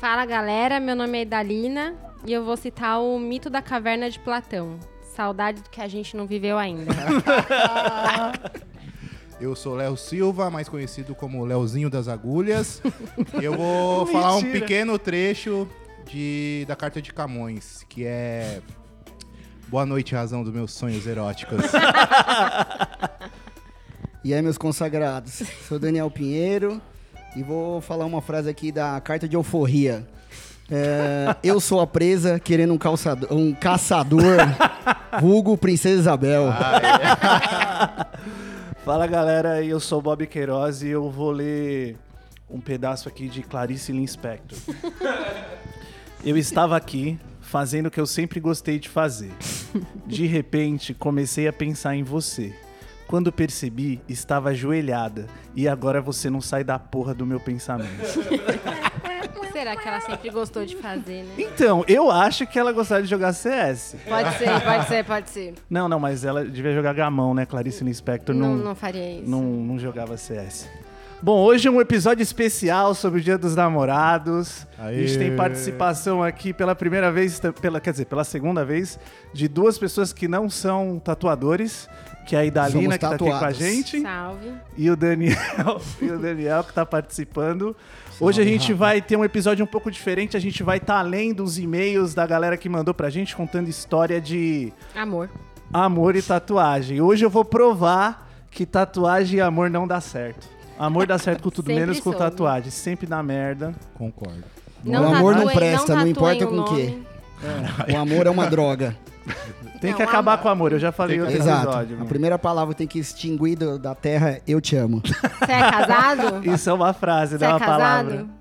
Fala galera, meu nome é Idalina e eu vou citar o mito da caverna de Platão. Saudade do que a gente não viveu ainda. Eu sou Léo Silva, mais conhecido como Leozinho das Agulhas. e eu vou falar um Mentira. pequeno trecho de, da carta de Camões, que é. Boa noite, razão dos meus sonhos eróticos. E aí, meus consagrados, sou Daniel Pinheiro e vou falar uma frase aqui da carta de euforia. É, eu sou a presa querendo um, calçado- um caçador, vulgo Princesa Isabel. Fala galera, eu sou o Bob Queiroz e eu vou ler um pedaço aqui de Clarice Lispector. eu estava aqui fazendo o que eu sempre gostei de fazer. De repente, comecei a pensar em você. Quando percebi, estava ajoelhada e agora você não sai da porra do meu pensamento. Será que ela sempre gostou de fazer, né? Então, eu acho que ela gostava de jogar CS. Pode ser, pode ser, pode ser. Não, não, mas ela devia jogar gamão, né? Clarice Lispector Não, não, não faria isso. Não, não jogava CS. Bom, hoje é um episódio especial sobre o Dia dos Namorados. A gente Aê. tem participação aqui pela primeira vez, ta- pela, quer dizer, pela segunda vez, de duas pessoas que não são tatuadores, que é a Idalina, Somos que tá aqui com a tatuados. gente, Salve. e o Daniel, e o Daniel que tá participando. Hoje a gente vai ter um episódio um pouco diferente, a gente vai estar lendo os e-mails da galera que mandou pra gente, contando história de Amor. Amor e tatuagem. Hoje eu vou provar que tatuagem e amor não dá certo. Amor dá certo com tudo, Sempre menos com soube. tatuagem. Sempre dá merda. Concordo. o amor não tatuem- presta, não, tatuem importa o com o quê. nome. O amor é uma droga. Tem Não, que acabar amor. com o amor, eu já falei em outro Exato. episódio. a mano. primeira palavra tem que extinguir do- da terra, eu te amo. Você é casado? Isso é uma frase, Você não é é uma casado? palavra.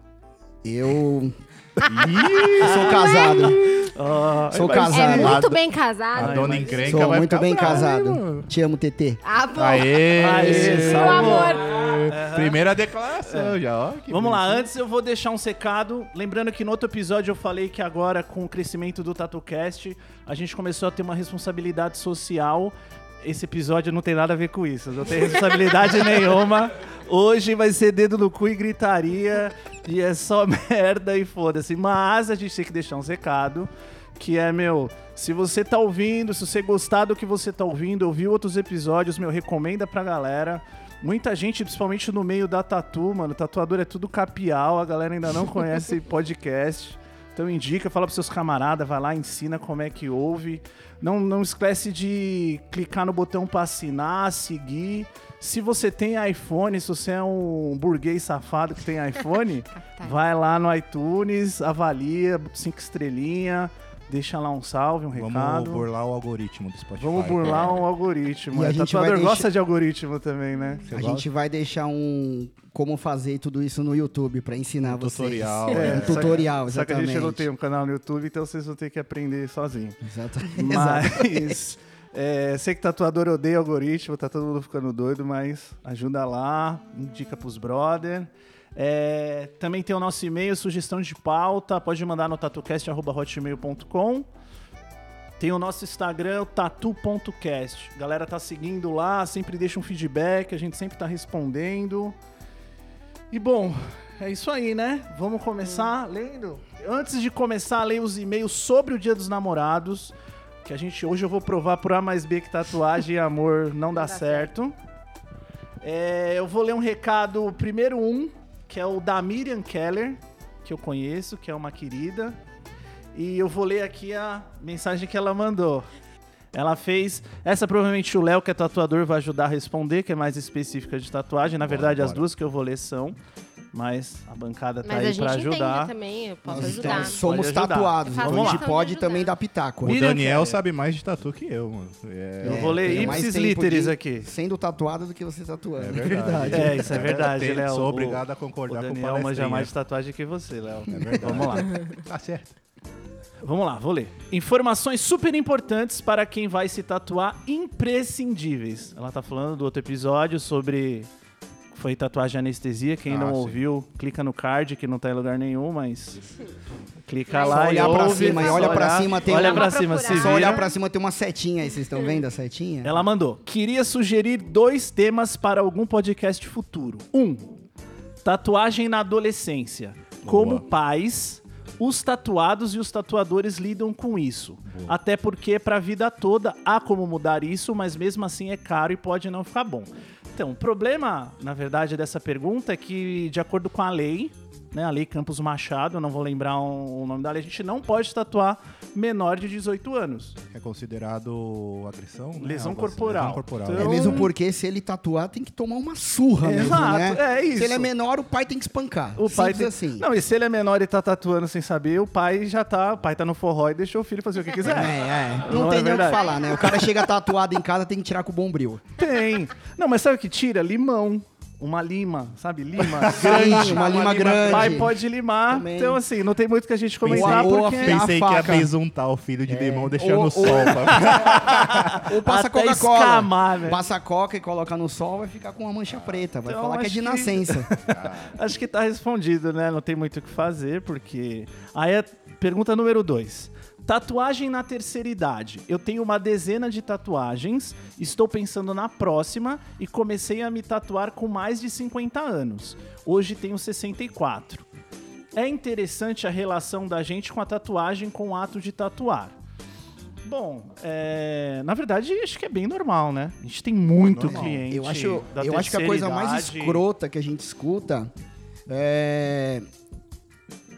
Eu... sou casado. Ó, Sou vai- É casado. muito Ado- bem A casado. dona mas- encrenca Sou vai muito ficar bem brava, casado. hein, mano? Te amo, TT. Ah, bom. Aê! Aê, Meu salvou. Tá amor. Primeira declaração já, ó. que É. Vamos lá, bonito. antes eu vou deixar um secado. Lembrando que no outro episódio eu falei que agora, com o crescimento do TatuCast, a gente começou a ter uma responsabilidade social. Esse episódio não tem nada a ver com isso, não tem responsabilidade nenhuma. Hoje vai ser dedo no cu e gritaria, e é só merda e foda-se. Mas a gente tem que deixar um recado, que é, meu, se você tá ouvindo, se você gostar do que você tá ouvindo, ouviu outros episódios, meu, recomenda pra galera. Muita gente, principalmente no meio da tatu, mano, tatuador é tudo capial, a galera ainda não conhece podcast. Então indica, fala pros seus camaradas, vai lá, ensina como é que ouve. Não, não esquece de clicar no botão pra assinar, seguir. Se você tem iPhone, se você é um burguês safado que tem iPhone, vai lá no iTunes, avalia, cinco estrelinha, deixa lá um salve, um Vamos recado. burlar o algoritmo do Spotify. Vamos burlar um algoritmo. E a É, gente tatuador vai deixar- gosta de algoritmo também, né? Você a gosta? gente vai deixar um como fazer tudo isso no YouTube pra ensinar vocês. tutorial, É, né? um tutorial, Só que a exatamente. gente não tem um canal no YouTube, então vocês vão ter que aprender sozinho. Exata- Exato. Mas. é, sei que tatuador odeia algoritmo, tá todo mundo ficando doido, mas ajuda lá, indica pros brother. É, também tem o nosso e-mail, sugestão de pauta, pode mandar no tatucast.hotmail.com. Tem o nosso Instagram, o tatu.cast. Galera tá seguindo lá, sempre deixa um feedback, a gente sempre tá respondendo. E bom, é isso aí, né? Vamos começar lendo. Antes de começar, leia os e-mails sobre o Dia dos Namorados, que a gente hoje eu vou provar por A mais B que tatuagem e amor não dá certo. É, eu vou ler um recado, o primeiro um, que é o da Miriam Keller, que eu conheço, que é uma querida. E eu vou ler aqui a mensagem que ela mandou. Ela fez. Essa provavelmente o Léo, que é tatuador, vai ajudar a responder, que é mais específica de tatuagem. Na Bora, verdade, as bora. duas que eu vou ler são. Mas a bancada tá Mas a aí pra gente entende ajudar. também, eu posso Nós ajudar. estamos- Então, somos Pode ajudar. tatuados, Faz então a questão gente de pode ajudar. também dar pitaco. O Miriam Daniel Keller. sabe mais de tatu que eu, mano. É, Eu vou ler tem mais ipsis tempo literis de- aqui. Sendo tatuado do que você tatuando. É verdade. É, isso é verdade, Tem- Léo. Sou O- obrigado a O concordar com o Daniel palestrinha. manja mais de tatuagem que você, Léo. É verdade. Vamos lá. Tá certo. Vamos lá, vou ler. Informações super importantes para quem vai se tatuar imprescindíveis. Ela tá falando do outro episódio sobre foi Tatuagem e Anestesia. Quem Ah, não sim. ouviu, clica no card, que não tá em lugar nenhum, mas clica Só lá e olhar pra ouve, cima, e só olha pra olhar- cima, tem Olha uma- pra cima, se Só Só olhar vira. pra cima tem uma setinha aí, vocês estão vendo a setinha? Ela mandou. Queria sugerir dois temas para algum podcast futuro. Um, tatuagem na adolescência. Como pais, os tatuados e os tatuadores lidam com isso. Até porque para a vida toda há como mudar isso, mas mesmo assim é caro e pode não ficar bom. Então, o problema, na verdade, dessa pergunta é que, de acordo com a lei, né, a lei Campos Machado, eu não vou lembrar um- o nome da lei, a gente não pode tatuar menor de 18 anos. É considerado agressão? né? Lesão Algo assim, corporal. Lesão corporal. Então- É mesmo porque se ele tatuar, tem que tomar uma surra mesmo, Exato, né? é isso. Se ele é menor, o pai tem que espancar. O pai Simples tem- assim. Não, e se ele é menor e tá tatuando sem saber, o pai já tá. O pai tá no forró e deixou o filho fazer o que quiser. É, é. Não, Não, é tem nem o que verdade. falar, né? O cara chega tatuado em casa, tem que tirar com o bombril. Tem. Não, mas sabe o que tira? Limão. Uma lima, sabe? Lima. Sim, uma lima grande. Pai pode limar. Também. Então, assim, não tem muito que a gente comentar Ou a- ou a porque. É. fez- Pensei a que ia faca. besuntar o filho de limão, deixar ou- no sol. pra- Ou passa Até escamar, Coca-Cola. né? Passa a Coca e coloca no sol, vai ficar com uma mancha preta. Vai Então, falar que é acho de que- nascença. Acho que tá respondido, né? Não tem muito o que fazer, porque. Aí a pergunta número 2. Tatuagem na terceira idade. Eu tenho uma dezena de tatuagens, estou pensando na próxima e comecei a me tatuar com mais de 50 anos. Hoje tenho 64. É interessante a relação da gente com a tatuagem com o ato de tatuar. Bom, é, na verdade, acho que é bem normal, né? A gente tem muito Normal. cliente. Eu acho, da eu acho que a terceira coisa mais idade. escrota que a gente escuta é.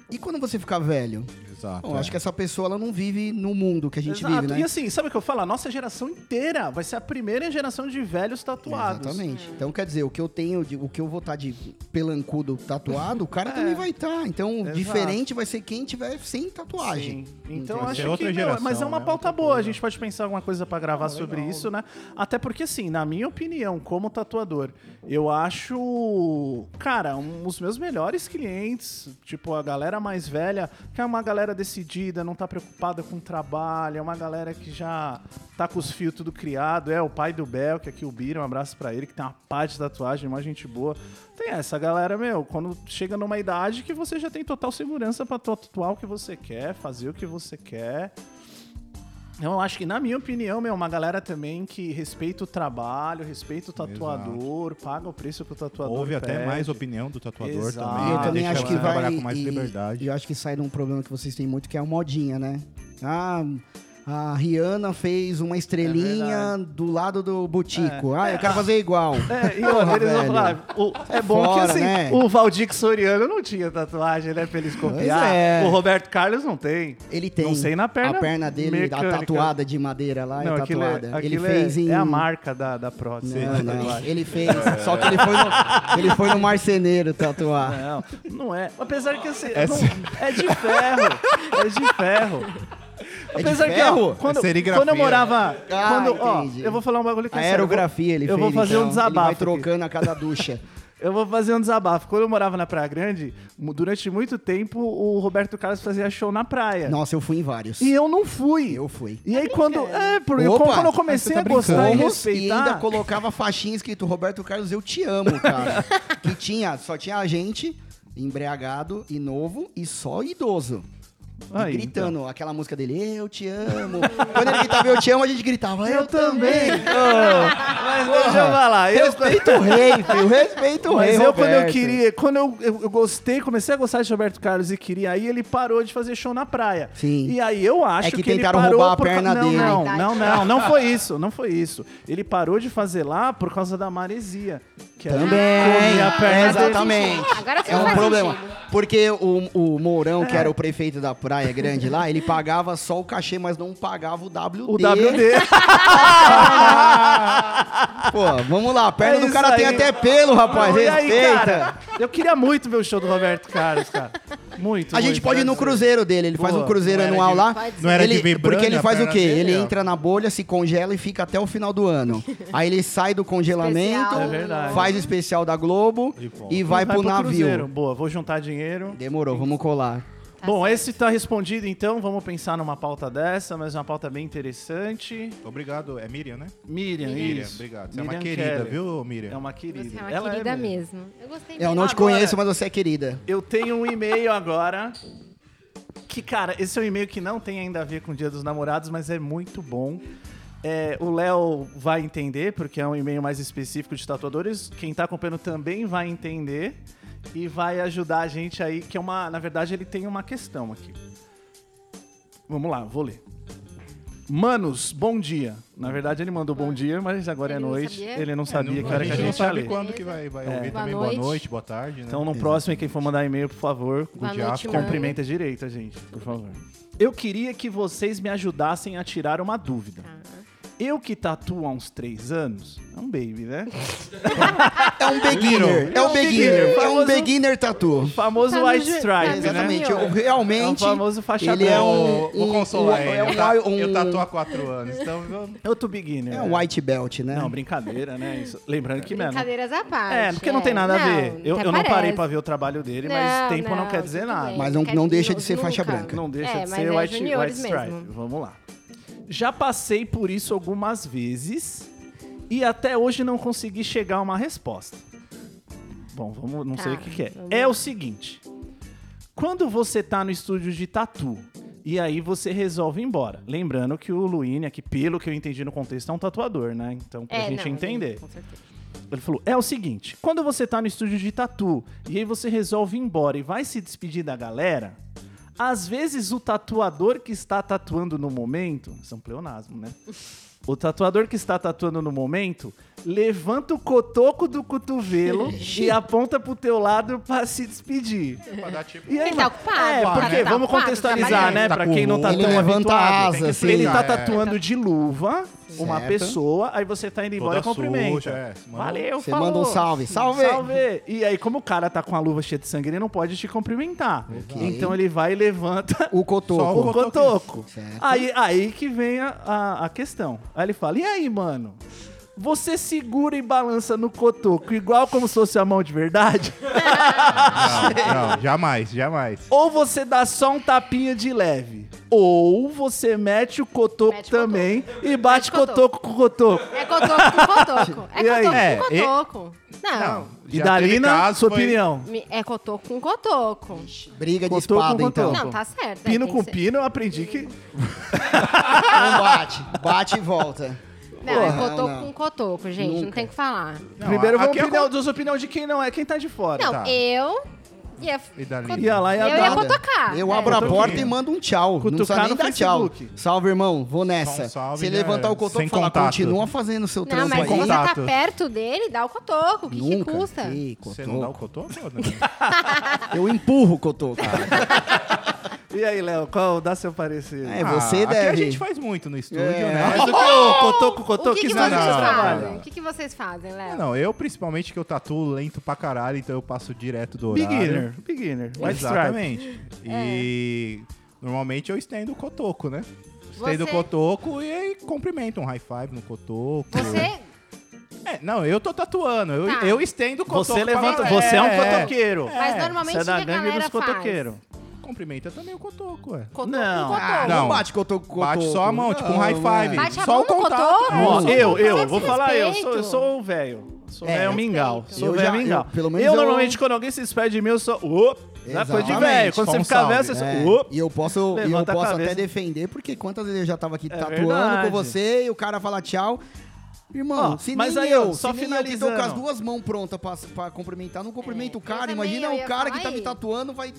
E quando você ficar velho? Exato. Bom, é. acho que essa pessoa ela não vive no mundo que a gente Ah, tá. Exato. vive, né? E assim, sabe o que eu falo? A nossa geração inteira vai ser a primeira geração de velhos tatuados. Exatamente. Então, quer dizer, o que eu tenho, de- o que eu vou estar de pelancudo tatuado, o cara também vai estar. Então, É. Exato. diferente vai ser quem tiver sem tatuagem. Sim. Então Entendi. acho É que outra meu, geração, mas é uma né? pauta Outra boa, a coisa. gente pode pensar alguma coisa pra gravar sobre isso, né? Até porque assim, na minha opinião, como tatuador, eu acho, cara, um, os meus melhores clientes, tipo a galera mais velha, que é uma galera decidida, não tá preocupada com o trabalho, é uma galera que já tá com os fios tudo criado, é o pai do Bel, que é aqui o Bira, um abraço pra ele, que tem uma parte de tatuagem, uma gente boa. Tem essa galera, meu, quando chega numa idade que você já tem total segurança pra tatuar o que você quer, fazer o que você quer. Então, Eu acho que, na minha opinião, meu, uma galera também que respeita o trabalho, respeita o tatuador, paga o preço que o tatuador Houve até pede. mais opinião do tatuador Exato. também. E eu Ah, também deixa acho ela que vai. trabalhar com mais e- liberdade. Eu acho que sai de um problema que vocês têm muito, que é a modinha, né? Ah. A Rihanna fez uma estrelinha É verdade. do lado do Butico. Ah, eu quero fazer igual. É, e Porra, eles vão velho. falar, o- é bom Fora, que assim, né? o Valdir Soriano não tinha tatuagem, né, pra eles copiar. é. O Roberto Carlos não tem. Ele tem. Não sei na perna A perna dele, mecânica. a tatuada de madeira lá, é aquilo tatuada. ele aquilo fez é, em. é a marca né? da, da prótese. Não, da não. tatuagem. Ele fez. Só que ele foi no, ele foi no marceneiro tatuar. Não, não é. Apesar que assim, É não- sim. é de ferro. É de ferro. É de Apesar que, ferro? ó, quando, É serigrafia. quando eu morava. Ah, quando, ó, entendi. eu vou falar um bagulho que é A sério, eu vou- aerografia ele Eu fez. vou fazer então. um Ele desabafo. vai aqui. trocando a cada ducha. Eu vou fazer um desabafo. Quando eu morava na Praia Grande, mu- durante muito tempo, o Roberto Carlos fazia show na praia. Nossa, eu fui em vários. É. E eu não fui. Eu fui. E aí quando. É, porque Opa, quando eu você comecei tá a gostar e brincando. Fomos e respeitar. assim? ainda colocava faixinha escrito Roberto Carlos, eu te amo, cara. que tinha, só tinha a gente embriagado e novo e só idoso. E Aí, então. gritando aquela música dele, eu te amo. Quando ele gritava eu te amo, a gente gritava, eu, também. Mas deixa eu falar. Eu, Respeito o rei, filho, respeito o rei. mas eu, quando eu Roberto. queria, quando eu, eu, eu gostei, comecei a gostar de Roberto Carlos e queria, aí ele parou de fazer show na praia. Sim. E aí eu acho É que que ele tentaram parou roubar a por ca- perna não, dele. Não, Ai, não, não, não foi isso, não foi isso. Ele parou de fazer lá por causa da maresia. Que aí Também, comia a perna dele. exatamente. sentido. Agora sim é um faz problema. sentido. Porque o, o Mourão, É. que era o prefeito da Praia Grande lá, ele pagava só o cachê, mas não pagava o WD. O WD. Pô, vamos lá, a perna É do isso cara tem aí. até pelo, rapaz. Não, e aí, Respeita. cara, eu queria muito ver o show do Roberto Carlos, cara. Muito. A gente muito, pode ir quero no dizer. cruzeiro dele, ele faz Boa, um cruzeiro não era anual de- lá. Pode ser. Não era de Ele- vibrando Porque ele a faz o perna quê? dele, Ele ó. entra na bolha, se congela e fica até o final do ano. Aí ele sai do congelamento, Especial. É verdade. faz o especial da Globo E volta. e vai, pro, navio. cruzeiro. Boa, vou juntar dinheiro. Demorou, vamos colar. Bom, esse tá respondido então. Vamos pensar numa pauta dessa, mas uma pauta bem interessante. Obrigado. É Miriam, né? Miriam, Miriam, isso. obrigado. Você é uma Miriam querida, Keller. viu, Miriam? É uma querida. Você é uma Ela querida mesmo. mesmo. Eu gostei Eu muito. não te Agora- conheço, mas você é querida. Eu tenho um e-mail agora. Que, cara, esse é um e-mail que não tem ainda a ver com o Dia dos Namorados, mas é muito bom. É, o Léo vai entender, porque é um e-mail mais específico de tatuadores. Quem tá acompanhando também vai entender e vai ajudar a gente aí, que é uma. Na verdade, ele tem uma questão aqui. Vamos lá, vou ler. Manos, bom dia. Na verdade, ele mandou bom dia, mas agora Ele é não noite. sabia? Ele não sabia que a hora que gente a não gente ia sabe ler. quando que vai, vai ouvir Boa também. Boa noite. noite, boa tarde, né? Então, no próximo, quem for mandar e-mail, por favor, tipo Boa Diabo noite, mano. Cumprimenta direito a gente, por favor. É. Eu queria que vocês me ajudassem a tirar uma dúvida. Tá. Eu que tatuo há uns três anos, é um baby, né? É um beginner. É um beginner. É um beginner tatu. O famoso Tá no white ju- stripe, É, né? Exatamente. né? Eu, realmente. É o famoso faixa ele é branca. um, Vou- Vou um- consolar um- ele. É eu, ta- um, eu um- tatuo há quatro anos, então... eu- Eu tô beginner. é um white belt, né? Não, brincadeira, né? Isso. Lembrando que, mano... Brincadeiras à parte. É, porque não tem nada a ver. eu até eu não parei parece. pra ver o trabalho dele, mas tempo não, quer dizer tudo nada. bem, Mas não- quer não dizer deixa de ser faixa nunca. branca. Não deixa É, mas de ser é white, white juniores stripe. mesmo. Vamos lá. Já passei por isso algumas vezes e até hoje não consegui chegar a uma resposta. Bom, vamos, não Tá, sei o que, que é. vamos É lá. o seguinte: quando você tá no estúdio de tatu e aí você resolve ir embora. Lembrando que o Luíne, aqui, pelo que eu entendi no contexto, é um tatuador, né? Então, pra É, gente não, entender. Com certeza. Ele falou: é o seguinte, quando você tá no estúdio de tatu e aí você resolve ir embora e vai se despedir da galera, às vezes o tatuador que está tatuando no momento. São pleonasmo, né? O tatuador que está tatuando no momento levanta o cotoco do cotovelo e aponta pro teu lado pra se despedir. Pra dar tipo... E aí, Ele tá mano, ocupado, É, tá porque ocupado, vamos tá contextualizar, trabalhando. né? Tá Pra com quem não tá ele tão levanta habituado. a asa, Tem que assim. Ele tá É. tatuando de luva uma Certo. pessoa, aí você tá indo embora e Toda cumprimenta. suja, é. Manda- Valeu, Você falou. manda um salve. Salve! Salve! E aí, como o cara tá com a luva cheia de sangue, ele não pode te cumprimentar. Então ele vai e levanta O Só cotoco. o o cotoco. cotoco. Certo. Aí, aí que vem a, a, a questão. Aí ele fala: e aí, mano? Você segura e balança no cotoco, igual como se fosse a mão de verdade? Ah, Não, não, jamais, jamais. Ou você dá só um tapinha de leve? Ou você mete o cotoco Mete o também e bate cotoco. cotoco. com cotoco. É cotoco com cotoco. É E aí? É, cotoco com cotoco. Não. E Já teve Dalina, caso, sua foi- opinião. Me- É cotoco com cotoco. Briga de Cotoco, espada, então. cotoco. Não Não, tá certo. é, Pino tem com que ser- pino, eu aprendi que bate. Bate e volta. Não, é Porra, cotoco não. com cotoco, gente. Não tem o que falar. Não, Primeiro a- vamos aqui é opinião, co- dos opinião de quem não é, quem tá de fora. Não, tá. eu ia... E Dalina? cotoco- Ia lá e ia Eu ia dar. cotocar. Eu é. abro a Cotoquinho. porta e mando um tchau. não Cutucar precisa nem no dar tchau. Facebook. Salve, irmão. Vou nessa. Dá um salve, Se né? levantar o cotoco e Sem falar, contato. continua fazendo o seu Não, trampo um mas aí. quando você tá Contato. perto dele, dá o cotoco. O que, que Nunca. custa? Ih, Você não dá o cotoco. cotoco? Eu empurro o cotoco. E aí, Léo, qual dá seu parecer? É, você Ah, aqui deve. a gente faz muito no estúdio, É. né? Mas o que o cotoco, O cotoco, que, que isso vocês não, não, fazem? não. O que, que vocês fazem, Léo? é? Não, eu principalmente que eu tatuo lento pra caralho, então eu passo direto do horário. Beginner, beginner. White stripe. Exatamente. E É. normalmente eu estendo o cotoco, né? Estendo o Você- cotoco e aí cumprimento um high five no cotoco. Você... É, não, eu tô tatuando. Eu, Tá. eu estendo o cotoco. Você pra levanta, galera. você é um cotoqueiro. Mas normalmente Você é o que da a gangue dos galera faz? cotoqueiros. Cumprimenta também o cotoco, é. Cotoco Não. com cotoco. Ah, Não Não. bate cotoco com cotoco. Bate só a mão, tipo um high Não, five. não é. Bate a só mão o no contato. cotoco? é. Ó, Não, eu, não eu, faz vou falar eu, respeito. sou, eu sou o velho. Sou o É, velho mingau. respeito. Sou o Eu velho já- mingau. eu- Eu, pelo menos eu- normalmente, quando alguém se despede de mim, eu sou. Op, já foi de Exatamente, velho. Quando só você um ficar velho, salve. você. É, É. Op, E eu posso, e eu Levanta a posso cabeça. até defender, porque quantas vezes eu já tava aqui tatuando verdade. com você e o cara fala tchau. Irmão, Ó, se mas nem aí, ó, eu, só se nem eu que tô com as finalizando. duas mãos prontas pra, pra cumprimentar, não cumprimento o cara. também, Imagina É, eu o ia cara falar que tá me isso. tatuando vai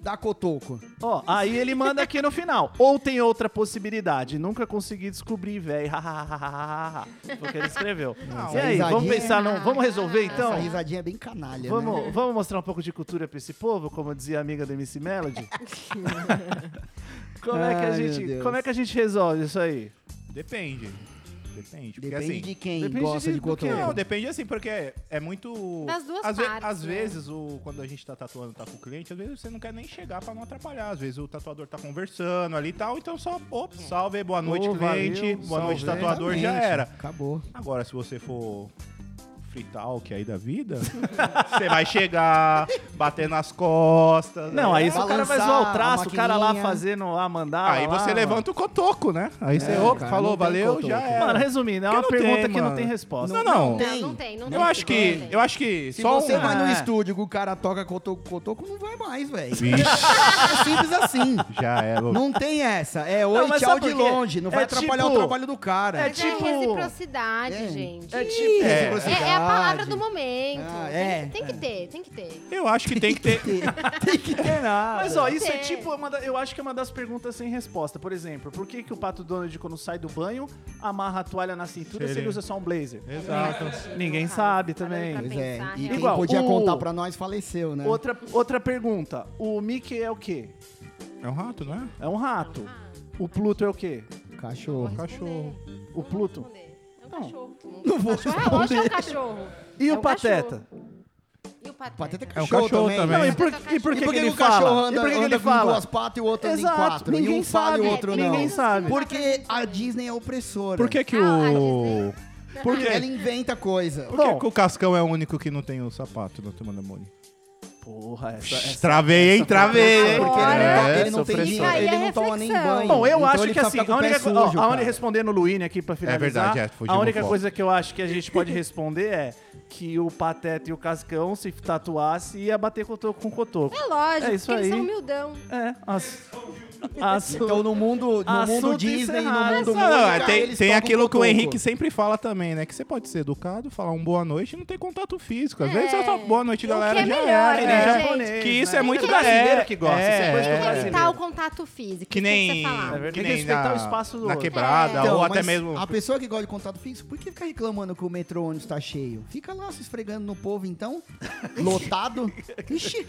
dar cotoco. Ó, aí ele manda aqui no final. Ou tem outra possibilidade. Nunca consegui descobrir, velho. Foi o que ele escreveu. Não, e aí, risadinha- vamos pensar, não? Vamos resolver então? Essa risadinha é bem canalha, né? Vamos, vamos mostrar um pouco de cultura pra esse povo, como dizia a amiga do MC Melody? como, é que a Ai, meu gente, Deus. como é que a gente resolve isso aí? Depende. Depende. Porque Depende assim. de quem depende gosta de- de do que- cotoco. Não, depende assim, porque é, é muito. Das duas às ve- partes, às né? vezes, o, quando a gente tá tatuando, tá com o cliente, às vezes você não quer nem chegar pra não atrapalhar. Às vezes o tatuador tá conversando ali e tal, então só, opa, salve, boa noite, Ô, cliente, valeu, boa noite, salve. tatuador, já Exatamente. era. Acabou. é Agora, se você for free talk aí da vida, você vai chegar, bater nas É, costas. né? Não, aí se o cara vai Balançar zoar o a traço, o cara lá maquininha. fazendo a mandala. Aí você lá, levanta o cotoco, né? Aí você, É, opa, cara, falou, não tem valeu, cotoco. já era. Mano, resumindo, é Porque uma não pergunta tem, que não mano. tem resposta. Não, não. tem. Não, não tem, não tem. Eu acho que. não tem. Eu acho que. Se só você um. vai no Ah, é. estúdio que o cara toca cotoco, cotoco, não vai mais, velho. Vixe, É simples assim. já era. Não tem essa. É oi, mas tchau sabe de por quê? longe. Não É vai atrapalhar tipo- o trabalho do cara. Mas É tipo- é reciprocidade, É. gente. É É, tipo. É. é a palavra do momento. Ah, é. é. Tem que ter, tem que ter. Eu acho que tem que ter. Tem que ter nada. Mas ó, isso é Tem. tipo, uma da- eu acho que é uma das perguntas sem resposta. Por exemplo, por que, que o Pato Donald, quando sai do banho, amarra a toalha na cintura se ele Seria. usa só um blazer? Exato. Ninguém Tá, sabe parando também. pra Pois é. pensar, né? E quem realmente. Igual, podia o- contar pra nós faleceu, né? Outra, outra pergunta. O Mickey é o quê? É um rato, não é? É um rato. O Pluto é o quê? Cachorro. Vou cachorro. responder. O Pluto? Não vou responder. Ah, É um Não. cachorro. Não vou Cachorro é rocha, é um cachorro. E É o um Pateta? cachorro. E o pateta? Pateta É é um um cachorro, cachorro também. também. Não, e por, e por E que, por que que, ele o cachorro fala? anda, e por que que anda ele com fala? duas patas e o outro anda em Exato, quatro? e ninguém um fala e o sabe, outro não. ninguém sabe. Porque a Disney é opressora. Por que que Não, o... Por que, Ela inventa coisa. por que Bom. que o Cascão é o único que não tem o sapato na Turma da Mônica? Porra, essa, é essa Travei, hein? Travei, hein? É, Porque ele, Bora. ele não sofreu sofreu. tem dinheiro, ele Aí não a toma nem reflexão. banho. Bom, eu Então acho ele que só assim, fica com a o pé única, sujo, ó, a cara. única respondendo o Luíne aqui pra finalizar, verdade, é, fugimos a única foco. coisa que eu acho que a gente pode responder é que o Pateta e o Cascão se tatuasse ia bater cotoco com cotoco. É lógico, É isso porque aí. eles são humildão. É, as... as- Então no mundo, no mundo Assunto Disney, no encerrado. mundo Não, Mônica, não, é, tem um eles tem tocam aquilo que o cotoco. Henrique sempre fala também, né? Que você pode ser educado, falar um boa noite e não ter contato físico. Às É. vezes é só boa noite, E o galera, que é já melhor, era. né, né? gente? Que isso é muito Tem da brasileiro era. que gosta, isso é É, coisa do Tem que brasileiro. evitar o contato físico. Que isso tem nem, ser falado. É verdade, que tem que nem respeitar na, o espaço do na outro. quebrada, Então, ou até mas mesmo... A pessoa que gosta de contato fixo, por que fica reclamando que o metrô ônibus tá cheio? Fica lá se esfregando no povo, então? Lotado? Ixi!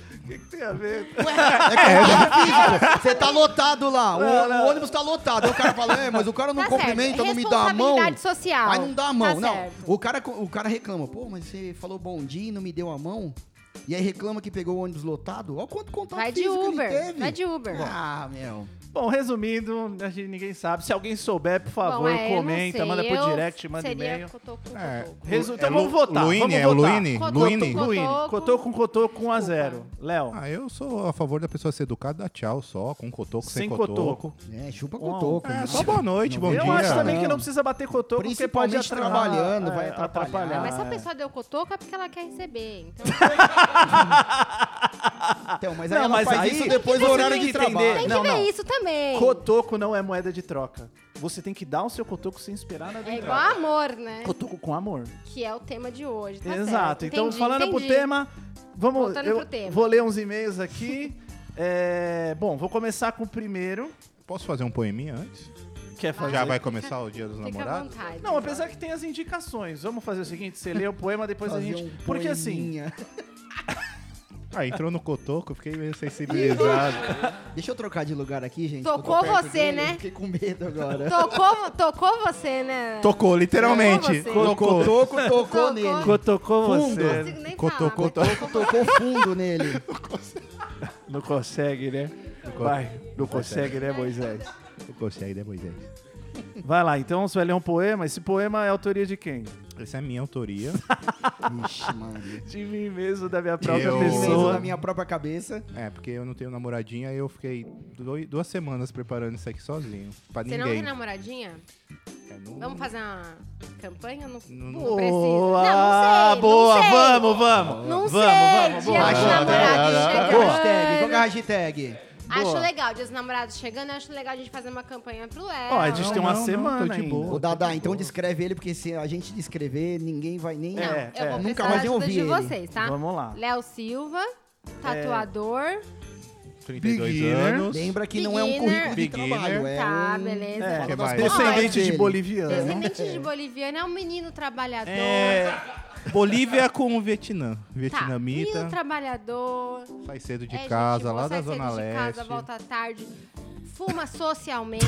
Tem a ver. Ué, é contato físico. Você tá lotado lá. O, Não, não. o ônibus tá lotado. Aí o cara fala, é, mas o cara não Tá certo, cumprimenta, não me dá a mão. responsabilidade social. Aí não dá a mão. Tá não. certo. O cara, o cara reclama, pô, mas você falou bom dia e não me deu a mão? E aí reclama que pegou o ônibus lotado? Olha quanto contato Vai de físico ele Uber. teve. Vai de Uber. Ah, meu. Bom, resumindo, a gente, ninguém sabe. Se alguém souber, por favor, Bom, é, eu não comenta, sei, manda por eu direct, manda seria e-mail. cotoco, É. cotoco. Resu- Então É vamos Lu- votar. Luíne, vamos é o votar. Luíne? Cotoco, Luíne? cotoco. Luíne, cotou com cotou com 1 a 0. Léo. Ah, eu sou a favor da pessoa ser educada, dá tchau só, com cotoco, sem, Sem cotoco. cotoco. É, chupa Uau. cotoco. É, né? só boa noite, bom eu dia. acho também Não. que não precisa bater cotoco, porque pode Principalmente atrapalhar. trabalhando, vai atrapalhar. Ah, mas se a é. pessoa deu cotoco é porque ela quer receber. Então, Então, mas aí Não, ela mas faz aí- isso depois do Você horário tem de que entender. trabalho. tem que Não, ver não. isso também. Cotoco não é moeda de troca. Você tem que dar o seu cotoco sem esperar nada. É em igual troca. amor, né? Cotoco com amor. Que é o tema de hoje. tá Exato. certo. Então, Entendi, falando pro entendi. tema, vamos. Voltando eu pro tema. Vou ler uns e-mails aqui. É, bom, vou começar com o primeiro. Posso fazer um poeminha antes? Quer fazer? Já vai começar o dia dos Fica à namorados? vontade. Não, apesar que tem as indicações. Vamos fazer o seguinte: você lê o poema, depois a Fazer gente. um Porque assim. poeminha. Ah, entrou no cotoco, fiquei meio sensibilizado. Deixa eu trocar de lugar aqui, gente. Tocou que eu tô perto você, dele, né? eu Fiquei com medo agora. Tocou, tocou você, né? Tocou, literalmente. Tocou você. Tocou. Cotoco tocou, Tocou. nele. Cotocou Fundo. Não você. consigo nem Cotou, falar. cotou. Cotoco tocou fundo nele. Não consegue, né? Vai. Não consegue, né, Moisés? Consegue, né, Moisés? Vai lá, então você vai ler um poema. Esse poema é autoria de quem? Essa é minha autoria. Ixi, mano. De mim mesmo, da minha própria Eu- Mesmo na pessoa. minha própria cabeça. É, porque eu não tenho namoradinha e eu fiquei doi- duas semanas preparando isso aqui sozinho. Pra Você não ninguém. tem namoradinha? É, não- Vamos fazer uma campanha? Não, Não- não Boa, precisa. Não, não sei. Ah, boa, não sei. vamos, vamos. Não vamos, sei, vamos, dia dos vamos. Ah, namorados ah, ah, Qual que é a chegando. hashtag? Qual que é a hashtag? Acho Boa. legal, dia dos namorados chegando, acho legal a gente fazer uma campanha pro Léo. Ó, a gente tem uma não, não, semana tô de ainda. boa. Ô, Dada, então descreve ele, porque se a gente descrever, ninguém vai nem... Não, É, eu vou é. Nunca precisar mais da eu ajuda ouvi de ele. vocês, tá? Vamos lá. Léo Silva, tatuador. 32 né? Beginner. anos. Lembra que não é um Beginner. currículo de trabalho. É Tá, um- beleza. É, né? Fala que das mais? pessoais Descendente de dele. boliviano. Descendente de boliviano, é um menino trabalhador. Bolívia com o Vietnã. Tá, menino Vietnamita. trabalhador. sai cedo de é gente casa, boa, lá da sai cedo Zona de Leste. casa, volta à tarde. Fuma socialmente.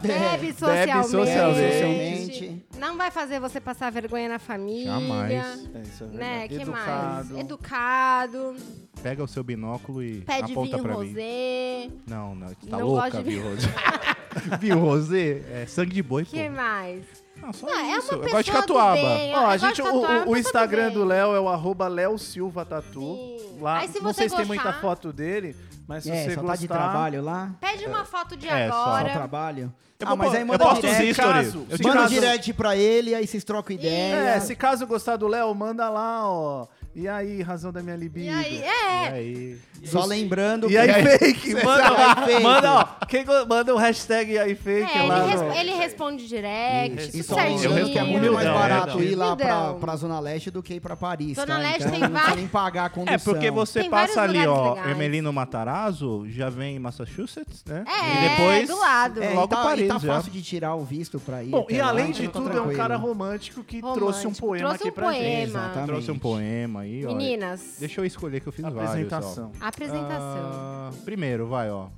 bebe socialmente. socialmente. Socialmente. Não vai fazer você passar vergonha na família. Jamais. É, isso é Né, verdade. que mais? Educado. Educado, Pega o seu binóculo e pede aponta vinho pra mim. rosé. Não, não, você tá Não louca, gosto de viu, Rosé? viu, Rosé? É sangue de boi, pô. que mais? Não, só Ah, é isso. uma Eu pessoa gosto de do bem, catuaba. eu- Ó, a eu gosto gente, de o, tatuar, o- mas o tudo Instagram bem. do Léo é o arroba Léo Silva Tatu. Sim. Lá, Aí, se não você sei se tem muita gostar- foto dele, mas se É, você só gostar... tá de trabalho lá. Pede uma foto de É, só. Só agora. trabalho. Eu ah, vou mas pôr- aí eu manda posto os direct. stories. Caso- Eu se tiro Manda as- caso- direct pra ele, aí vocês trocam ideia. É, se caso gostar do Léo, manda lá, ó. E aí, razão da minha libido. E aí, é. E aí? Só lembrando E aí, que- é fake, manda, aí, fake. manda, ó, quem go- manda o hashtag e aí fake É, lá. ele, no- respo- ele responde direct, E tudo só Eu certinho. lembrando que é muito Humildão, mais barato é, ir lá pra, humildão. pra Zona Leste do que ir pra Paris. Zona tá? Leste então, tem não precisa va- nem pagar a condução. É, porque você Tem vários passa ali, lugares ó, legais. Ermelino Matarazzo, já vem em Massachusetts, né? É, e depois, do lado. É, logo e tá, Paris e tá já. fácil de tirar o visto pra ir. Bom, até e lá, além então de tá tudo, é um tranquilo. cara romântico que trouxe um Romântico. poema Trouxe aqui um pra gente. poema. Exatamente. Trouxe um poema aí, ó. Meninas, Deixa eu escolher que eu fiz vários, ó. Apresentação. apresentação. Ah, primeiro, vai, ó.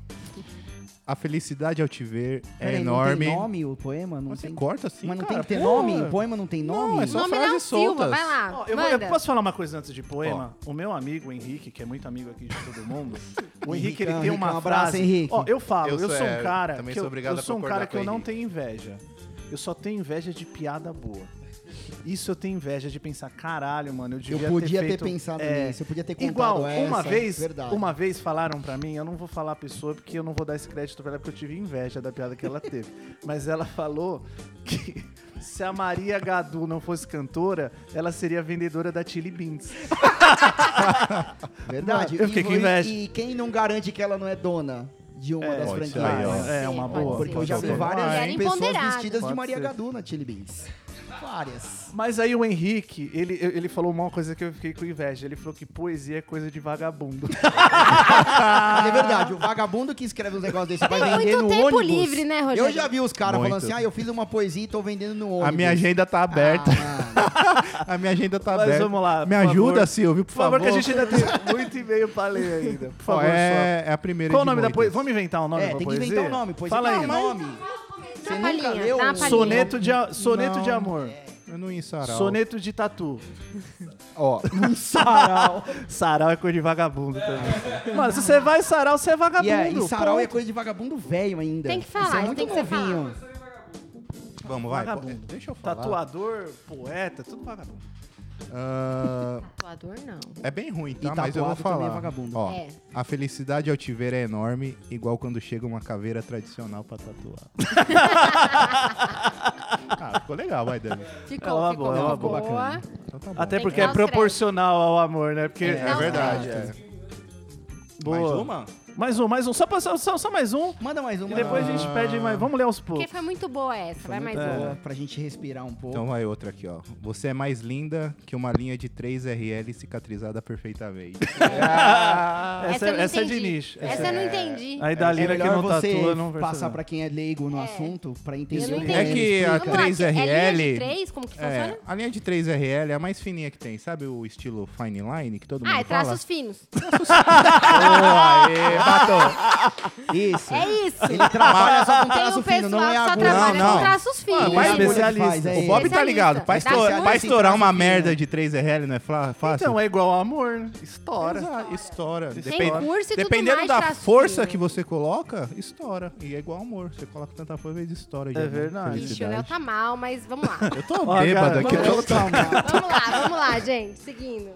A felicidade ao te ver é Peraí, enorme. Não tem nome o poema? Não Mas você tem... corta assim, Mas não cara. tem que ter Pô, nome? O poema não tem Não, nome? é só- O nome é Léo frases Silva, soltas. vai lá. Ó, eu, vou- eu manda. posso falar uma coisa antes de poema? O meu amigo Henrique, que é muito amigo aqui de todo mundo, o Henrique ele Henricão, tem uma Henricão, um abraço, frase. Henrique. Ó, eu falo, eu Eu sou, sou- um é, cara também que sou eu, obrigado eu a sou um concordar cara que com eu não Henrique. tenho inveja. Eu só tenho inveja de piada boa. Isso eu tenho inveja de pensar, caralho, mano, eu Eu devia podia ter, feito, pensado é, nisso, eu podia ter contado Igual, essa. uma vez, verdade. uma vez falaram pra mim, eu não vou falar a pessoa porque eu não vou dar esse crédito pra ela porque eu tive inveja da piada que ela teve. Mas ela falou que se a Maria Gadu não fosse cantora, ela seria vendedora da Chili Beans. Verdade. Mano, eu fiquei E com vo- inveja. E quem não garante que ela não é dona de uma das É, pode ser franquias? aí, ó. É, uma pode boa. ser. Porque eu já vi Pode ser. várias Mulher pessoas empoderada. vestidas de Pode Maria ser. Gadu na Chili Beans. Várias. Mas aí o Henrique, ele, ele falou uma coisa que eu fiquei com inveja. Ele falou que poesia é coisa de vagabundo. Ah. Mas é verdade, o vagabundo que escreve uns negócios desse vai Tem vender muito no tempo ônibus. livre, né, Rogério? Eu já vi os caras falando Muito. assim, ah, eu fiz uma poesia e tô vendendo no ônibus. A minha agenda tá aberta. Ah, mano. a minha agenda tá Mas aberta. vamos lá, Me por ajuda, favor. Silvio, por, Por favor, que a gente ainda tem muito e-mail pra ler ainda. Por Ó, favor, só. é, é a primeira Qual o de nome da muitas. poesia? Vamos inventar um nome É, pra tem que poesia? inventar o nome, poesia Fala tem aí. nome. Dá uma nunca palhinha, leu dá uma um palhinha. Soneto de, a- soneto de amor. Eu não ia em sarau. Soneto de tatu. Ó, Sarau. sarau é coisa de vagabundo também. Mano, se você vai em sarau, você é vagabundo. e, é, e sarau ponto. é coisa de vagabundo velho ainda. Tem que Isso falar, é muito tem que ser novinho. Vamos, vai. Vagabundo. Deixa eu falar. Tatuador, poeta, tudo vagabundo. Ah, Tatuador, não. é bem ruim, tá? E Mas eu vou tatuado falar. também é vagabundo. Ó, É. A felicidade ao te ver é enorme, igual quando chega uma caveira tradicional pra tatuar. ah, ficou legal, vai, Dani. Ficou, É uma ficou, boa, é uma ficou. boa. Então tá bom. Até que porque dar é os créditos. proporcional ao amor, né? Porque dar os Ah, verdade, é. Boa. Mais Ah, uma? Mais um, mais um. Só, pra- só, só- só mais um. Manda mais E uma. depois a gente pede mais. Vamos ler aos Porque poucos. foi muito boa essa, vai mais uma. Pra gente respirar um pouco. Então vai outra aqui, ó. Você é mais linda que uma linha de 3RL cicatrizada perfeitamente. Ah, Essa, essa, eu não essa é de entendi. nicho. Essa eu não entendi. Aí da é Lina que melhor não você tatua, não vai passar saber. pra quem é leigo no assunto pra entender. Eu não o entendi. É que a Vamos lá, que- É linha de 3RL três? Como que é, funciona? a linha de 3RL é a mais fininha que tem, sabe o estilo fine line que todo mundo Ah, é fala? traços finos. Boa, aê, batom. Isso. É isso. Ele trabalha só com Tem traço um fino, pessoal não é que só agulha. trabalha Não, com não. traços finos. Mas Mas é agulha que especialista. assim, né? faz, é O Bob tá Especialista. ligado. Pra, Dá estoura- certo. pra estourar uma merda de 3RL não é flá- tá fácil? Então, é igual ao amor, né? Estoura. Exa- Estoura. Tem curso e tudo dependendo mais da traço força fino. que você coloca, estoura. E é igual amor. Você coloca tanta força, vezes estoura. de É amor, verdade. Ixi, o Léo felicidade. tá mal, mas vamos lá. Eu tô Ó, bêbado cara, aqui. vamos- eu tô- vamos lá, vamos lá, gente. Seguindo.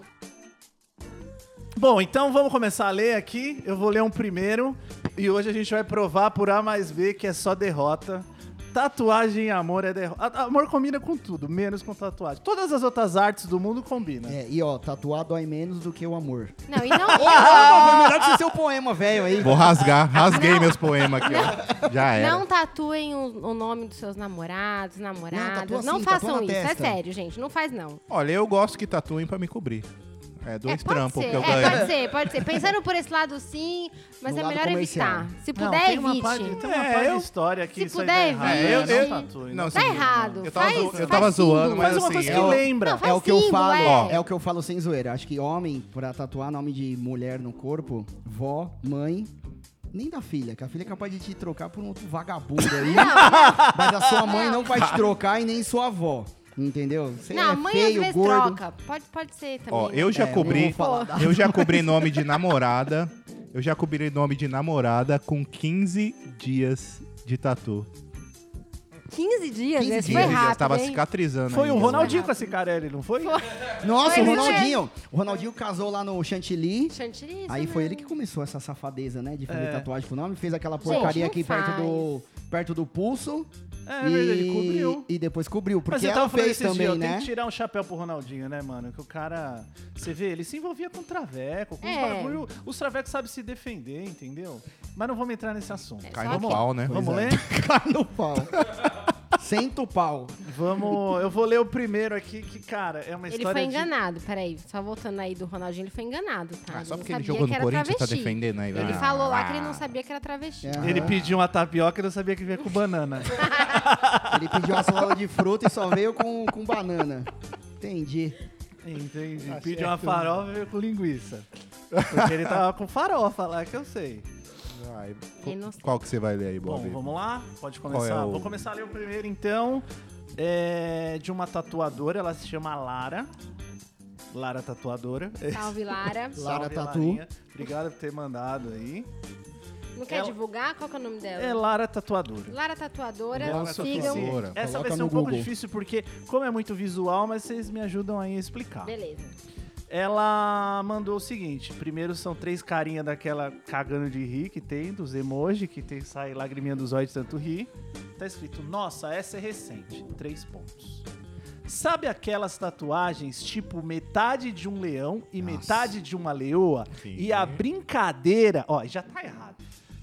Bom, então vamos começar a ler aqui. Eu vou ler um primeiro. E hoje a gente vai provar por A mais B que é só derrota. Tatuagem e amor é derrota. Amor combina com tudo, menos com tatuagem. Todas as outras artes do mundo combinam. É, e ó, tatuado dói menos do que o amor. Não, e não. tá- Ah, melhor que esse seu poema, velho, aí. Vou rasgar. Rasguei meus poemas aqui. ó. Já era. Não tatuem o, o nome dos seus namorados, namoradas. tatua Não, assim, tatua façam na isso. testa. É sério, gente. Não faz, não. Olha, eu gosto que tatuem pra me cobrir. É dois é, pode trampos ser. que eu é, ganho. Pode ser, pode ser. Pensando por esse lado, sim, mas No é lado melhor comercial. evitar. Se Não, puder, tem uma evite. parte, tem uma É, parte eu- de história aqui. se isso aí puder, tá errado. evite. É, eu, Não, não tatue, não. não, Tá sim, errado. Eu tava, Faz- zo- eu faz tava zoando, símbolo. mas Faz uma assim, coisa que eu- lembra. Não, faz É o que eu símbolo, falo, é. é o que eu falo sem zoeira. Acho que homem, pra tatuar nome de mulher no corpo, vó, mãe, nem da filha, que a filha é capaz de te trocar por um outro vagabundo aí. mas a sua mãe não vai te trocar e nem sua avó. Entendeu? Você Não, é a mãe às feio, vezes gordo. troca. Pode, pode ser também. Ó, eu já É, não vou cobri. falar Eu já cobri nome de namorada. Eu já cobri nome de namorada com 15 dias de tatu. 15 dias, 15 esse dias foi ele já rápido, tava hein? cicatrizando. Foi o ainda. Ronaldinho com a Cicarelli, não foi? Nossa, o Mas isso é- Ronaldinho. O Ronaldinho casou lá no Chantilly. Chantilly, isso Aí mesmo. foi ele que começou essa safadeza, né? De fazer É. tatuagem com o nome. Fez aquela porcaria não aqui perto faz. do, perto do pulso. É, verdade, ele cobriu. E depois cobriu. Mas Porque eu ela tava falando fez esses dias, também, eu né? tenho que tirar um chapéu pro Ronaldinho, né, mano? Que o cara. Você vê, ele se envolvia com traveco, com os É. bagulho. Os travecos sabem se defender, entendeu? Mas não vamos entrar nesse assunto. Cai Só no que- pau, né? Vamos é. ler? Cai no pau. Senta o pau. Vamos. Eu vou ler o primeiro aqui, que, cara, é uma Ele história. foi de- enganado, peraí. Só voltando aí do Ronaldinho, ele foi enganado, tá? Ah, só Ele porque ele sabia jogou que no era Corinthians, tá travesti. defendendo aí. Ele Ah, falou lá que ele ah. não sabia que era travesti. É. Ele pediu uma tapioca e não sabia que vinha com banana. Ele pediu uma salada de fruta e só veio com, com banana. Entendi. Entendi. Tá pediu uma farofa e veio com linguiça. Porque ele tava com farofa lá, que eu sei. Ai, Ele não- Qual que você vai ler aí, Bom, Bob? vamos lá? Pode Qual começar? é o- Vou começar a ler o primeiro, então. É de uma tatuadora, ela se chama Lara. Lara Tatuadora. Salve, Lara. Lara Salve, Tatu. Larinha. Obrigado por ter mandado aí. Não quer Ela- divulgar? Qual que é o nome dela? É Lara Tatuadora. Lara Tatuadora, Lara sigam. Tatuadora. Essa vai Coloca ser um no pouco Google. difícil porque, como é muito visual, mas vocês me ajudam aí a explicar. Beleza. Ela mandou o seguinte: primeiro são três carinhas daquela cagando de rir que tem, dos emoji, que tem, sai lagriminha dos olhos de tanto rir. Tá escrito, nossa, essa é recente. Três pontos. Sabe aquelas tatuagens tipo metade de um leão e Nossa. metade de uma leoa? Sim. E a brincadeira. Ó, já tá errado.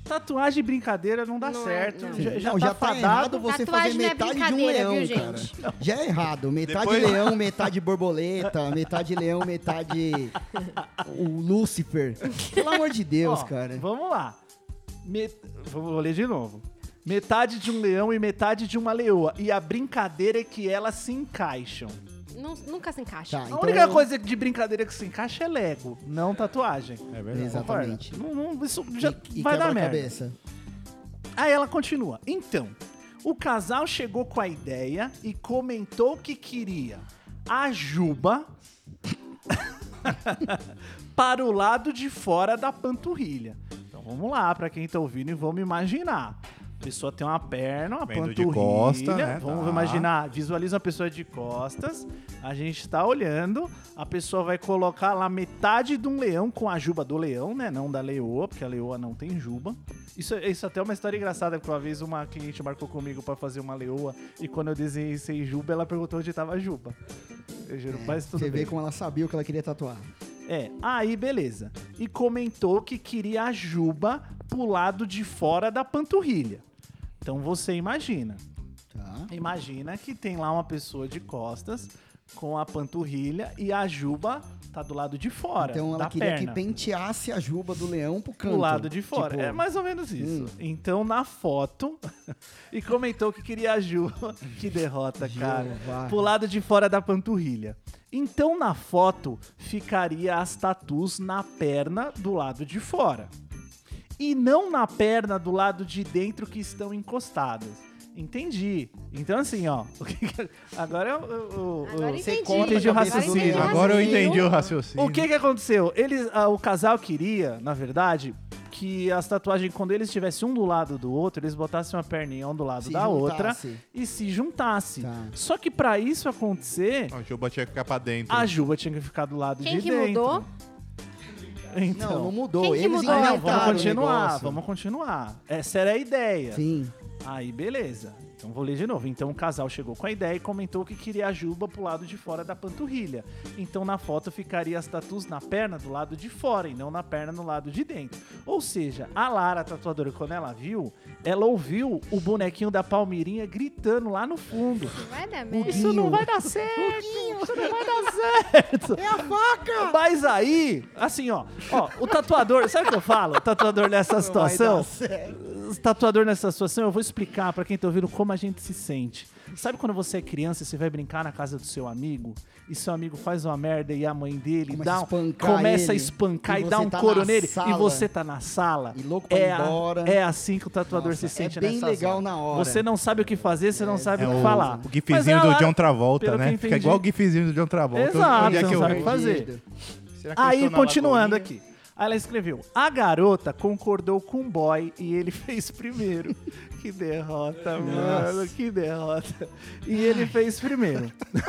Tatuagem e brincadeira não dá Não é, certo. não. Já, já Não, tá, já tá fadado. errado você fazer Tatuagem não é metade de um brincadeira, leão, viu, cara. gente? Já é errado. Metade Depois- leão, metade borboleta, metade leão, metade o Lúcifer. Pelo amor de Deus, Ó, cara. Vamos lá. Met... Vou vou ler de novo. Metade de um leão e metade de uma leoa. E a brincadeira é que elas se encaixam. Nun- nunca se encaixa. Tá. a Então- única coisa de brincadeira que se encaixa é Lego, não tatuagem. É verdade. Exatamente. Não, não, isso já E- e vai dar merda. quebra-cabeça. Aí ela continua. Então, o casal chegou com a ideia e comentou que queria a juba para o lado de fora da panturrilha. Então vamos lá, para quem tá ouvindo e vamos imaginar. A pessoa tem uma perna, uma Vendo de panturrilha. costa, né? Vamos Tá. imaginar, visualiza a pessoa de costas. A gente tá olhando, a pessoa vai colocar lá metade de um leão com a juba do leão, né? Não da leoa, porque a leoa não tem juba. Isso, isso até é uma história engraçada, porque uma vez uma cliente marcou comigo pra fazer uma leoa e quando eu desenhei sem juba, ela perguntou onde tava a juba. Eu juro, mas tudo É, Você bem. vê como ela sabia o que ela queria tatuar. É, aí beleza. E comentou que queria a juba pro lado de fora da panturrilha. Então você imagina. Tá. Imagina que tem lá uma pessoa de costas com a panturrilha e a juba tá do lado de fora. Então ela da queria perna. que penteasse a juba do leão pro canto. Do lado de fora. Tipo, hum. É mais ou menos isso. Então, na foto, e comentou que queria a Juba. Que derrota, cara. Jeová. Pro lado de fora da panturrilha. Então, na foto, ficaria as tatus na perna do lado de fora. E não na perna do lado de dentro que estão encostadas. Entendi. Então, assim, ó. o que que- Agora é eu. eu- eu- Agora eu- entendi. Você corta Entendi o a cabeça do raciocínio. leão. Agora eu entendi o raciocínio. O que que aconteceu? Eles, ah, o casal queria, na verdade, que as tatuagens, quando eles estivessem um do lado do outro, eles botassem uma perninha um do lado Se da juntasse. outra e se juntassem. Tá. Só que pra isso acontecer, A juba tinha que ficar pra dentro. a Juba tinha que ficar do lado Quem de que dentro. mudou? Então, Não, não mudou. Quem que Eles mudou? Ah, inventaram não, vamos o continuar, negócio. vamos continuar. Essa era a ideia. Sim. Aí, beleza. Então vou ler de novo. Então o casal chegou com a ideia e comentou que queria a juba pro lado de fora da panturrilha. Então na foto ficaria as tatus na perna do lado de fora e não na perna no lado de dentro. Ou seja, a Lara, a tatuadora, quando ela viu, ela ouviu o bonequinho da Palmeirinha gritando lá no fundo. Vai dar merda. Isso não vai dar certo! Isso não vai dar certo! É a faca! Mas aí, assim, ó, ó, o tatuador, sabe o que eu falo? O tatuador nessa situação. O tatuador nessa situação, eu vou explicar pra quem tá ouvindo como a gente se sente. Sabe quando você é criança e você vai brincar na casa do seu amigo e seu amigo faz uma merda e a mãe dele Começa dá a um- espancar começa a ele, espancar e e, você dá um tá coro na nele e sala. você tá na sala. E louco pra é ir a- embora. é assim que o tatuador Nossa, se sente é bem nessas legal horas. na hora. Você não sabe o que fazer, você não sabe É o que o, falar. o Mas é a gifzinho do Lara- John Travolta, pelo que eu né? Fica entendi. igual o gifzinho do John Travolta. Exato, Onde é que não eu- sabe o que fazer. Perdido. Será que eu Aí, estou na continuando Lagoinha? aqui. Aí ela escreveu: A garota concordou com o boy e ele fez primeiro. que derrota, mano, que derrota. E ele fez primeiro.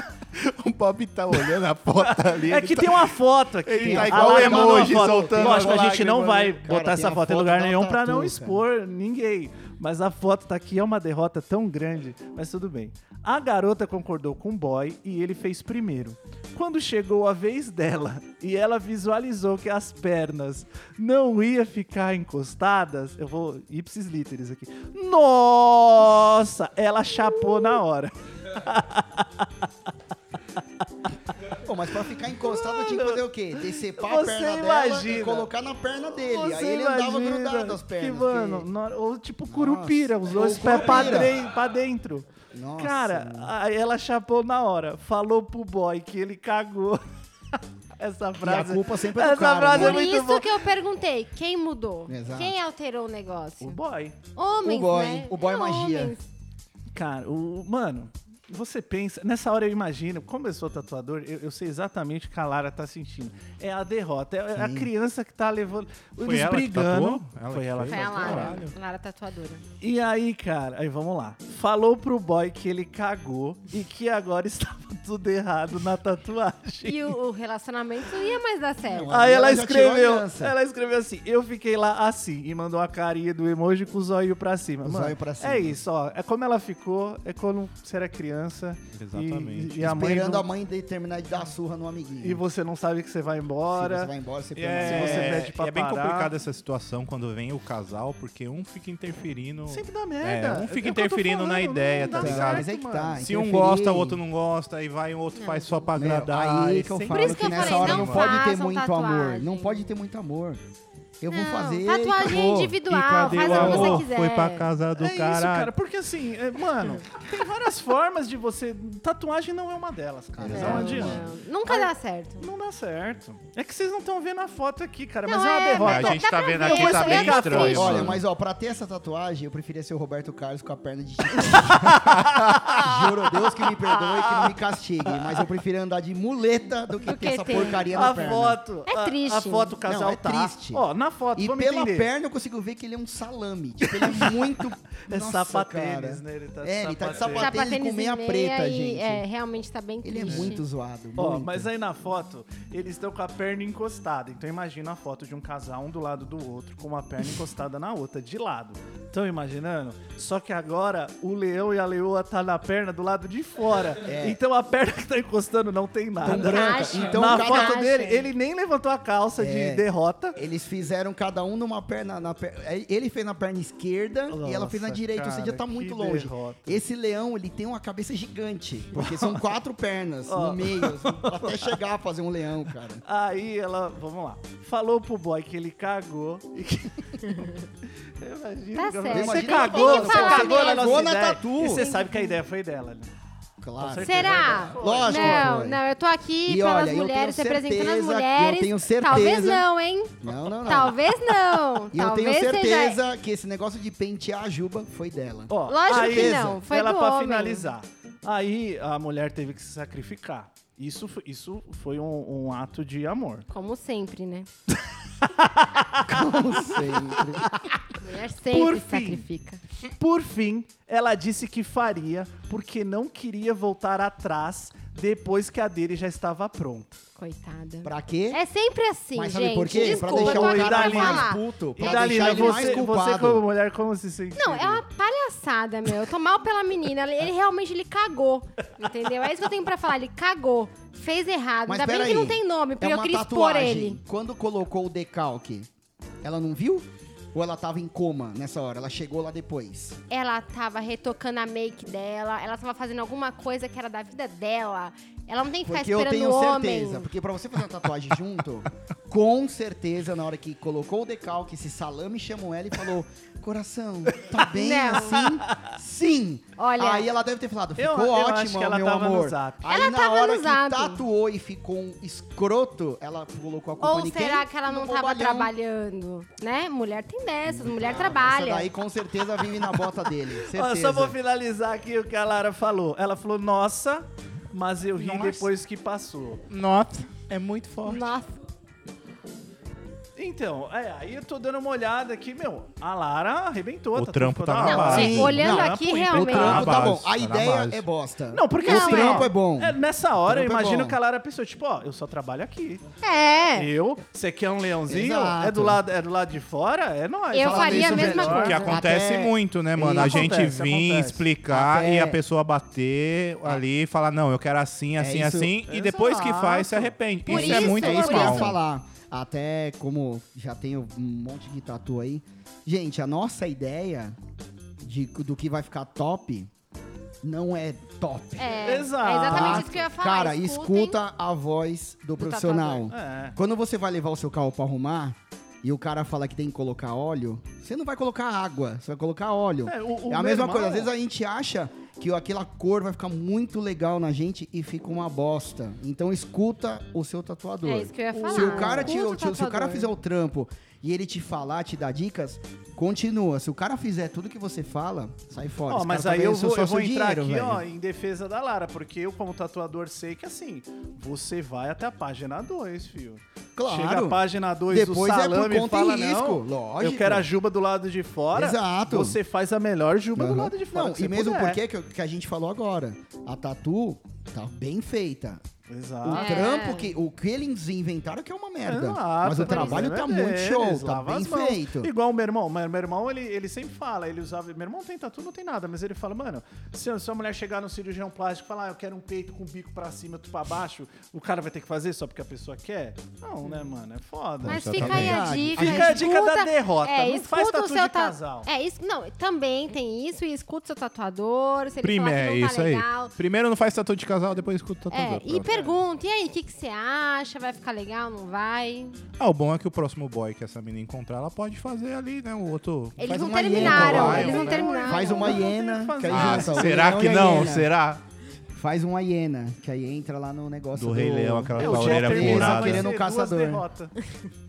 O Bob tá olhando a foto ali. É ele que tá- tem uma foto aqui. Ele tá A igual o lágrima na emoji foto. soltando Lógico, as a gente não lágrimas, vai né? Cara, botar tem essa a foto em foto lugar da nenhum pra tatu, não cara. expor ninguém. Mas a foto tá aqui, é uma derrota tão grande. Mas tudo bem. A garota concordou com o boy e ele fez primeiro. Quando chegou a vez dela e ela visualizou que as pernas não ia ficar encostadas, eu vou ipsis literis aqui. Nossa, ela chapou na hora. Pô, mas pra ficar encostado eu tinha que fazer o quê? Decepar a você perna dela imagina. e colocar na perna dele. Você Aí ele andava imagina grudado as pernas. Que, mano, na hora- ou tipo curupira, os Ou dois pés pra, curupira. dren- pra dentro. Nossa, Cara, mano. aí ela chapou na hora, falou pro boy que ele cagou. Essa frase. culpa sempre é do essa cara, frase né? é Por muito isso boa. que eu perguntei, quem mudou? Exato. Quem alterou o O negócio? boy. Homens, O boy, né? o boy magia. homens. Cara, o. Mano, você pensa. Nessa hora eu imagino, como eu sou tatuador, eu, eu sei exatamente o que a Lara tá sentindo. É a derrota. É é a criança que tá levando. eles ela que brigando. tatuou? Ela foi que ela que Foi a tatuou. Lara, Lara tatuadora. E aí, cara, aí vamos lá. Falou pro boy que ele cagou e que agora estava tudo errado na tatuagem. E o, o relacionamento não ia mais dar certo. Não, Aí ela Ela já tirou a escreveu, aliança. ela escreveu assim, eu fiquei lá assim, e mandou a carinha do emoji com o zóio pra cima. O Mano, zóio pra cima. É isso, ó, é como ela ficou, é quando você era criança. e- Exatamente. E, e a mãe Esperando não- a mãe de terminar de dar surra no amiguinho. E você não sabe que você vai embora. Se você vai embora, você É, permanece. Se você pede pra é bem parar. complicada essa situação quando vem o casal, porque um fica interferindo. Sempre dá merda. É, um fica É o que eu tô interferindo na falando, ideia, não dá tá Então, ligado? mas aí certo, que mano. tá. Se um interferir. gosta, o outro não gosta, aí vai, o outro faz só pra Meu, agradar. Aí e que eu sempre falo Por isso que eu nessa falei, hora não não pode ter façam muito amor. tatuagem. Não pode ter muito amor. Eu vou Não, fazer. tatuagem é acabou. individual, cadê faz o o que amor? você quiser. Foi pra casa do é cara. isso, cara, porque assim, é, mano, tem várias formas de você. Tatuagem não é uma delas, cara. Não, Não, adianta. não. Nunca dá certo. Não dá certo. É que vocês não estão vendo a foto aqui, cara, mas Não, é uma é, derrota. mas A gente Dá tá pra vendo ver, aqui, eu tá sou bem mega Então é estranho. triste. Olha, mano. mas ó, pra ter essa tatuagem, eu preferia ser o Roberto Carlos com a perna de titã. Juro a Deus que me perdoe e que não me castigue. Mas eu prefiro andar de muleta do que Do ter que essa ter. porcaria na A perna. foto. É a- triste. A, foto o casal Não, é tá. triste. Ó, na foto, E vamos pela entender. perna eu consigo ver que ele é um salame. Tipo, ele é muito. É Nossa, sapatênis, cara. né? Ele tá de É, ele tá sapatênis. de sapatênis, Sapatênis com meia e meia preta, e, gente. É, realmente tá bem Ele triste. é muito zoado. Ó, muito. mas aí na foto, eles estão com a perna encostada. Então imagina a foto de um casal um do lado do outro, com uma perna encostada na outra, de lado. Estão imaginando? Só que agora o leão e a leoa tá na perna do lado de fora. É. Então a perna que tá encostando não tem nada. é branca. Encaixa. Então na cada- foto dele, Encaixa. ele nem levantou a calça de É. derrota. Eles fizeram cada um numa perna. Na per- é, Ele fez na perna esquerda e ela fez na Nossa, direita, ou cara, seja, tá que muito longe. derrota. Esse leão, ele tem uma cabeça gigante. Porque são quatro pernas Ó. no meio, assim, até chegar a fazer um leão, cara. Aí ela, vamos lá, falou pro boy que ele cagou e que. Eu imagino Tá que certo. ela- Você Imagina ela cagou, falando, você "Tem que falar cagou na nossa mesmo." ideia. Cagou na tatu. E você sabe que a ideia foi dela, né? Claro. certeza. Será? Tá Lógico que Não, foi. não, eu tô aqui E pelas olha, eu tenho mulheres, representando certeza as que- eu mulheres. tenho Talvez certeza- não, hein? Não, não, não. Talvez não. E eu Talvez tenho seja certeza que esse negócio de pentear a juba foi dela. Ó, Lógico aí, que não, foi ela do pra homem. finalizar. Aí a mulher teve que se sacrificar. Isso, fo- isso foi um, um ato de amor. Como sempre, né? Como sempre. Mulher sempre Por se fim. sacrifica. Por fim, ela disse que faria porque não queria voltar atrás depois que a dele já estava pronta. Coitada. Pra quê? É sempre assim, Mas sabe gente. por quê? Desculpa, pra deixar eu tô o aqui cara pra Dalila. falar. mais puto. Pra e Dalila, deixar ele mais você, você culpado. como mulher, como se sentiu? Não, é uma palhaçada, meu. Eu tô mal pela menina. Ele realmente ele cagou. Entendeu? É isso que eu tenho pra falar. Ele cagou. Fez errado. Mas Ainda bem peraí, que não tem nome, porque é eu uma queria tatuagem. expor ele. Quando colocou o decalque, ela não viu? Ou ela tava em coma nessa hora? Ela chegou lá depois. Ela tava retocando a make dela, ela tava fazendo alguma coisa que era da vida dela. Ela não tem que ficar Porque eu esperando tenho o homem. certeza, porque pra você fazer uma tatuagem junto, com certeza, na hora que colocou o decalque, esse salame chamou ela e falou: Coração, tá bem Não. assim? Sim! Olha- Aí ela deve ter falado, ficou Eu- eu acho ótimo, que ela meu tava no amor. zap. Aí Ela na tava hora no que zap. tatuou e ficou um escroto, ela colocou a culpa Ou em quem? será que ela No não tava bobalhão. trabalhando? Né? Mulher tem dessas, mulher Essa daí trabalha. com certeza vive na bota dele. Certeza. Ó, só vou finalizar aqui o que a Lara falou. Ela falou, nossa, mas eu ri Nossa. depois que passou. Nossa, é muito forte. Nossa, Então, é, aí eu tô dando uma olhada aqui, meu, a Lara arrebentou. O tudo trampo toda tá hora. na Não, base. sim, olhando Não, aqui põe- O realmente. Tá trampo na tá bom. base, tá A na ideia base. é bosta. Não, porque o assim, trampo ó, é bom. é, nessa hora, eu trampo é imagino bom. que a Lara pensou, tipo, ó, eu só trabalho aqui. É. Eu, você quer um leãozinho? Exato. É do, lado, é do lado de fora? É nóis. Eu Fala faria isso a mesma melhor. coisa. Que acontece Até- muito, né, mano? a Isso gente acontece, Ah. vir acontece. explicar Até- e a pessoa bater ali e falar, não, eu quero assim, assim, isso. assim. E depois que faz, se É Exato. arrepende. Por Isso, é isso, muito é isso que eu ia normal. falar. Até como já tenho um monte de tatu aí. Gente, a nossa ideia de, do que vai ficar top não é top. É, Exato. é exatamente tá? isso que eu ia falar. Cara, escutem. escuta a voz do, profissional. É. Quando você vai levar o seu carro pra arrumar e o cara fala que tem que colocar óleo, você não vai colocar água, você vai colocar óleo. É, É, o- o a meu mesma irmão- coisa, às vezes a gente acha que aquela cor vai ficar muito legal na gente e fica uma bosta. Então escuta o seu tatuador. É isso que eu ia falar. Se o cara, te, Escuta te- se o cara tatuador. fizer o trampo e ele te falar, te dar dicas, continua. Se o cara fizer tudo que você fala, sai fora. Ó, Esse mas cara tá aí eu ganhando seu- vou, eu seu vou entrar dinheiro, aqui, velho. ó, em defesa da Lara, porque eu, como tatuador, sei que assim, você vai até a página 2, filho. Claro. Chega a página 2 do Depois é por salame e conta e fala, risco, não, lógico. eu quero a juba do lado de fora. Exato. Você faz a melhor juba do Aham. lado de fora Não, que você e mesmo puder. porque é que, eu- que a gente falou agora, a tatu tá bem feita. Exato. O É. trampo que o que eles inventaram que é uma merda, Exato, mas o por trabalho exemplo, tá é muito deles, show, tá lava bem as mãos. feito. Igual o meu irmão, meu, meu irmão ele, ele sempre fala, ele usava, meu irmão tem tatu, não tem nada, mas ele fala, mano, se a sua mulher chegar no cirurgião plástico e falar, ah, eu quero um peito com o bico pra cima e outro pra baixo, o cara vai ter que fazer só porque a pessoa quer? Não, né, mano, é foda. Mas Exatamente. fica aí a Verdade. dica. Fica a dica da escuta- derrota, É, não escuta faz o tatu seu de ta- casal. É isso. Não, também tem isso. E escuta o seu tatuador. Se ele Primeiro, falar é que não tá isso aí. legal. Primeiro não faz tatu de casal, depois escuta o É, tatuador. e Pronto. pergunta, e aí, o que, que você acha? Vai ficar legal, não vai? Ah, o bom é que o próximo boy que essa menina encontrar, ela pode fazer ali, né? O outro. Eles Faz não uma terminaram, hiena, eles vai, Ah, não né? terminaram. Faz uma não tem o que hiena, fazer. que aí Ah, junta o será leão é que e a não? um hiena. Será? Faz uma hiena, que aí entra lá no negócio Do Rei Leão, aquela É, com a dia orelha terminar furada. vai ser Querendo um duas caçador. derrotas.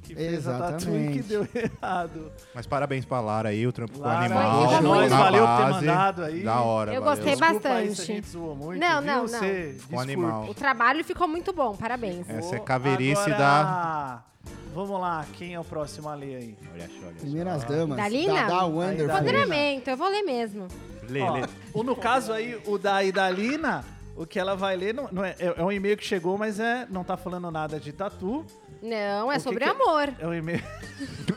Que fez a tatu e que Exatamente. deu errado. Mas parabéns pra Lara aí, o trampo com o Lara, animal. foi na muito bom. Valeu ter base. mandado aí. Da hora, Eu valeu. gostei Desculpa aí se a É bastante. gente zoou muito, Não, viu? não, não. Você Com o desculpa. animal. O trabalho ficou muito bom, parabéns. É. Essa caveirice Agora, Vamos lá, quem é o próximo a ler aí? Olha só, olha só. Primeiras damas. Dalina? Da, da Aí, Wonderful. Dalina. Empoderamento, eu vou ler mesmo. Lê, Ó, lê. o, no caso aí, o da Idalina, o que ela vai ler não, não é, é um e-mail que chegou, mas é, não tá falando nada de tatu. Não, é O que sobre que- amor. É um e-mail.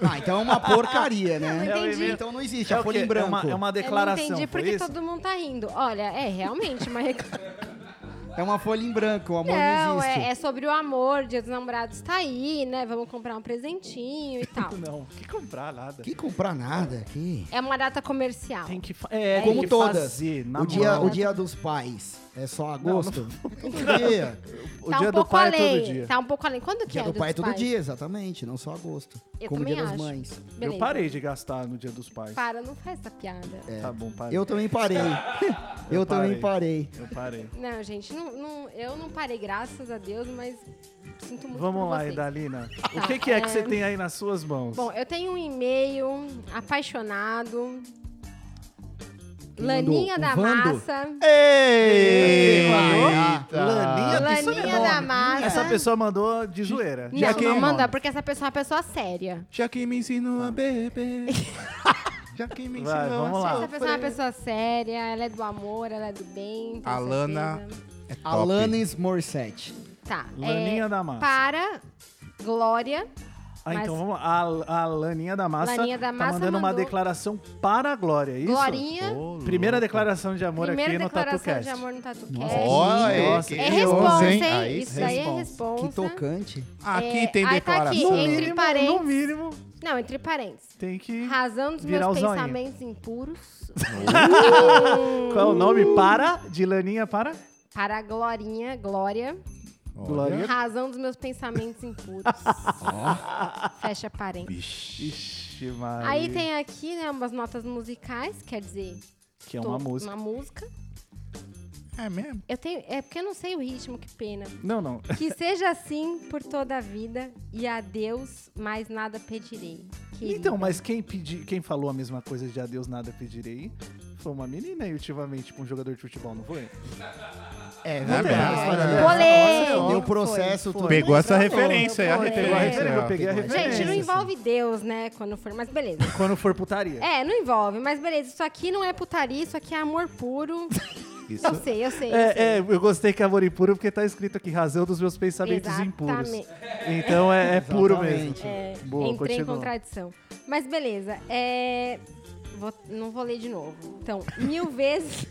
Ah, então é uma porcaria, né? Não entendi. Então não existe, É, a o folha quê? em é, branco. uma, é uma declaração. eu não entendi foi porque isso? todo mundo tá rindo. Olha, é realmente uma reclamação. É folha em branco, o amor não, Não, existe. é, é sobre o amor, dia dos namorados tá aí, né? Vamos comprar um presentinho e tal. Não, que comprar nada. Que comprar nada aqui. É uma data comercial. Tem que fa- é, tem Como que todas. fazer, na o, dia, moral. o dia dos pais é só agosto? É todo dia. O tá dia um do pouco pai além. é todo dia. Tá um pouco além. Quando que Dia é? do dos pai é todo pais? dia, exatamente, não só agosto. Eu como também dia das acho. mães. Beleza. Eu parei de gastar no dia dos pais. Para, não faz essa piada. Tá bom, parei. Eu também parei. Eu, Eu também parei. Eu parei. Não, gente, não, não- eu não parei, graças a Deus, mas sinto muito por Vamos lá, vocês. Idalina. O Tá, que, que é que é. você tem aí nas suas mãos? Bom, eu tenho um e-mail apaixonado. Quem Laninha da mandou? O Vando? Massa. Ei, Eita. Laninha, isso não é Laninha nome. da Massa. Essa pessoa mandou de zoeira. Não, Já que- não manda, porque essa pessoa é uma pessoa séria. Já que me ensinou a beber. Já que me ensinou Vai, vamos a lá. Essa pessoa é uma pessoa séria, ela é do amor, ela é do bem. tenho Alana. certeza. É top. Alanis Morissette. Tá. Laninha da Massa. Para Glória. Ah, então Mas- vamos lá. A, a Laninha da Massa Laninha da tá Massa mandando uma mandou- declaração para a Glória, é isso? Glorinha. Ô, Primeira declaração de amor primeira aqui é no declaração TatuCast. de amor no TatuCast. Ó, Que é, nossa, que É ouse, responsa, hein? Aí Isso sim. daí é Que responsa. tocante. Aqui É, tem aí tá aqui, declaração. No Entre mínimo, parênteses. no mínimo, Não, entre parênteses. tem que... Razão dos Virar meus o zoinho. pensamentos impuros. Qual é o nome? Para, de Laninha para... Para Glorinha, Glória. Olha. Glória. Razão dos meus pensamentos impuros. Fecha parênteses. Ixi. Ixi, Maria. Aí tem aqui, né, umas notas musicais, quer dizer, Que é uma to- música. Uma música. É mesmo? Eu tenho, é porque eu não sei o ritmo, que pena. Não, não. Que seja assim por toda a vida e a Deus mais nada pedirei. Querida. Então, mas quem, pedi, quem falou a mesma coisa de adeus nada pedirei foi uma menina aí ultimamente com um jogador de futebol, não foi? É, verdade. verdade. Polêmico. Deu processo, Foi, tudo. Pegou essa Foi. referência, é a Foi. referência. Eu peguei a Pegou. referência. Gente, não Sim. envolve Deus, né? Quando for, mas beleza. Quando for putaria. É, não envolve, mas beleza. Isso aqui não é putaria, isso aqui é amor puro. Eu Isso. sei, eu sei. eu sei. É, é, eu gostei que é amor impuro porque tá escrito aqui, razão dos meus pensamentos impuros. Exatamente. Então é, é puro mesmo. Exatamente. É, Boa, entrei continua. em contradição. Mas beleza, é... vou- não vou ler de novo. Então, mil vezes,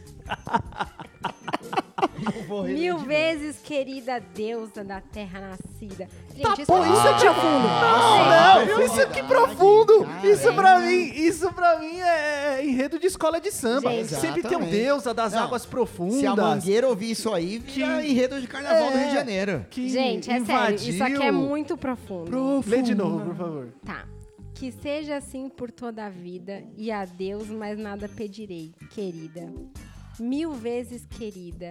mil vezes, querida deusa da terra nascida. Gente, Tá isso, isso é profundo. Não, não, isso aqui é profundo! cara. é. Isso pra mim, isso pra mim é, é enredo de escola de samba. Gente. Sempre tem um Exatamente. deusa das Não, águas profundas. Se a mangueira ouvir isso aí, vira É. enredo de carnaval do Rio de Janeiro. que Gente, é sério, isso aqui é invadiu. muito profundo. Lê de novo, por favor. Tá. Que seja assim por toda a vida e a Deus mais nada pedirei, querida. Mil vezes querida,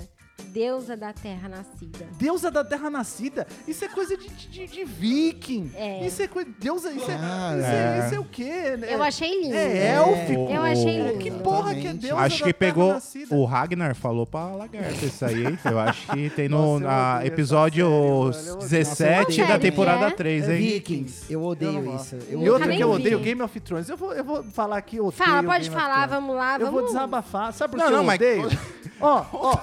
deusa da terra nascida. Deusa da terra nascida? Isso é coisa de, de, de viking. É. Isso é coisa. Deusa, isso é, Cara. isso é, É. isso é o quê? Eu achei lindo. É élfico. Eu achei O- lindo. Que porra que é Exatamente. deusa Acho da que terra pegou. nascida? O Ragnar falou pra lagarta isso aí. hein? Eu acho que tem no Nossa, eu na- odeio essa episódio série, 17 mano. Nossa, da sério que temporada é? 3, hein? Vikings. Eu Eu não odeio gosto. isso. e outra nem que eu vi. odeio, Game of Thrones. Eu vou, eu vou falar aqui, eu odeio Fala, pode Game of falar, Thrones. vamos lá, Eu vamos. vou desabafar. Sabe por Não, que eu não, mas- odeio? Ó, ó,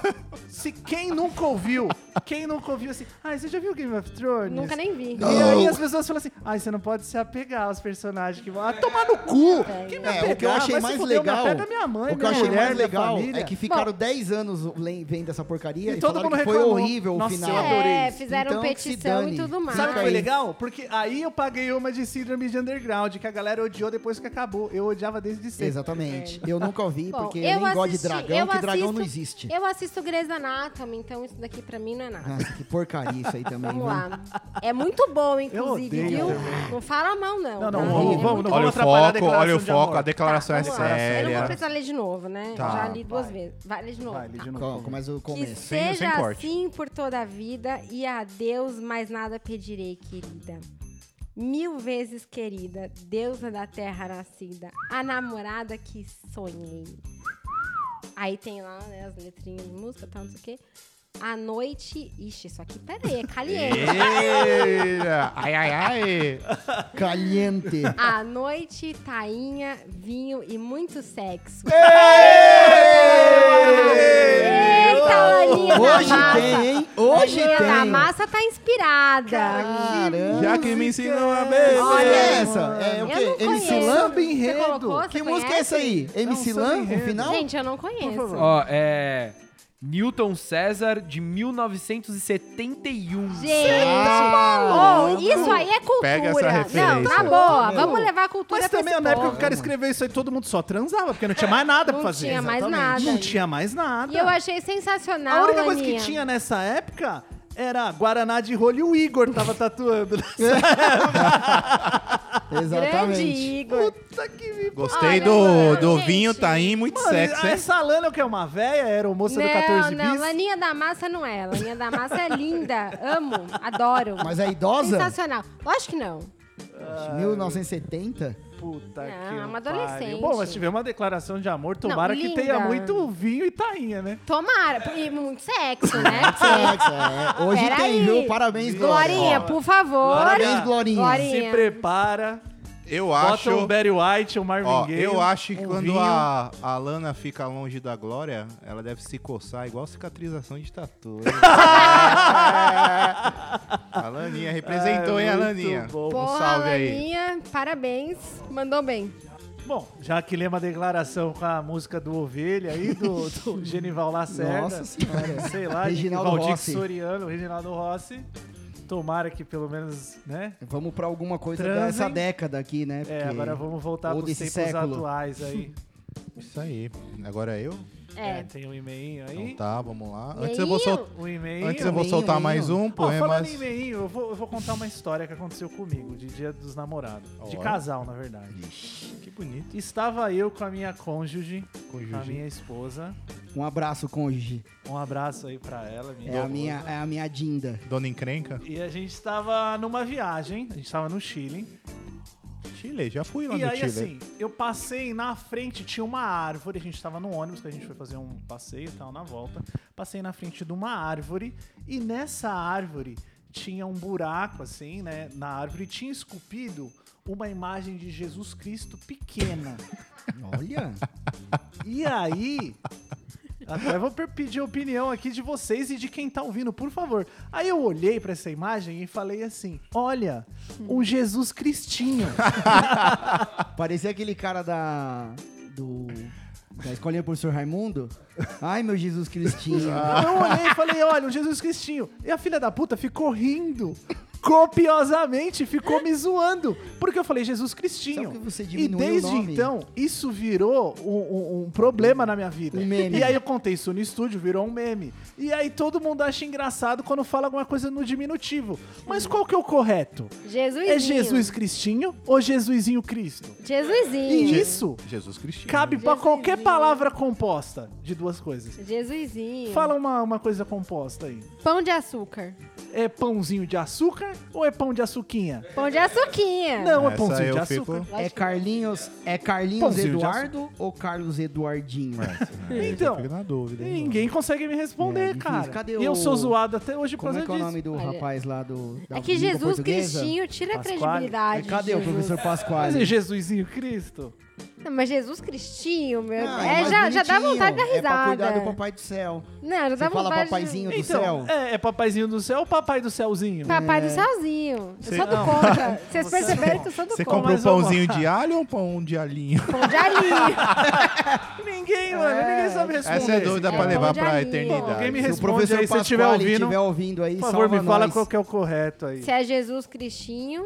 se quem nunca ouviu, quem nunca ouviu assim, ai, você já viu Game of Thrones? Nunca nem vi. E aí as pessoas falam assim, ai, você não pode se apegar aos personagens que vão... Ah, tomar no cu! Quem me É, apegar? o que eu achei Vai se mais fuder, eu me legal. apego à minha mãe, o que eu minha achei mulher, mais minha legal família. é que ficaram 10 anos le- vendo essa porcaria E e, todo falaram mundo que foi reclamou. horrível o Nossa, eu final. adorei É, isso. fizeram Então, que se petição dane. e tudo mais. Sabe o que foi Aí. legal? Porque aí eu paguei uma de síndrome de underground, que a galera odiou depois que acabou. Eu odiava desde sempre. Exatamente. Eu nunca ouvi, É. Bom, porque eu nem gosto de dragão, eu que dragão assisto- não existe. Eu assisto Grey's Anatomy, então isso daqui pra mim não é nada. Nossa, Ah, que porcaria isso aí também, Vamos viu? lá. É muito bom, inclusive, viu? odeio Não fala mal, não. Não, não, tá? vamos, É vamos, muito não Olha o atrapalhar a foco, olha o declaração de foco, amor. a declaração é Vamos lá. Eu não vou séria. precisar ler de novo, né? Tá. Já li duas Vai. vezes. Vai, lê de novo. Tá. Vai, Lidia, não Calma, conta. começa o Que começo. Sem- sem seja corte. assim por toda a vida e a Deus mais nada pedirei, querida. Mil vezes querida, deusa da terra nascida, a namorada que sonhei. Aí tem lá né, as letrinhas de música, tal, não sei o quê. A noite. Ixi, isso aqui, peraí, é caliente. Eita, ai, ai, ai. Caliente. A noite, tainha, vinho e muito sexo. Eita, Aninha Hoje da massa. tem, hein? Hoje Aninha da tem. massa tá inspirada. Caramba. Já que me ensinou a Olha beber. essa. É Eu o quê? não MC conheço. Lan? Samba enredo. Você colocou? Você Que conhece? um música é essa aí? MC samba Lan? O enredo. final? Gente, eu não conheço. Ó, é. Newton César de 1971. Gente, Ah, ô, isso aí é cultura. Pega essa não, referência. tá boa. Não. Vamos levar a cultura Mas pra também né, esse na época que povo. o cara escreveu isso aí, todo mundo só transava, porque não tinha mais nada pra Não fazer. tinha mais Exatamente. nada. Não tinha mais nada. E eu achei sensacional, a única coisa Aninha. que tinha nessa época era Guaraná de rolho e o Igor tava tatuando. Grande Exatamente. Igor. Puta que me... Gostei Olha, do, mano, do gente. vinho, tá aí, muito Mano, sexo, hein? essa Lana que é uma véia, era o moça do não, 14 bis. não, Laninha da Massa não é. Laninha da Massa é linda. Amo, adoro. Mas é idosa? Sensacional. Lógico que não. 1970? Puta Não, que é uma pariu. adolescente. Bom, mas tiver uma declaração de amor, tomara que linda. tenha muito vinho e tainha, né? Tomara. E muito sexo, né? É, hoje Peraí. tem, viu? Parabéns, Glória. Glorinha, por favor. Parabéns, Glorinha. Glorinha. Se prepara, Eu bota acho. um Barry White, um Marvin Ó, Gaye. eu acho que um quando vinho. a, a Lana fica longe da Glória, ela deve se coçar igual cicatrização de tatu. hein? a Laninha representou, hein, a É muito Laninha? bom. Porra, um salve aí. Laninha, parabéns. Mandou bem. Bom, já que lê uma declaração com a música do Ovelha aí, do, do Genival Lacerda. Nossa senhora. Sei lá, Reginaldo Valdir Rossi. Soriano, Reginaldo Rossi. Tomara que pelo menos, né? Vamos pra alguma coisa Transem. dessa década aqui, né? É, Porque- agora vamos voltar Ou pros desse tempos século. atuais aí. Isso aí. Agora eu? É. tem um e-mail Então aí. tá, vamos lá. Antes eu vou, Meio. sol- Um e-mail. Antes eu vou Meio, soltar meio. mais um, Ó, falando poemas. em e-mail, eu vou, eu vou contar uma história que aconteceu comigo de dia dos namorados. De Ó. casal, na verdade. que bonito. Estava eu com a minha cônjuge, com a Cônjuge. minha esposa. Um abraço, cônjuge. Um abraço aí pra ela. Minha É a esposa. minha, é a minha Dinda. Dona Encrenca? E a gente estava numa viagem, a gente estava no Chile. Chile, já fui lá E no aí, Chile. assim, eu passei na frente, tinha uma árvore, a gente tava no ônibus, que a gente foi fazer um passeio e tal, na volta. Passei na frente de uma árvore, e nessa árvore tinha um buraco, assim, né, na árvore, e tinha esculpido uma imagem de Jesus Cristo pequena. Olha. E aí. Até vou per- pedir a opinião aqui de vocês e de quem tá ouvindo, por favor. Aí eu olhei pra essa imagem e falei assim: olha, um Jesus Cristinho. Parecia aquele cara da. do. Da escolinha professor Raimundo. Ai, meu Jesus Cristinho. Eu olhei e falei, olha, um Jesus Cristinho. E a filha da puta ficou rindo copiosamente, ficou me zoando. Porque eu falei, Jesus Cristinho. Sabe que você e diminuiu o desde nome? então, isso virou um, um- um problema na minha vida. Um meme. E aí eu contei isso no estúdio, virou um meme. E aí todo mundo acha engraçado quando fala alguma coisa no diminutivo. Mas qual que é o correto? Jesuizinho. É Jesus Cristinho ou Jesuizinho Cristo? Jesuizinho. E isso Jesus Cristo. cabe pra qualquer Jesuizinho. palavra composta de duas coisas. Jesuizinho. Fala uma, uma coisa composta aí. Pão de açúcar. É pãozinho de açúcar ou é pão de açuquinha? Pão de açuquinha. Não, é Essa pãozinho de eu açúcar. fico- É Carlinhos, é Carlinhos Pãozinho de Eduardo ou Carlos Eduardinho? Então, Fica na dúvida. hein, Ninguém consegue me É, responder, difícil. cara. Cadê e eu o- sou zoado até hoje por Como causa é que é o disso. nome do Olha. rapaz lá do. da É que língua Jesus portuguesa? Cristinho tira a Pasquale. credibilidade. É, de cadê o Jesus. professor Mas é Pasquale? Jesuizinho Cristo? Não, mas Jesus Cristinho, meu. Ah, é, mais já, já dá bonitinho. vontade da É pra risada. cuidar do papai do céu. Não, já dá Você fala vontade. de- papaizinho do então, céu. é, é papaizinho do céu ou papai do céuzinho? Papai Tá, É. do céuzinho. Eu sou do Não. contra. Vocês perceberam que eu sou do Você contra. compra um mas vamos pãozinho lá. de alho ou um pão de alinho? Pão de alinho. Hum. Ninguém, mano, ninguém sabe responder. Essa é dúvida pra É levar pão de pra alinho. eternidade. Alguém me Se o responde professor aí, se Pasquale estiver ouvindo. estiver ouvindo aí, Por favor, me salva fala nós. qual que é o correto aí. Se é Jesus Cristinho,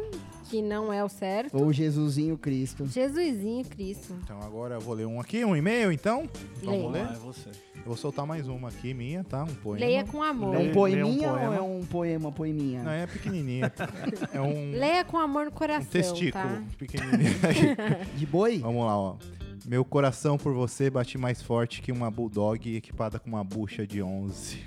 que não é o certo. Ou Jesusinho Cristo. Jesuizinho Cristo. Então agora eu vou ler um aqui, um e-mail então. Vamos Leia. ler? você. Eu vou soltar mais uma aqui, minha, tá? Um poema. Leia com amor. É Leia. um um poeminha ou poema. é um poema, poeminha? Não, é pequenininha. É um, Leia com amor no um coração, testículo tá? pequenininho. De boi? Vamos lá, ó. Meu coração por você bate mais forte que uma bulldog equipada com uma bucha de 11.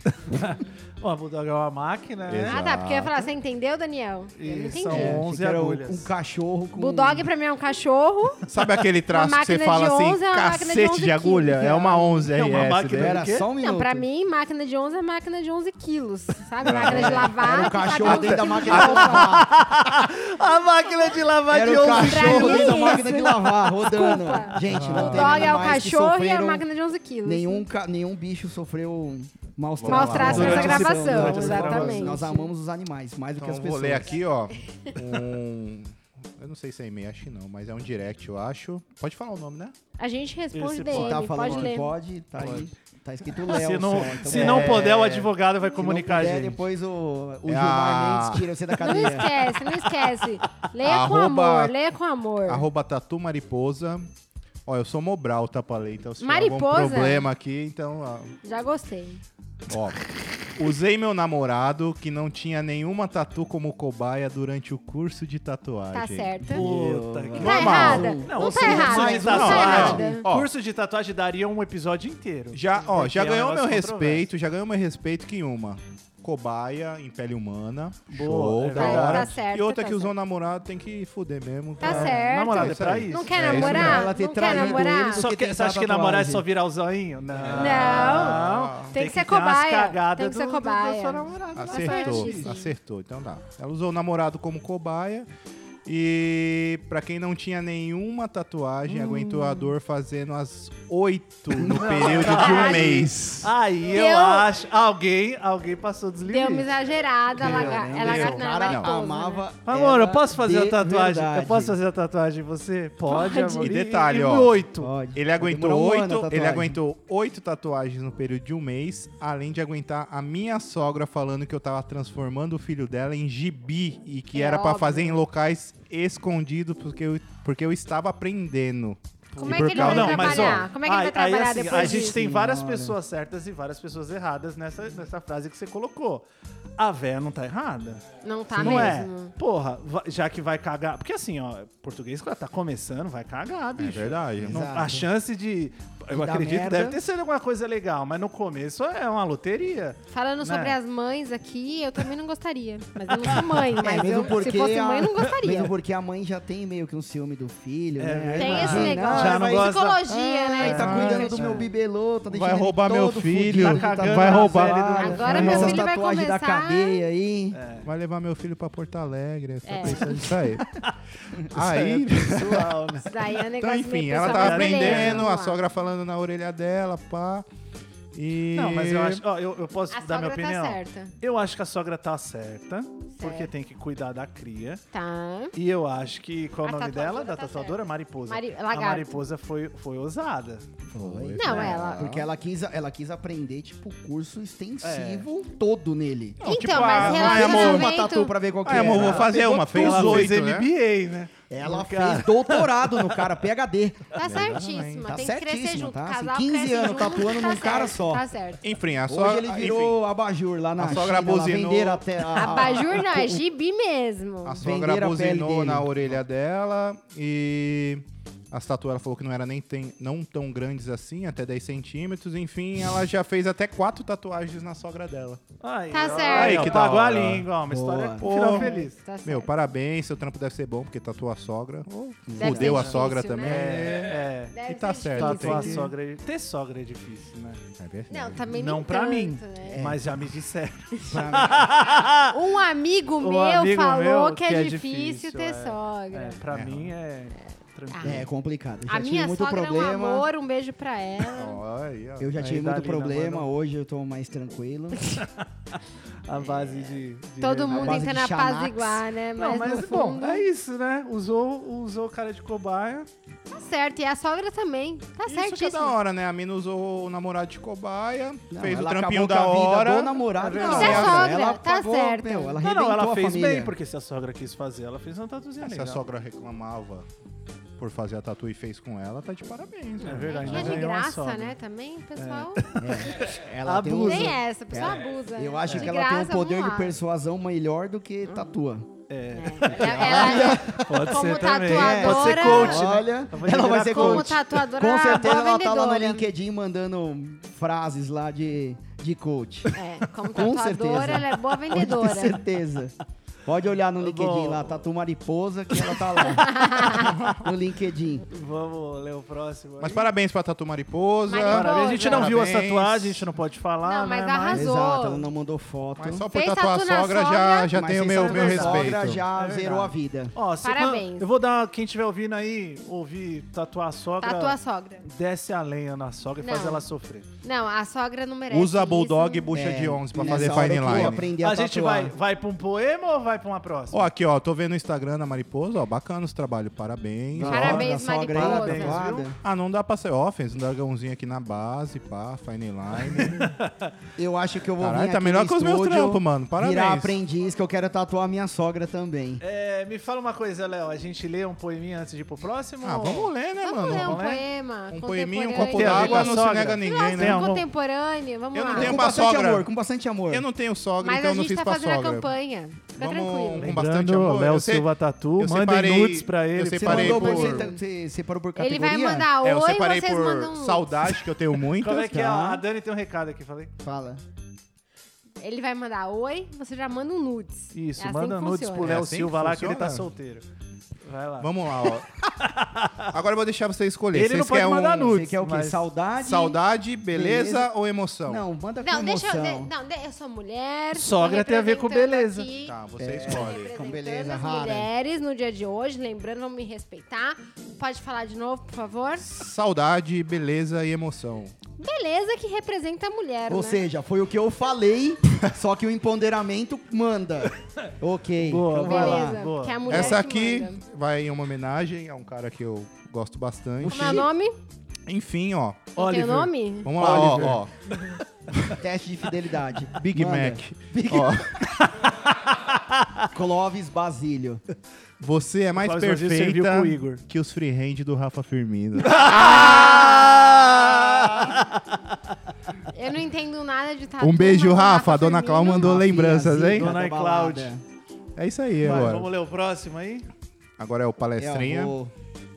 Ó, a Bulldog é uma máquina, né? Ah, tá, porque eu ia falar, você entendeu, Daniel? Eu não E entendi. são É, achei 11 que era o- agulhas. Um cachorro com... Bulldog pra mim é um cachorro. Sabe aquele traço que máquina você de fala assim, 11 é uma máquina de cacete 11 de, agulha? É uma 11 RS. É uma máquina né? Era Do quê? só um minuto. Ah, é. Não, pra mim, máquina de 11 é máquina de 11 quilos, sabe? Máquina de lavar. Era o que tá cachorro sabe dentro da 11 máquina de quilos. lavar. A máquina de lavar de Era o ouro. Pra cachorro mim é dentro da isso. máquina de lavar, rodando. Gente, não tem Bulldog nada é o mais que cachorro e a sofreram- máquina de 11 quilos. Nenhum, ca- nenhum bicho sofreu maus tratos. Maus tratos nessa Durante esse- gravação, durante essa gravação. exatamente. Nós amamos os animais, mais do Então que as eu vou pessoas. ler aqui, ó. Um... Eu não sei se é e-mail, acho que não, mas é um direct, eu acho. Pode falar o nome, né? A gente responde Esse dele, Se tá falando pode que ler. pode, tá aí. Tá escrito Léo Se não, só, então se é. não Se puder, o advogado vai comunicar puder, a gente. depois o, o É Gilmar a- Mendes tira você da Não cadeia. esquece, não esquece. Leia com Arroba- amor, leia com amor. Arroba Tatu Mariposa. Ó, eu sou Mobral, tá, Palei? Então se tiver Mariposa? algum problema aqui, então... ó, Já gostei. Ó, usei meu namorado que não tinha nenhuma tatu como cobaia durante o curso de tatuagem. Tá certa. Puta Tá que Tá errada. Não, ou tá seja, errada. mais Não não, tá não. errada. Ó. Curso de tatuagem daria um episódio inteiro. Já, ó, Porque já é um ganhou meu negócio respeito, já ganhou meu respeito que uma. Cobaia em pele humana. Boa, show, é da verdade. hora. Tá certo, e outra tá que usou certo. namorado tem que fuder mesmo. Tá cara. certo. Namorado é pra isso. Não quer É isso namorar? mesmo. Ela ter Não quer traído namorar? ele, Só do que que, você tentar acha que tatuagem. namorar é só virar o zoinho? Não. Não. Tem que ser ter umas cobaia. cagadas Tem que ser do- do- do cobaia. seu namorado. Acertou, certíssimo. acertou. Então dá. Ela usou o namorado como cobaia. E pra quem não tinha nenhuma tatuagem, aguentou a dor fazendo as oito no período de um caralho. mês. Aí eu Deu- acho. Alguém, alguém passou dos Deu uma limites. exagerada, ela, ela, é né? ela, Meu, ela, O cara Não. né? amava Amor, eu ela posso fazer de a tatuagem? verdade. Eu posso fazer a tatuagem em você? Pode, amor. E detalhe, ó. Oito. Pode. Ele Vai aguentou, demorar um ano a oito, ele tatuagem. aguentou oito tatuagens no período de um mês, além de aguentar a minha sogra falando que eu tava transformando o filho dela em gibi e que É era pra óbvio. fazer em locais escondidos porque eu, porque eu estava aprendendo. Como E é por que ele vai causa- Não, mas trabalhar? ó, Como é que ele vai aí- trabalhar aí, assim, depois A gente disso? tem várias Senhora. pessoas certas e várias pessoas erradas nessa, nessa frase que você colocou. A véia não tá errada. Não tá não mesmo. é? Porra, va- já que vai cagar. Porque assim, ó, português quando tá começando, vai cagar, É bicho. verdade. Não- Exato. a chance de. Eu dar acredito que merda. deve ter sido alguma coisa legal, mas no começo é uma loteria. Falando Né? sobre as mães aqui, eu também não gostaria. Mas eu não sou mãe, É, mas eu, mesmo porque se fosse a- mãe, eu não gostaria. Mesmo porque a mãe já tem meio que um ciúme do filho, É né? Aí verdade. Tem esse imagina, negócio, Já ah, não vai- gosta- psicologia, né? Ai, tá Ah, cuidando gente, do meu é. bibelô, tá deixando Vai ele roubar meu todo filho, fudido, tá cagando vai na roubar. série É. do- Agora Vai meu roubar. filho vai tatuagem da começar- cadeia aí. Vai levar meu filho pra Porto Alegre. Eu tô É. pensando nisso aí. aí, pessoal, né? Isso daí é um então, negócio enfim, meio ela pessoal, é tá mas aprendendo, beleza, aprendendo, vamos a lá. sogra falando na orelha dela, pá. E... Não, mas eu acho. Ó, eu, eu posso A dar minha sogra opinião. tá certa. eu acho que a sogra tá certa, porque Certo. tem que cuidar da cria. Tá. E eu acho que. Qual é A o nome tatuadora dela? Da tá tatuadora? Mariposa. Mari- a lagarto. mariposa foi, foi ousada. Foi. Não, ela- Porque ela quis, ela quis aprender, tipo, o curso extensivo É. todo nele. Então, tipo, mas ah, ai, amor, Ela fez uma relacionamento... tatu pra ver qual que é. Ah, amor, era. vou fazer uma. Fez Ela fez oito, né? MBA, né? Ela Cara. fez doutorado no cara, PHD. Tá certíssima. Tá tem que crescer certíssima, junto. tá? Casal Assim, 15 cresce anos junto, tatuando tá num cara certo, só. Tá certo. Enfim, a sogra... Hoje ele virou abajur lá na A sogra China, lá buzinou. venderam até a, a- Abajur não, é gibi mesmo. A sogra Venderam Ah, a pele buzinou dele. na orelha dela e as tatuas ela falou que não era nem tem, não tão grandes assim, até 10 centímetros. Enfim, ela já fez até quatro tatuagens na sogra dela. Aí, Tá ó, certo. Aí, Aí, que que pagou da a hora. língua, ó, uma história Boa. final Pô. feliz. Tá certo. Meu, parabéns, seu trampo deve ser bom, porque tatuou a sogra. Deve Fudeu ser a sogra difícil, também. né? É, é. Deve E tá ser certo, difícil. Tatuar entendi. sogra é- Ter sogra é difícil, né? É verdade. Não, também Não nem pra tanto, mim. né? Mas já me disseram. Um amigo meu amigo falou meu que, é difícil ter é. sogra. É, pra mim é tranquilo. É complicado. Já A tive minha muito sogra é um problema. amor, um beijo pra ela. Ó, aí, ó. eu já Aí, tive muito Dalina, problema, manda- hoje eu tô mais tranquilo. A base de. de Ah, é. Todo remédio. mundo base tentando de Xanax. apaziguar, né? Mas, Não, mas, no bom, fundo, é isso, né? Usou, usou o cara de cobaia. tá certo. E a sogra também. Tá Isso que é da certíssimo. hora, né? A mina usou o namorado de cobaia, Não, fez o ela trampinho acabou da com a vida hora. Do namorado, Isso não, é ela- sogra, ela tá pagou, certo. Meu, ela Não, não, ela arrebentou a fez família. bem, porque se a sogra quis fazer, ela fez uma tatuzinha Se legal. a sogra reclamava por fazer a tatu e fez com ela, tá de parabéns, É né? É verdade. que é de ganhou uma graça, sogra. É. né? Também, o pessoal. Ela tem um- Abusa. Tem essa, o pessoal É. abusa. Eu né? acho De que ela tem um graça, poder vamos de lá. persuasão melhor do que tatua. É. Ela- ela- Pode Como ser também. tatuadora- É, Pode ser coach, né? Olha, Ela vai ela vai virar ser coach. como coach. tatuadora, Com é ela é uma certeza boa ela tá lá no vendedora. LinkedIn mandando frases lá de, de coach. É, como Com tatuadora, certeza. ela é boa Pode ter vendedora. certeza. Pode olhar no LinkedIn Bom. lá, Tatu Mariposa, que ela tá lá. no LinkedIn. Vamos ler o próximo. Mas aí. parabéns pra Tatu Mariposa. Mariposa. Parabéns. A gente não viu as Parabéns. tatuagens, a gente não pode falar. Não, mas né? arrasou. Exato, ela não mandou foto. Mas só por Fez tatuar a tatu na sogra, já, sogra, já Mas tem o sem meu, saber meu da sogra, respeito. já É zerou a verdade. vida. Ó, se- Parabéns. Eu vou dar, quem estiver ouvindo aí, ouvir tatuar a sogra, Tatua Tá a sogra. desce a lenha na sogra e Não. faz ela sofrer. Não, a sogra não merece Usa isso. Bulldog e bucha né? É, de 11 pra fazer fine line. Aprender A, a, gente tatuar. vai, vai pra um poema ou vai pra uma próxima? Ó, aqui, ó, tô vendo o Instagram da Mariposa, ó, bacana os trabalhos, parabéns. Não. Parabéns, Da sogra aí, Mariposa. da tatuada. Parabéns, Ah, não dá pra ser. Ó, fez um dragãozinho aqui na base, pá, fine line. Eu acho que eu vou Caralho, vir tá aqui melhor no que os meus estúdio, trampos, mano. Parabéns. Virar aprendiz, que eu quero tatuar minha sogra também. É, me fala uma coisa, Léo. A gente lê um poeminha antes de ir pro próximo? ah, vamos ler, né, Vamos mano? ler um Vamos ler? poema. Um poeminho, um copo contemporâneo. Tem a ver com d'água, a não se sogra? nega a ninguém, Tem né? Tem um algum- contemporâneo, vamos Eu não lá. tenho com pra bastante sogra. amor, com bastante amor. Eu não tenho sogra, Mas então a eu não gente fiz tá pra fazendo a sogra. campanha. Fica Vamos tranquilo. com bastante Lembrando, amor. Léo Eu sei- Silva Tatu, eu mandem separei- nudes pra ele. eu Você separei mandou, mas por- você, tá- você separou por Ele categoria? vai mandar É, eu oi separei vocês por mandam um. saudade, que eu tenho muitas. Como é que é? Tá. A Dani tem um recado aqui, falei. Fala. Ele vai mandar oi, você já manda um nudes. Isso, É assim manda que nudes funciona. pro É Léo assim que Silva lá, que ele tá funciona? solteiro. Vai lá. Vamos lá, ó. Agora eu vou deixar você escolher. Ele Vocês não pode querem mandar um nude. Putz, você quer o quê? mas- Saudade? Saudade, beleza, Beleza. ou emoção? Não, manda com Não, deixa eu. emoção. de- Não, de- eu sou mulher. tô Sogra tem a ver com representando beleza. aqui. Tá, você escolhe. Com representando beleza as rara. mulheres no dia de hoje, lembrando, vamos me respeitar. Pode falar de novo, por favor? Saudade, beleza e emoção. Beleza que representa a mulher, Ou né? seja, foi o que eu falei, só que o empoderamento manda. Ok. Boa, então vai lá. Beleza, boa. que é a mulher Essa que aqui manda. vai em uma homenagem a um cara que eu gosto bastante. Como é o nome? Enfim, ó. Não Oliver. Tem o nome? Vamos lá, ó, Oliver. ó. Teste de fidelidade. Big Manda. Mac. Ó. Clóvis Basílio. Você é mais Cláudio Brasil serviu perfeita pro Igor. que os freehand do Rafa Firmino. Eu não entendo nada de tatu. um beijo, mas o Rafa. A dona Clau Firmino- mandou lembranças, hein? Dona Cláudia. É isso aí Vai, agora. vamos ler o próximo aí? Agora é o palestrinha. Eu vou,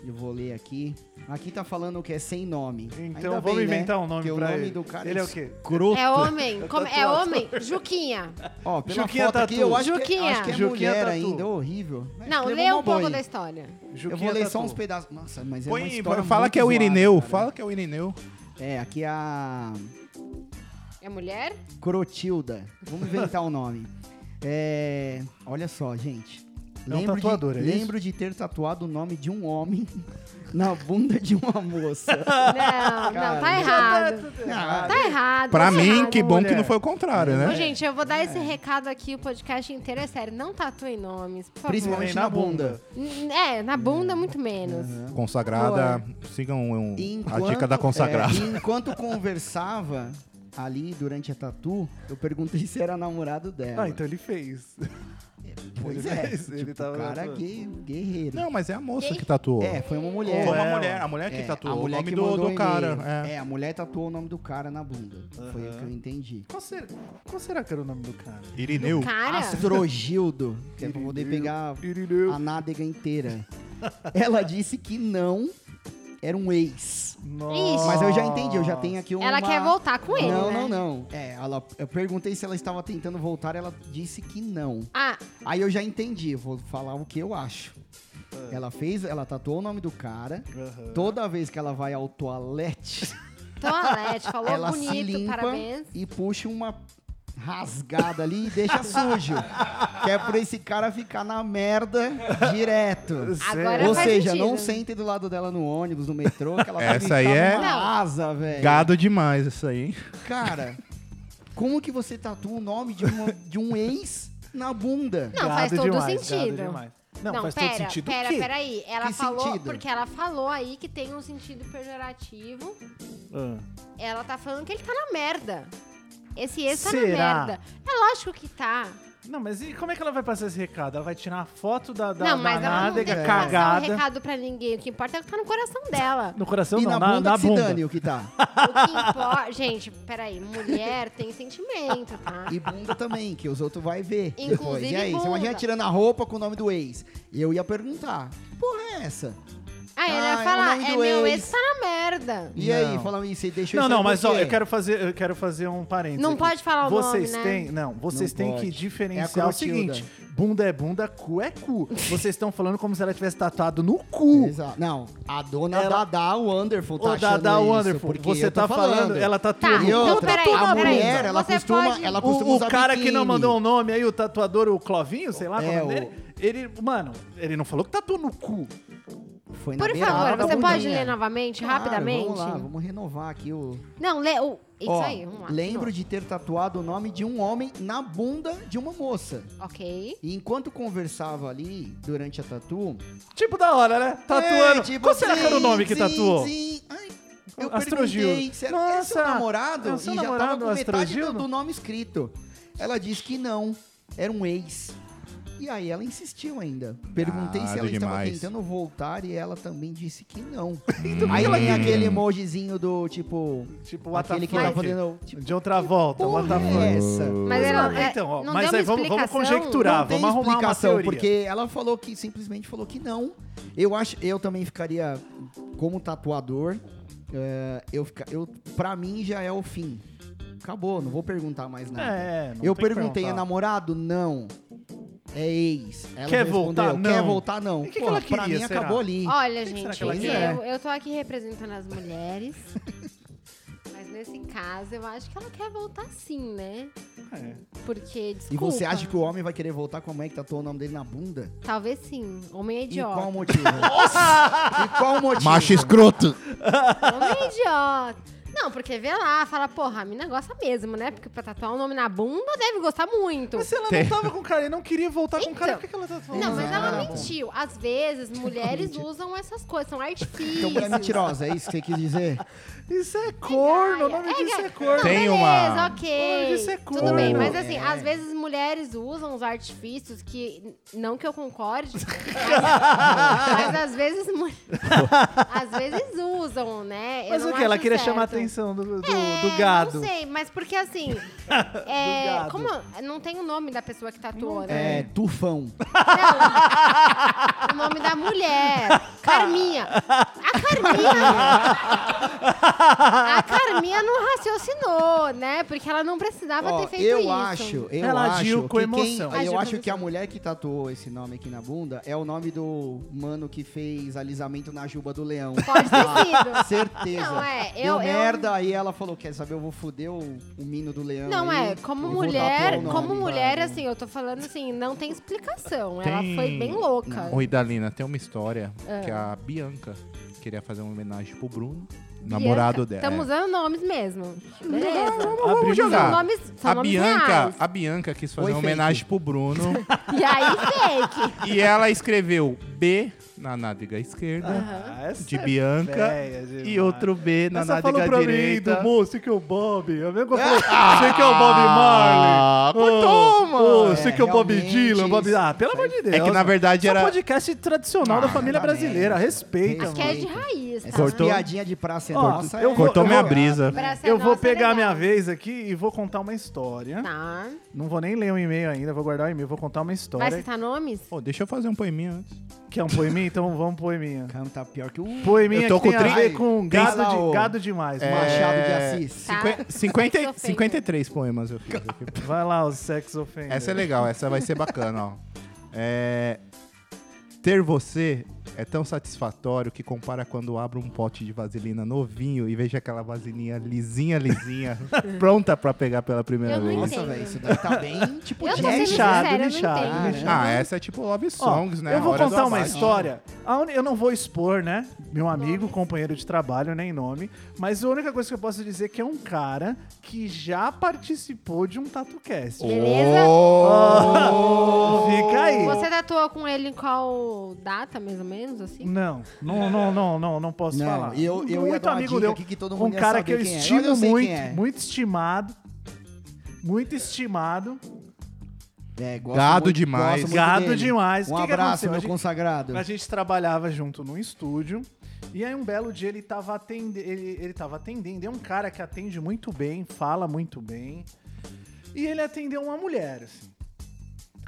eu vou ler aqui. Aqui tá falando que é sem nome. Então Ainda vamos bem, né? inventar um nome Porque pra o nome ele. do cara ele é o es- quê? Croto. É homem. Como- é homem? Juquinha. Ó, pela Juquinha foto aqui, Tatu. eu acho que, Juquinha. acho que é Juquinha mulher Tatu. ainda, horrível. Mas Não, escreva lê mó um pouco bom da aí. história. Eu vou ler só uns pedaços. Nossa, mas é uma Põe, história fala muito que é o zoada, né? Irineu. cara. Fala que é o Irineu. É, aqui é a É mulher? Crotilda. Vamos inventar o nome. É, olha só, gente. É um tatuador, de, é isso? lembro de ter tatuado o nome de um homem na bunda de uma moça. Não, não, tá errado. Ah, Tá errado. Pra tá mim, errado, que bom mulher. que não foi o contrário, Ô, É. né? gente, eu vou dar esse recado aqui, o podcast inteiro é sério. Não tatuem nomes, por favor. principalmente na na bunda. N- É, na bunda, muito menos. Consagrada, sigam um- Enquanto- a dica da consagrada. é, enquanto conversava ali durante a tatu, eu perguntei se era namorado dela. Ah, então ele fez. pois ele é. fez, ele tipo, tava- cara gay, guerreiro. Não, mas é a moça que tatuou. É, foi uma mulher. Foi uma É, mulher, a mulher que É, tatuou a mulher o nome que do, mandou do o e-mail. cara. É. É. a mulher tatuou o nome do cara na bunda. Foi o que eu entendi. Qual será, qual será que era o nome do cara? Uhum. Irineu. Cara, Astrogildo, que é pra poder pegar Irineu. a nádega inteira. Ela disse que não, era um ex. Nossa. Mas eu já entendi, eu já tenho aqui um uma... ela quer voltar com ele, Não, né? não, não. É, ela, eu perguntei se ela estava tentando voltar, ela disse que não. Ah, Aí eu já entendi, vou falar o que eu acho. Ela fez, ela tatuou o nome do cara. Aham. Toda vez que ela vai ao toalete, toalete, falou ela se bonito, limpa parabéns. e puxa uma rasgada ali e deixa sujo. que é pra esse cara ficar na merda direto. Agora Ou faz seja, sentido. não sentem do lado dela no ônibus, no metrô, que ela vai Essa aí ficar é- numa Não. asa, velho. Gado demais isso aí, hein? Cara, como que você tatua o nome de, uma- de um ex na bunda? Não, faz Gado todo demais, gado sentido. demais. Não, faz pera, todo sentido. pera, o quê? peraí. Ela Que falou, sentido? porque ela falou aí que tem um sentido pejorativo. Ah, Ela tá falando que ele tá na merda. Esse ex tá Será? na merda. É lógico que tá. Não, mas e como é que ela vai passar esse recado? Ela vai tirar a foto da, da, não, mas da ela não tem que nádega passar um cagada. recado pra ninguém. O que importa é o que tá no coração dela. No coração E Então não, na na, bunda na que se dane o que tá. O que importa... Gente, peraí. Mulher tem sentimento, tá? E bunda também, que os outros vai ver. Inclusive depois. E aí, você bunda. imagina tirando a roupa com o nome do ex. Eu ia perguntar, que porra é essa? Aí Ah, ela é o ia falar, nome é do meu ex. ex tá na merda. E Não. aí, falam isso, e deixa Não, isso não, aí mas por ó, quê? eu quero fazer, eu quero fazer um parênteses. Não aqui. pode falar o nome, vocês né? Têm, não, vocês Não têm pode. que É diferenciar a o Clotilda. seguinte: bunda é bunda, cu é cu. Vocês estão falando como se ela tivesse tatuado no cu. Exato. Não, a dona Ela- Dada Wonderful tá Ô, achando Dada isso, Wonderful, porque você eu tô tá falando, ela tatuou Tá, no E então cu. outra, peraí, a peraí. mulher, ela Você costuma, pode- ela costuma O, o usar cara que não biquíni. mandou um- o nome aí, o tatuador, o Clovinho, sei lá, É, o nome o- dele, ele, mano, ele não falou que tatuou no cu. Foi na Por beirada favor, da você pode bundinha. ler novamente, Claro, rapidamente? Vamos lá, vamos renovar aqui o. Não, lê o... Isso Ó, aí, vamos lá. Lembro de... de ter tatuado o nome de um homem na bunda de uma moça. novo. Ok. E enquanto conversava ali durante a tatu. Tipo da hora, né? Tatuando. é, tipo, Qual será que era o zin, nome que zin, tatuou? zin. Ai, eu Astrogildo. perguntei, será que é seu Nossa, namorado? é o seu e já tava namorado, com metade do, Astrogildo? do nome escrito. Ela disse que não, era um ex. E aí ela insistiu ainda. Perguntei se Nada ela estava demais. tentando voltar e ela também disse que não. Então aí tem aquele emojizinho do tipo... Tipo, what the Aquele que tá fuck? fazendo... Tipo, De outra volta, what the porra fuck? é essa? Mas ela, Mas, então, ó, não mas deu aí uma vamos- vamos explicação? conjecturar. não Tá, tem vamos arrumar uma explicação, teoria. porque ela falou que simplesmente falou que não. Eu acho, eu também ficaria como tatuador. eh, eu fica, eu para mim já é o fim. Acabou, não vou perguntar mais nada. É, não tem eu que perguntei, é perguntar. namorado? Não. É ex. Ela Quer respondeu, voltar? Quer Não. voltar? Não. E o que que Pô, ela pra queria, mim será? acabou ali. Olha, que gente, será que ela eu, eu tô aqui representando as mulheres. mas nesse caso, eu acho que ela quer voltar sim, né? É. Porque, desculpa. E você acha que o homem vai querer voltar com a mãe que tatuou o nome dele na bunda? Talvez sim. Homem é E qual o idiota. motivo? e qual o motivo? Macho escroto. Homem é idiota. Não, porque vê lá, fala, porra, a mina gosta mesmo, né? Porque pra tatuar um nome na bunda deve gostar muito. Mas se ela Tem- não tava com o cara e não queria voltar com o cara, por que que ela tá falando? Então. Não, mas Ah, ela bom. mentiu. Às vezes, mulheres usam essas coisas, são artifícios. Então, mulher mentirosa, é isso que você quis dizer? Isso é corno, o nome disso é corno. Não, Tem beleza, uma- ok. Olha, isso é Tudo bem, corno. mas assim, É. às vezes mulheres usam os artifícios que. Não que eu concorde, mas, mas às vezes. mu- às vezes usam, né? Eu Mas não o que? Ela acho queria certo. chamar a atenção do, do, do É, gado. Não sei, mas porque assim. é, gado. Como não tem o nome da pessoa que tatuou, né? É, tufão. O nome da mulher. Carminha. A Carminha. A Carminha não raciocinou, né? Porque ela não precisava Ó, ter feito eu isso. acho, eu Ela acho agiu que com quem- emoção. eu Agiu com acho que emoção. a mulher que tatuou esse nome aqui na bunda é o nome do mano que fez alisamento na juba do leão. Ah, Pode ter sido. Certeza. Não, é, Deu eu- eu- merda, aí ela falou, quer saber, eu vou foder o, o mino do leão. Não aí, é, como eu vou mulher, tatuar o nome, como sabe? mulher, assim, eu tô falando assim, não tem explicação. Tem- Ela foi bem louca. Oi, Dalina, tem uma história Ah. que a Bianca queria fazer uma homenagem pro Bruno, namorado dela. É. Estamos usando nomes mesmo. Beleza. Vamos São Abriu jogar. nomes, são A nomes Bianca, reais. a Bianca quis fazer Oi, uma fake. homenagem pro Bruno E aí, fake. e ela escreveu B na nádega esquerda Ah, essa de é Bianca feia demais. e outro B na Mas só nádega é falou pra mim direita. Ah, do moço que é o Bob. A mesma coisa. Você que é o Bob Marley. cortou, mano. Você que é o Bob realmente Dylan. Bob... isso. Ah, pelo amor de Deus. É que, na mano. verdade, Isso é um era- Ah, podcast tradicional da família tá brasileira. bem. Respeita, Acho que é mano. de raiz, tá? Essas Cortou? piadinha de praça é Ó, nossa. eu é- vou- Cortou eu minha vou- brisa. Praça Eu vou Nossa é pegar legal. minha vez aqui e vou contar uma história. Tá. Não vou nem ler o e-mail ainda, vou guardar o e-mail, vou contar uma Vai tá- história. citar nomes? Pô, deixa eu fazer um poeminha antes. Que é um poeminha, então vamos poeminha. Canta pior que o Poeminha Eu tô que tem com a trinta- ver com Tem- gado, Lá, de, ô. gado demais. mano. Machado É, de Assis. Tá. cinquen- 50 Sexo ofender. 53 poemas eu fiz. Eu fiz- Vai lá, o sexo ofender. Essa é legal, essa vai ser bacana, ó. É, Ter você é tão satisfatório que compara quando abro um pote de vaselina novinho e vejo aquela vaselinha lisinha, lisinha, pronta pra pegar pela primeira Eu não vez. Nossa, Entendo. velho, isso daí tá bem tipo Eu tô sendo Jack. sincera, Nichado, eu não nichado, entendo. nichado. Ah, essa é tipo Love Songs, Ó, né? Eu vou A hora do contar uma abate. história. A uni- Eu não vou expor, né? Meu amigo, companheiro de trabalho, nem nome. Mas a única coisa que eu posso dizer é que é um cara que já participou de um TatuCast. Beleza? Oh, Oh. Fica aí. Você tatuou com ele em qual data, mais ou menos, assim? Não, não, não, não, não, não posso Não, falar. e eu- eu ia dar uma dica meu, aqui que todo um mundo ia cara saber que eu quem é. estimo Olha, eu sei muito, quem é. muito estimado. Muito estimado. É, gosto Gado muito- demais. gosto muito Gado dele. demais. Um O que que abraço, aconteceu? A meu gente- consagrado. A gente trabalhava junto num estúdio. E aí um belo dia ele tava atendendo. Ele, ele tava atendendo. É um cara que atende muito bem, fala muito bem. E ele atendeu uma mulher, assim.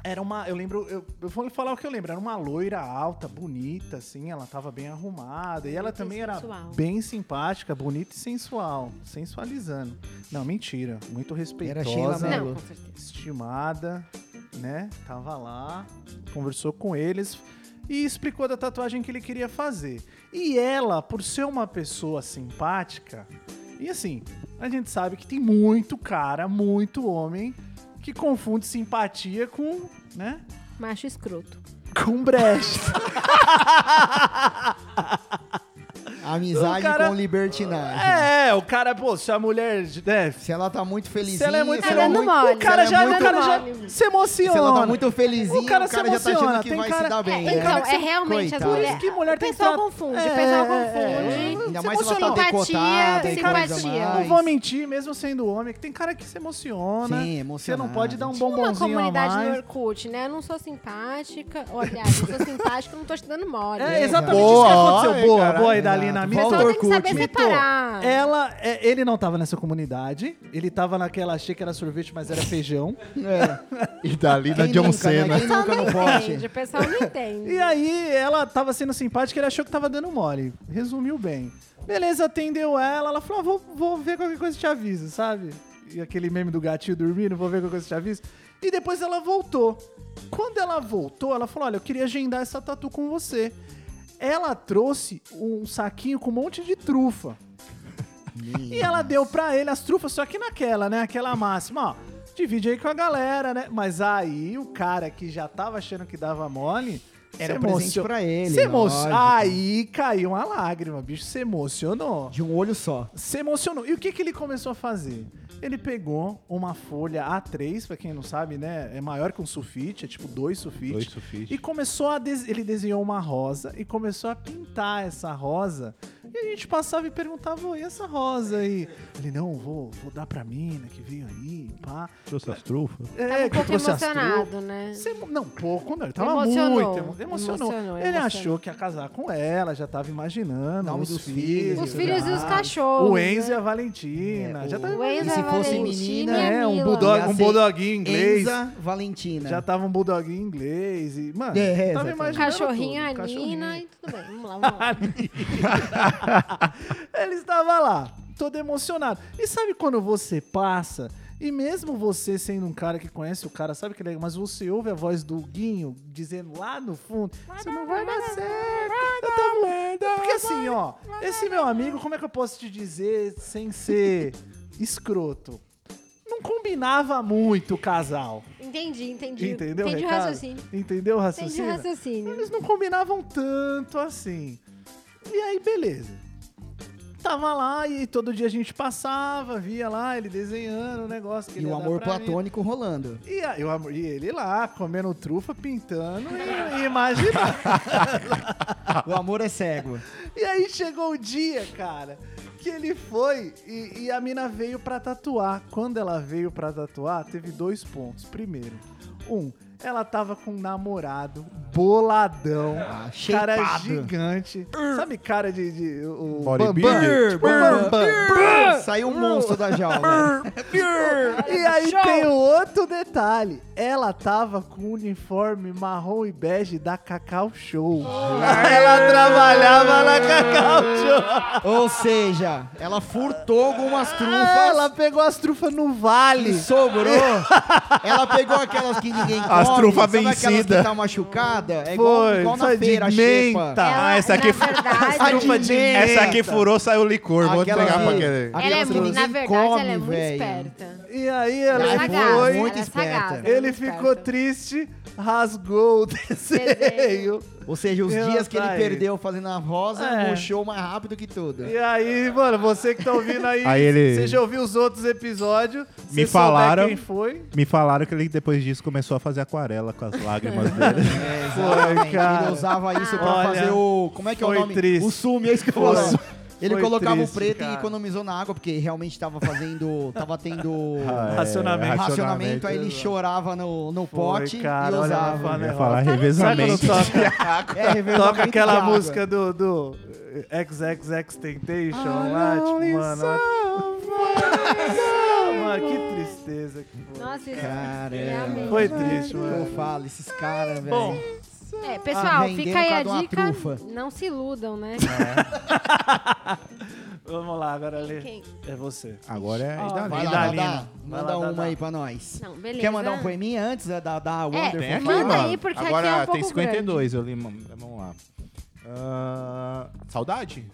Era uma. Eu lembro. Eu, eu vou falar o que eu lembro. Era uma loira alta, bonita, assim. Ela tava bem arrumada. E Bonita ela e também sensual. era bem simpática, bonita e sensual. Sensualizando. Não, mentira. Muito respeitosa Era Sheila Não, Mello. com certeza. estimada, né? Tava lá, conversou com eles e explicou da tatuagem que ele queria fazer. E ela, por ser uma pessoa simpática, e assim, a gente sabe que tem muito cara, muito homem que confunde simpatia com, né? Macho escroto. Com brecha. Amizade O cara- com libertinagem. é, o cara, pô, se a mulher, né? Se ela tá muito felizinha, Se ela é muito, se ela é Ela não muito- mole, o cara ela é já, o muito cara já mole. se emociona. se ela tá muito felizinha, O o cara cara, se já tá achando emociona, que tem vai cara- se dar É, bem, né? então, é realmente as Coitada. Por mulheres. isso que mulher tem o pessoal tra- confunde, É, o pessoal é, confunde. Ainda Se mais se ela tá emocionou. decotada e Simpatia, simpatia. coisa assim, Não mais. vou mentir, mesmo sendo homem, que tem cara que se emociona. Sim, Você não emocionado. pode dar um Tinha uma bombonzinho a comunidade no mais. Orkut, né? Eu não sou simpática. Olha, eu sou simpática, eu não tô te dando mole. É exatamente Boa, isso que aconteceu. ai, boa, caralho. boa, Idalina. Exato. O pessoal Mitou. tem que saber Mitou. separar. Ela, é, ele não tava nessa comunidade. Ele tava naquela, achei que era sorvete, mas era feijão. É. E dali da Quem John nunca, né? Cena. Quem O pessoal nunca não no pote. entende, o pessoal não entende. E aí, ela tava sendo simpática, ele achou que tava dando mole. Resumiu bem. Beleza, atendeu ela, ela falou: ah, vou, vou ver qualquer coisa e te aviso, sabe? E aquele meme do gatinho dormindo, vou ver qualquer coisa e te aviso. E depois ela voltou. Quando ela voltou, ela falou: olha, eu queria agendar essa tatu com você. Ela trouxe um saquinho com um monte de trufa. E ela deu pra ele as trufas, só que naquela, né? Aquela máxima, ó. Divide aí com a galera, né? Mas aí o cara que já tava achando que dava mole, Era um Você presente emocio- pra ele. Você emo- lógico. Aí caiu uma lágrima, bicho. Você emocionou. De um olho só. Se emocionou. E o que, que ele começou a fazer? Ele pegou uma folha A3, pra quem não sabe, né? É maior que um sulfite, é tipo dois sulfites. Dois sulfites. E começou a. des- Ele desenhou uma rosa e começou a pintar essa rosa. E a gente passava e perguntava: "Ô, e essa rosa aí? Ele, não, vou, vou dar pra mina que veio aí, pá. Trouxe as trufas. É, Tava um que pouco trouxe as emocionado, né? Você emo- não, pouco não. Ele tava Emocionou. muito. emo- Emocionou. Emocionou, Ele emocionou. achou que ia casar com ela, já tava imaginando. Nome os dos filhos. filhos, Os filhos e os ah, cachorros. O Enzo e né? a Valentina. É, já o- tava O Enzo E se e a fosse Valentina menina, e a é, um Mila. bulldog, Ia um ser bulldoguinho inglês. Enza Valentina. Já tava um bulldoguinho inglês e, mano, É, tava exatamente. imaginando Um Cachorrinho, tudo, um a cachorrinho. Nina e tudo bem. Vamos lá, vamos lá. Ele estava lá, todo emocionado. E sabe quando você passa, e mesmo você sendo um cara que conhece o cara, sabe que ele é, mas você ouve a voz do Guinho dizendo lá no fundo, isso não vai dar certo. Eu tava... Porque assim, ó, esse meu amigo, como é que eu posso te dizer sem ser escroto? Não combinava muito o casal. Entendi, entendi. Entendeu? Entendi o recado? raciocínio. Entendeu o Entendi o raciocínio? raciocínio. Eles não combinavam tanto assim. E aí, beleza. Tava lá e todo dia a gente passava, via lá ele desenhando o negócio que E ele o ia dar amor pra mim. platônico rolando. E, a- e o amor- e ele lá, comendo trufa, pintando e, e imaginando. O amor é cego. E aí chegou o dia, cara, que ele foi e, e a mina veio pra tatuar. Quando ela veio pra tatuar, teve dois pontos. Primeiro, um, ela tava com um namorado boladão, cara é shapeado. gigante. Sabe cara de... de o, o Bodybuilder? Bambam? O Bambam. Saiu um monstro da jaula. E aí tem o outro detalhe. Ela tava com o uniforme marrom e bege da Cacau Show. Ela trabalhava na Cacau Show. Ou seja, ela furtou algumas trufas. Ela pegou as trufas no que vale. sobrou. ela pegou aquelas que ninguém come. As trufas sabe Aquelas vencida. que tá machucada. É igual, Foi, igual na foi de feira, a menta. xepa. Ela, Ah, essa aqui na verdade, Essa Trufa de menta. Essa aqui furou, saiu licor. Vou Aquela entregar que- pra aquele. a- ela é Aquelas muito, na coisas verdade, come, ela é muito velho. esperta. E aí Ela é ela sagaz, foi. ela é muito sagaz. esperta. Ele muito ficou esperta. triste, rasgou o desenho. Desenho. Ou seja, os Ela dias que ele tá aí. perdeu fazendo a rosa, É. murchou mais rápido que tudo. E aí, mano, você que tá ouvindo aí, Aí ele- você já ouviu os outros episódios. se Me souber falaram. Quem foi? Me falaram que ele depois disso começou a fazer aquarela com as lágrimas dele. É, Foi, cara. Ele usava isso pra Olha, fazer o. Como é que é o foi nome? triste. O sumo, é isso que eu Foi- falo. Ele foi colocava triste, o preto cara. e economizou na água, porque realmente tava fazendo. tava tendo. Ah, Racionamento. É, racionamento, aí ele chorava no, no pote e usava. Eu ia falar revezamento. né? Sabe quando É, toca, revezamento toca de aquela água. música do, do eh, XXX Temptation lá? Tipo, mano. mano, que tristeza que foi. Nossa, isso Caramba. realmente. Foi triste, mano. Eu falo, esses caras, velho. Bom, É, pessoal, Ah, fica aí a venderam cada uma dica. trufa. Não se iludam, né? vamos lá, agora Lê. Quem? É você. Agora é a vai Idalina. lá, Idalina. Dadá, Vai Manda lá, uma Dadá. aí pra nós. Não, beleza. É. Quer mandar um poeminha antes da, da, da Wonderful? Tem aqui, Fala. manda aí, porque aqui Agora é um pouco tem 52, eu li. Vamos lá. Ah, saudade?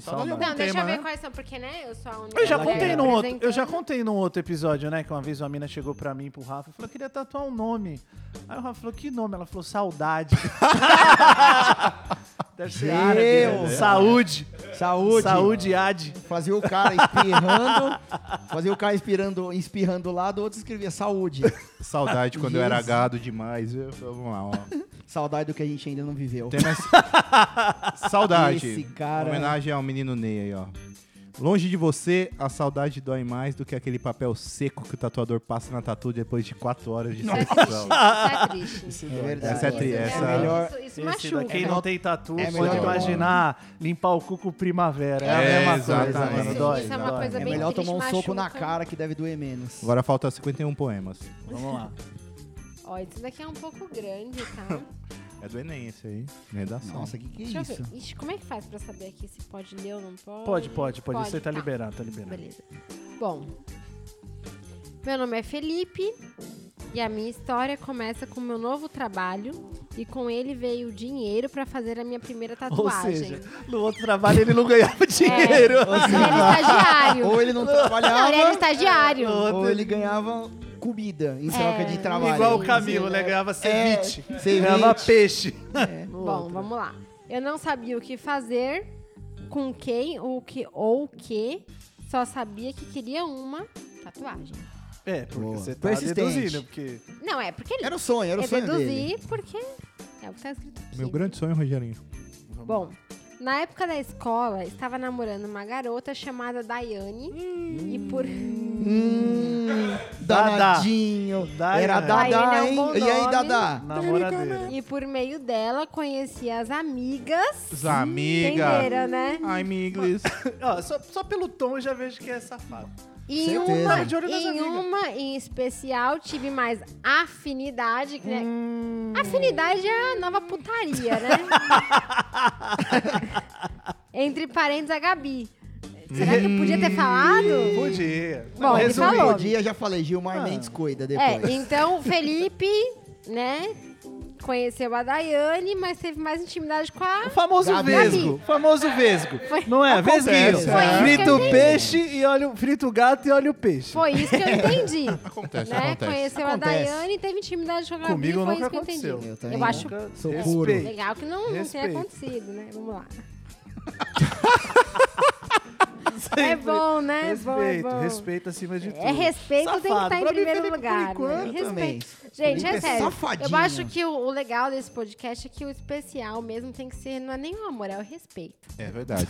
Saudade? saudade. é um bom Não, deixa tema, eu ver né? quais são, porque, né, eu sou a única. Eu já que contei tá num outro, eu já apresentando. contei num outro episódio, né? Que uma vez uma mina chegou pra mim, pro Rafa, e falou: eu queria tatuar um nome. Aí o Rafa falou: que nome? Ela falou: saudade. Deve ser Meu árabe, né? Deus. Saúde. Saúde. Saúde, Ad. Fazia o cara espirrando, fazia o cara espirrando, espirrando lá, do outro escrevia saúde. Saudade quando eu era Isso. gado demais. Eu- Vamos lá, ó. Saudade do que a gente ainda não viveu. O tema é s- saudade. Esse cara- Homenagem ao menino Ney aí, ó. Longe de você, a saudade dói mais do que aquele papel seco que o tatuador passa na tatu depois de 4 horas de sessão. Isso é triste. É verdade. Essa é tri- Isso, essa- realmente, melhor- isso- isso Esse machuca. né? daqui quem não tem tatu, É pode melhor- imaginar limpar o cu com primavera. É, É, a mesma coisa, exatamente. mano. Isso- Dói, isso é dói. uma coisa É bem melhor triste, tomar um soco na machuca. cara que deve doer menos. Agora falta 51 poemas. Vamos lá. Ó, isso daqui é um pouco grande, tá? É do Enem esse aí. né, Redação. Nossa, que que é Deixa isso? eu ver. Ixi, como é que faz pra saber aqui se pode ler ou não pode? Pode, pode, pode. Você tá tá. liberado, tá liberado. Beleza. Bom, meu nome é Felipe e a minha história começa com meu novo trabalho e com ele veio o dinheiro pra fazer a minha primeira Ou tatuagem. seja, no outro trabalho ele não ganhava dinheiro. Ele é estagiário. Ou ele não Não, ele tá era trabalhava, estagiário. ou ele ganhava comida em troca É. de trabalho. Igual o Camilo, né? Ganhava É, ceviche. ceviche. Ganhava peixe. Bom, vamos lá. Eu não sabia o que fazer, com quem, ou o que, ou o que, só sabia que queria uma tatuagem. É, porque Boa. você tá Persistente. deduzindo, porque... Não, é porque ele. Era o sonho, era o eu sonho deduzi dele. porque é o que tá escrito aqui. Meu grande sonho, Rogerinho. Bom, na época da escola, estava namorando uma garota chamada Daiane. E por. Hum, Dadá. danadinho. Dadá. Era Daiane é Dadá, um hein? bom E aí, nome. Dadá? Namoradeira. E por meio dela, conheci as amigas. As amigas. Entenderam, né? I'm English. Ó, só, só pelo tom eu já vejo que é safado. E em Certeza. uma, Tá De olho nas em amigas. uma em especial tive mais afinidade. que, né? Afinidade é a nova putaria, né? Entre parentes, a Gabi. Será que eu podia ter falado? Podia. Bom, ele Resumindo, falou. o dia já falei, Gilmar Mendes cuida É, depois. então o Felipe, né? Conheceu a Daiane, mas teve mais intimidade com a. O famoso Gabi. vesgo. O famoso vesgo. Foi- né? Não é? Vesguinho. Foi isso que eu Frita o entendi. peixe e olha o... Frita o gato e olha o peixe. Foi isso que eu entendi. Acontece, né? acontece. Conheceu Acontece. a Daiane, teve intimidade com a Gabi, Comigo foi nunca isso que eu entendi. aconteceu. Eu Eu, também acho Nunca- Sou Respeito. puro. legal que não, não tenha Respeito. acontecido, né? Vamos lá. É Sempre. bom, né? É bom, é Respeito, bom. respeito acima de tudo. É respeito tem que Safado. estar em Pra mim, primeiro Felipe, por lugar. né? enquanto, Respeito. também. Gente, Felipe é é sério. eu safadinho. acho que o, o legal desse podcast é que o especial mesmo tem que ser, não é nem o amor, é o respeito. É verdade.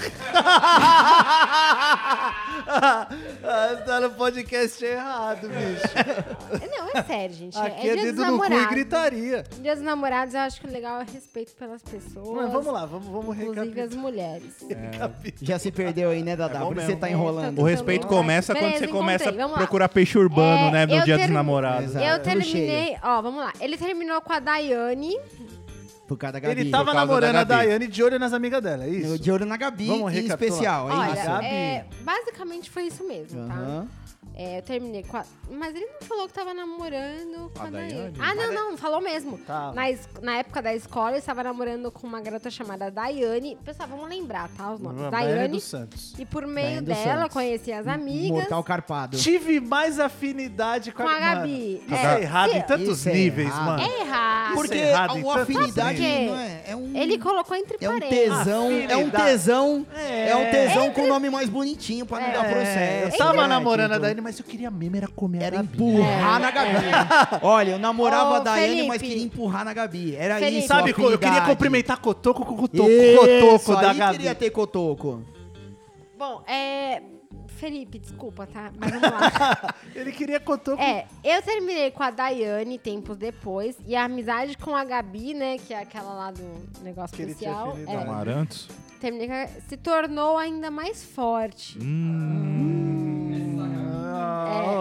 ah, tá no podcast errado, bicho. Não, é sério, gente. Aqui é, é dia dos dedo no cu e namorados. gritaria. Dia dos namorados, eu acho que o legal é o respeito pelas pessoas. Mas vamos lá, vamos, vamos Inclusive as recapitular. mulheres. Já se perdeu aí, né, Dadá? É bom Por isso mesmo. você tá É, enrolando. O respeito Beleza, começa quando você encontrei. começa Vamos a lá. procurar peixe urbano, É, né? No eu dia dos termi- namorados. Exato. Eu Tudo terminei, ó, vamos lá. Ele terminou com a Daiane. Por causa da Gabi. Ele tava Por causa namorando da a Gabi. Daiane de olho nas amigas dela, é Eu- isso? De olho na Gabi, Vamos em recapitular. especial. É isso. Olha, Gabi. é, basicamente foi isso mesmo, tá? Aham. É, eu terminei com a... Mas ele não falou que tava namorando com A a, Daiane. Daiane? Ah, não, não, falou mesmo. Tava. Na, es- na época da escola, ele estava namorando com uma garota chamada Daiane. Pessoal, vamos lembrar, tá? Os nomes. Daiane Daiane. dos Santos. E por meio Daiane dos dela, Santos. conheci as amigas. Mortal Carpado. Tive mais afinidade com a, Com a mano, Gabi. Isso é, É. errado em Isso tantos é níveis, errado. mano. É errado. Por- Porque Isso é errado em a, a tantos afinidade níveis. não é, é um... Ele colocou entre É um parênteses. tesão, é um Afinidade. tesão, é, um É. tesão com o nome mais bonitinho pra não dar É, processo. eu tava né? namorando Tipo, a Daiane, mas eu queria mesmo era comer Era a Gabi. né? empurrar na Gabi. Olha, eu namorava É. Ô, a Daiane, Felipe. mas queria empurrar na Gabi. Era Felipe. isso, a Sabe, eu queria afinidade. cumprimentar Cotoco com Cotoco, Isso, cotoco da aí Gabi. queria ter cotoco. Bom, é. Felipe, desculpa, tá? Mas vamos lá. Ele queria Cotoco. é, eu terminei com a Daiane tempos depois. E a amizade com a Gabi, né? Que é aquela lá do negócio Que ele tinha especial. afinidade. né? É, Amarantos? terminei com a- se tornou ainda mais forte. Hum. Ah,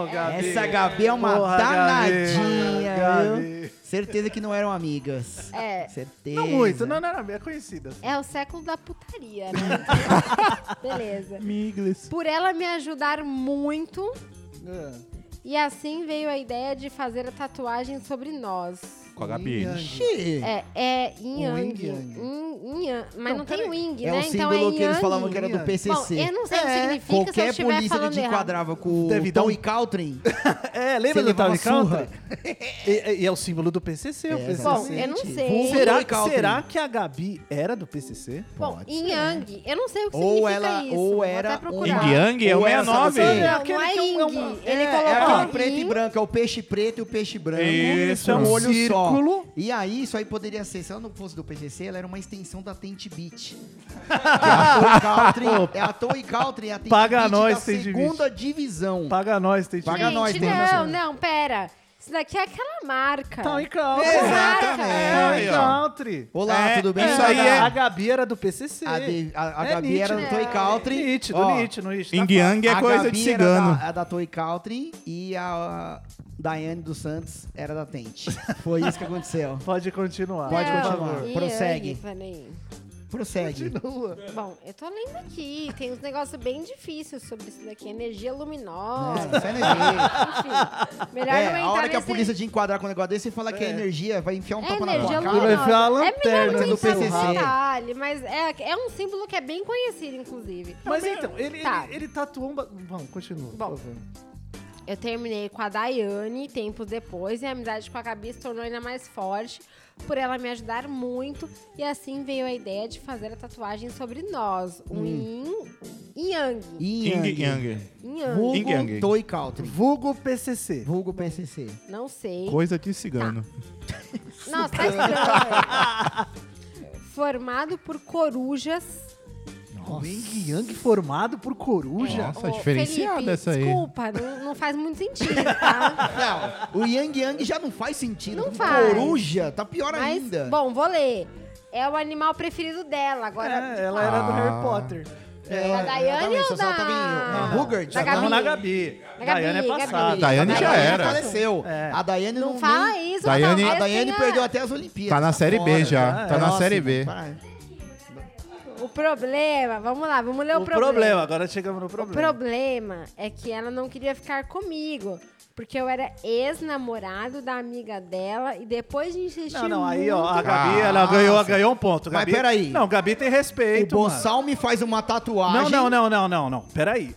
é. ô, Gabi. Essa Gabi é uma Porra, danadinha, Gabi. viu? Gabi. Certeza que não eram amigas. É. Certeza. Não muito, não, não, não, é conhecida. É o século da putaria, né? Beleza. Miglis. Por ela me ajudar muito. É. E assim veio a ideia de fazer a tatuagem sobre nós. Com a Gabi. Xi. É, é Yin O Yang. Um yin yang. Yin- yin yang. Mas não, tem o Ying, Um É né? o então símbolo é que eles yang. falavam que era do Yang. PCC. Bom, eu não sei o que É. significa se eu Qualquer estiver polícia ele falando te errado. enquadrava com Deve o dar um- Tony Caltrin. É, lembra Você do Tony levava surra. Country? E, e é o símbolo do PCC, o É, PCC. Bom, eu não sei. Vulgo será, Tony Caltrin. será que a Gabi era do PCC? Bom, Pode Yin ser. né? Yang, eu não sei o que Ou significa ela- isso. ou Vou era até um- procurar. Ying Yang é o Ou essa, sabe? 69. Não, não é Ying. Ele é, é colocou aquele preto e yin. branco, é o peixe preto e o peixe branco. Isso, é um um olho círculo. só. E aí, isso aí poderia ser, se ela não fosse do PCC, ela era uma extensão da Tente Beat. é a Toy Country, é a Tente Paga Beat nós, da Tente Beat. segunda divisão. Paga nós, tem Paga Gente, nós, tem não, noção. não, pera. Isso daqui é aquela marca. Tony Country. Exatamente. Tony Aí, ó. Country. Olá, É, tudo bem? isso aí um A é- Gabi era do PCC. A, de- a- a É Gabi era do nítido. É Toy Country. Nítido, Ó, nítido, nítido. Ying Tá fácil. Yang é a coisa Gabi de era cigano. da- a da Toy Country e a, Daiane dos Santos era da Tente. Foi isso que aconteceu. Pode continuar. Pode Não, continuar. yin Prossegue. yang, peraí. Prossegue. Né? Bom, eu tô lendo aqui. Tem uns negócios bem difíceis sobre isso daqui. Energia luminosa. Nossa, energia. Enfim, melhor não É, entrar a hora que a nesse- polícia te enquadrar com um negócio desse, você fala que é energia, vai enfiar um É tapa na energia E tua vai cara. luminosa. enfiar a é lanterna melhor no não entrar PCC. nesse detalhe, mas é, é um símbolo que é bem conhecido, inclusive. Mas então, ele, Tá. ele, ele tatuou um... ba- Bom, Bom. continua. por favor. Eu terminei com a Daiane tempos depois e a amizade com a Gabi se tornou ainda mais forte por ela me ajudar muito. E assim veio a ideia de fazer a tatuagem sobre nós, um Hum. yin e yang. Ying Yang. é Yin yang. Yin Yang. Vulgo Toy Country. Vulgo PCC. Vulgo PCC. Não sei. Coisa de cigano. Ah, Nossa, tá estranho. Formado por corujas. Nossa. Ying Yang formado por coruja. Nossa, Ô, diferenciada Felipe, essa aí. Desculpa, não, não faz muito sentido, tá? Não, o Yang Yang já não faz sentido. Não Com faz. Coruja, tá pior Mas, ainda. bom, vou ler. É o animal preferido dela. Agora, É, ela era do Ah. Harry Potter. É, da Daiane exatamente, ou tá só da... tava em- na Bugert? Da Só tá Gabi. Vamos na Gabi. Na Gabi, Daiane é Gabi. passada. Daiane já Daiane era. faleceu. É. um A Daiane Não não fala isso. Daiane- talvez A Daiane tenha- perdeu até as Olimpíadas. Tá na Série B fora. já, É, tá na próximo, Série B. vai. ah, O problema... Vamos lá, vamos ler o, O problema, agora chegamos no O problema. problema é que ela não queria ficar comigo. Porque eu era ex-namorado da amiga dela e depois de insistir Não, não, aí ó, a é muito- Gabi, ela Ah, Nossa. ganhou, ganhou um ponto. Mas Gabi, peraí. Não, Gabi tem O respeito, mano. Bonsalme faz uma tatuagem. Não, não, não, não, não, não. Peraí.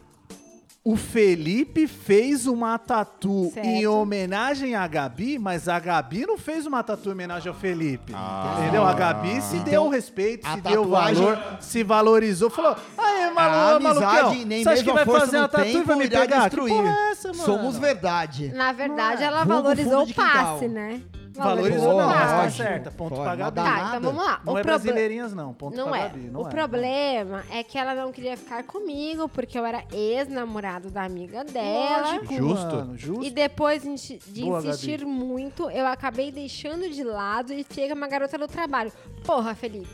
O Felipe fez uma tatu Certo. em homenagem à Gabi, mas a Gabi não fez uma tatu em homenagem ao Felipe. Ah. Entendeu? A Gabi se Então, deu respeito, a se deu tatuagem- valor, se valorizou, falou: Aê, A malu, amizade, malucão, nem você acha mesmo que a vai força fazer do uma tatu e vai tempo me irá pegar? destruir. Que porra é essa, mano? Somos verdade. Na é. verdade, ela Vulgo valorizou fundo o de quintal. passe, né? Valorizou o não, mas tá passe. lógico. certa. Ponto Pode, pra não Gabi. dá Tá, nada. então vamos lá. Não o é proble- brasileirinhas, não. Ponto Não pra é. Gabi. Não o é. problema é que ela não queria ficar comigo, porque eu era ex-namorado da amiga dela. Lógico, Justo. mano, justo. E depois inti- de Boa, Gabi. insistir muito, eu acabei deixando de lado e chega uma garota do trabalho. Porra, Felipe.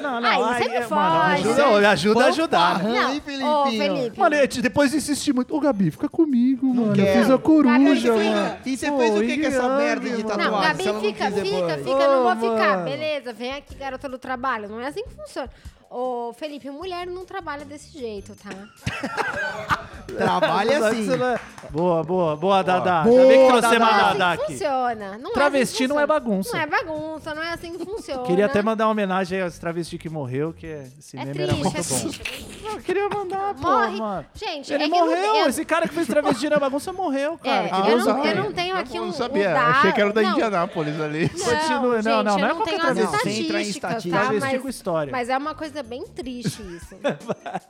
Não, Aí você me é, foge. mano, ajuda, Você- olha, ajuda a ajudar. né? Aham, não. hein, Ô, Felipinho? Felipe. Mano, eu te- depois insisti muito. Ô, Gabi, fica comigo, mano. Eu quero. fiz a coruja, Gabi, mano. E você Pô, fez o que Yang, com essa merda de mano. tatuagem? Não, Gabi, se ela não fica, quis fica, depois. fica, não vou Ô, ficar. mano. Beleza, vem aqui, garota do trabalho. Não é assim que funciona. Ô, Felipe, mulher não trabalha desse jeito, tá? Trabalha Só que assim. você não é- Boa, boa, boa, Dadá. Boa, Ainda bem que trouxe Não é uma assim Dadá que aqui. funciona. Não é Travesti assim que não é funciona. bagunça. Não é bagunça, não é assim que funciona. Queria até mandar uma homenagem aos travesti que morreu, que esse É meme era muito triste, é tá bom. triste. Não, eu queria mandar, pô, Morre. mano. Gente, Ele é que não- morreu. eu- Esse cara que fez travesti na bagunça morreu, cara. É, Que eu Deus não- o eu tenha. não tenho aqui Ah, Eu um- não sabia. um dado. Achei que era o da Não. Indianápolis ali. Continua, gente, não, não, não é eu não qualquer tenho as travesti. Não, sem entrar em estatísticas, estatística. tá? Travesti Mas, com história. mas é uma coisa bem triste isso.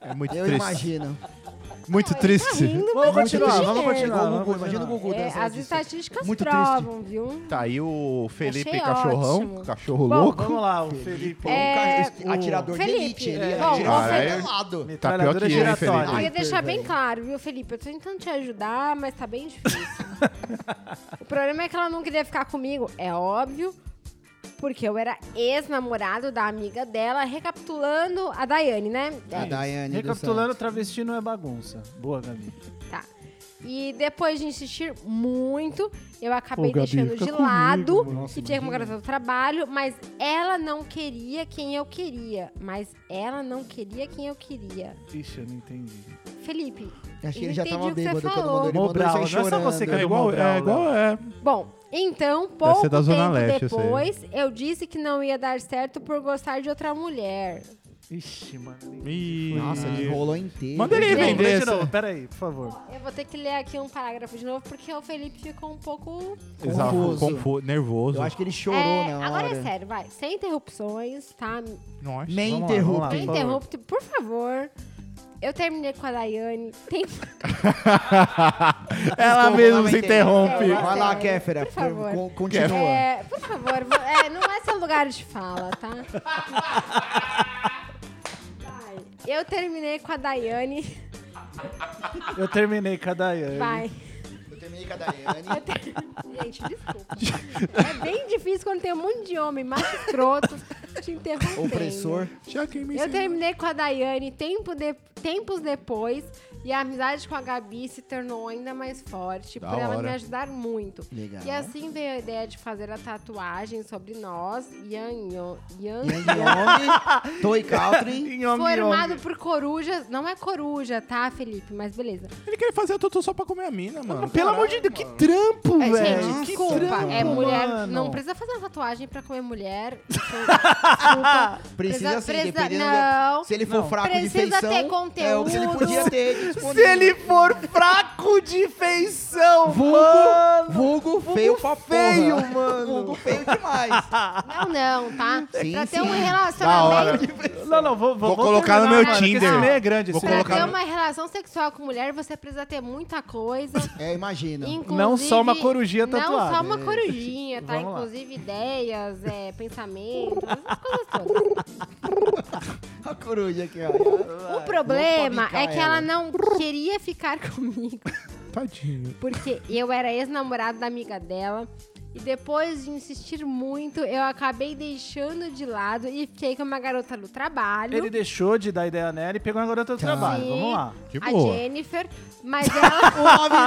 É muito Eu triste. imagino. Muito Tá triste. rindo, Vamos mas é continuar, triste vamos mesmo. continuar. Igual o vamos Gugu, imagina o continuar. Gugu É, dançando as disso. estatísticas Muito triste. provam, viu? Tá aí o Felipe Achei Cachorrão, ótimo. cachorro Bom, louco. Vamos lá, o Felipe. Pô, um cara- atirador de É, Felipe, elite. Ele é. é Bom, você- atirador do lado. Tá pior que Metralhadora ele, giratória. Felipe. Queria Ai, deixar perdão. é. bem claro, viu, Felipe? Eu tô tentando te ajudar, mas tá bem difícil. o problema é que ela não queria ficar comigo, é óbvio, porque eu era ex-namorado da amiga dela, recapitulando a Daiane, né? A Daiane Tá. Recapitulando, travesti não é bagunça. Boa, Gabi. Tá. E depois de insistir muito, eu acabei Ô, Gabi, deixando fica de comigo, lado mano. Nossa, e tinha uma garota do trabalho, mas ela não queria quem eu queria. Mas ela não queria quem eu queria. Ixi, eu não entendi. Felipe, Acho que eu ele já entendi tava o que você bêbado quando falou. mandou ele Mobral, não mandou é ele só sair chorando. você que É igual, é igual, é. Bom, então, ser pouco da tempo Zona Leste, isso aí. depois, eu disse que não ia dar certo por gostar de outra mulher. Ixi, mano. um Ih, Nossa, ele enrolou inteiro. Manda ele Gente, vender de essa. novo, peraí, por favor. Eu vou ter que ler aqui um parágrafo de novo, porque o Felipe ficou um pouco... Exato, Confuso. confu- nervoso. Eu acho que ele chorou É, na agora é hora. sério, vai. Sem interrupções, tá? Nossa. Me Vamos lá, vamos lá. Tá interrompe. Me favor. interrupte, por favor. Eu terminei com a Daiane. Tem... Ela Ah, Desculpa, mesmo não se aguentei. interrompe. É. Vai lá, Kéfera. Por favor. con- Continua. É, por favor, vo- é, não é seu lugar de fala, tá? Vai. Eu terminei com a Daiane. Eu terminei com a Daiane. Vai. Eu terminei com a Daiane. Gente, desculpa. É bem difícil quando tem um monte de homem macho escroto te interrompendo. Opressor. Já quem me Eu terminei com a Daiane tempo de- tempos depois e a amizade com a Gabi se tornou ainda mais forte Da por ela hora. me ajudar muito. Legal. E assim veio a ideia de fazer a tatuagem sobre nós, Yang Yo- Yang Yang Yong, Toy Country. Nhong, formado nhong. por corujas. Não é coruja, tá, Felipe? Mas beleza. Ele queria fazer a tutu só pra comer a mina, mano. Pelo amor de Deus, que trampo, É, velho. gente, que desculpa. trampo, é mulher. mano. Não precisa fazer uma tatuagem pra comer mulher. Então, desculpa. Precisa sim, precisa- dependendo da- Não. Se ele for fraco de precisa ter feição... é o que ele conteúdo. podia ter Se disponível. ele for fraco Saco de feição, Vulgo, mano! vulgo feio pra feio, porra. mano. Vulgo feio demais. Não, não, tá? Sim, pra ter sim. um Da hora. relacionamento. Não, não, vou, Vou colocar no terminar, meu mano, porque Tinder. Esse meio é grande. Vou esse Pra meio- colocar ter no- uma relação sexual com mulher, você precisa ter muita coisa. É, imagina. Inclusive, Não só uma corujinha Não tatuada. só uma corujinha, tá? Vamos lá. Inclusive ideias, é, pensamentos, essas coisas todas. A coruja aqui, ó. O problema bicar é que ela ela. não queria ficar comigo. Tadinho. Porque eu era ex-namorado da amiga dela. E depois de insistir muito, eu acabei deixando de lado e fiquei com uma garota do trabalho. é Ele deixou de dar ideia nela e pegou uma garota do Tá. trabalho. Sim. Vamos lá. Que a boa. Jennifer, mas ela, O nome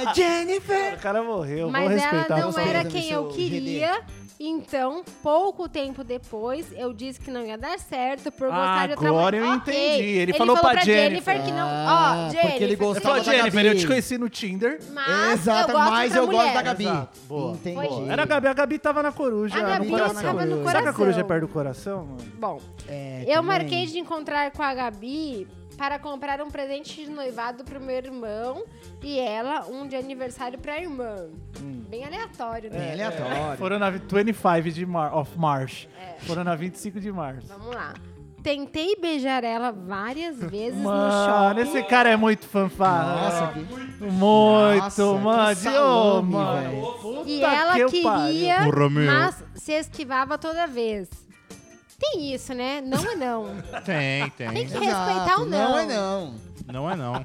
é Jennifer. O cara morreu, vou mas ela respeitar não você. era Respeita-me, quem eu seu queria. Então, pouco tempo depois, eu disse que não ia dar certo por gostar de outra Ah, Agora mulher. eu Ok. entendi. Ele falou pra Jennifer. que não. Ah, Ó, porque Jennifer. ele eu gostava Falou, gosto da de- Jennifer, Gabi. eu te conheci no Tinder. Mas Exato, eu gosto mas de outra eu gosto mulher. da Gabi. Exato, boa. Entendi. Foi isso. Era a Gabi, a Gabi tava na coruja. A no Gabi coração. tava no Será que a coração. coruja é perto do coração, mano? Bom, É, eu também. marquei de encontrar com a Gabi para comprar um presente de noivado pro meu irmão e ela um de aniversário pra irmã. Bem aleatório, né? Bem aleatório. Foram na vi- 25 de mar of March. É. Foram na 25 de março. Vamos lá. Tentei beijar ela várias vezes Mano, no shopping. esse cara é muito fanfarra. É. Nossa, que... Muito, Nossa, que mano. Ô, salame, mano. velho. Puta E ela que eu queria, Ô, Romeu. mas se esquivava toda vez. Tem isso, né? Não é não. Tem, Tem tem. que respeitar o não. Não é não. Não é não.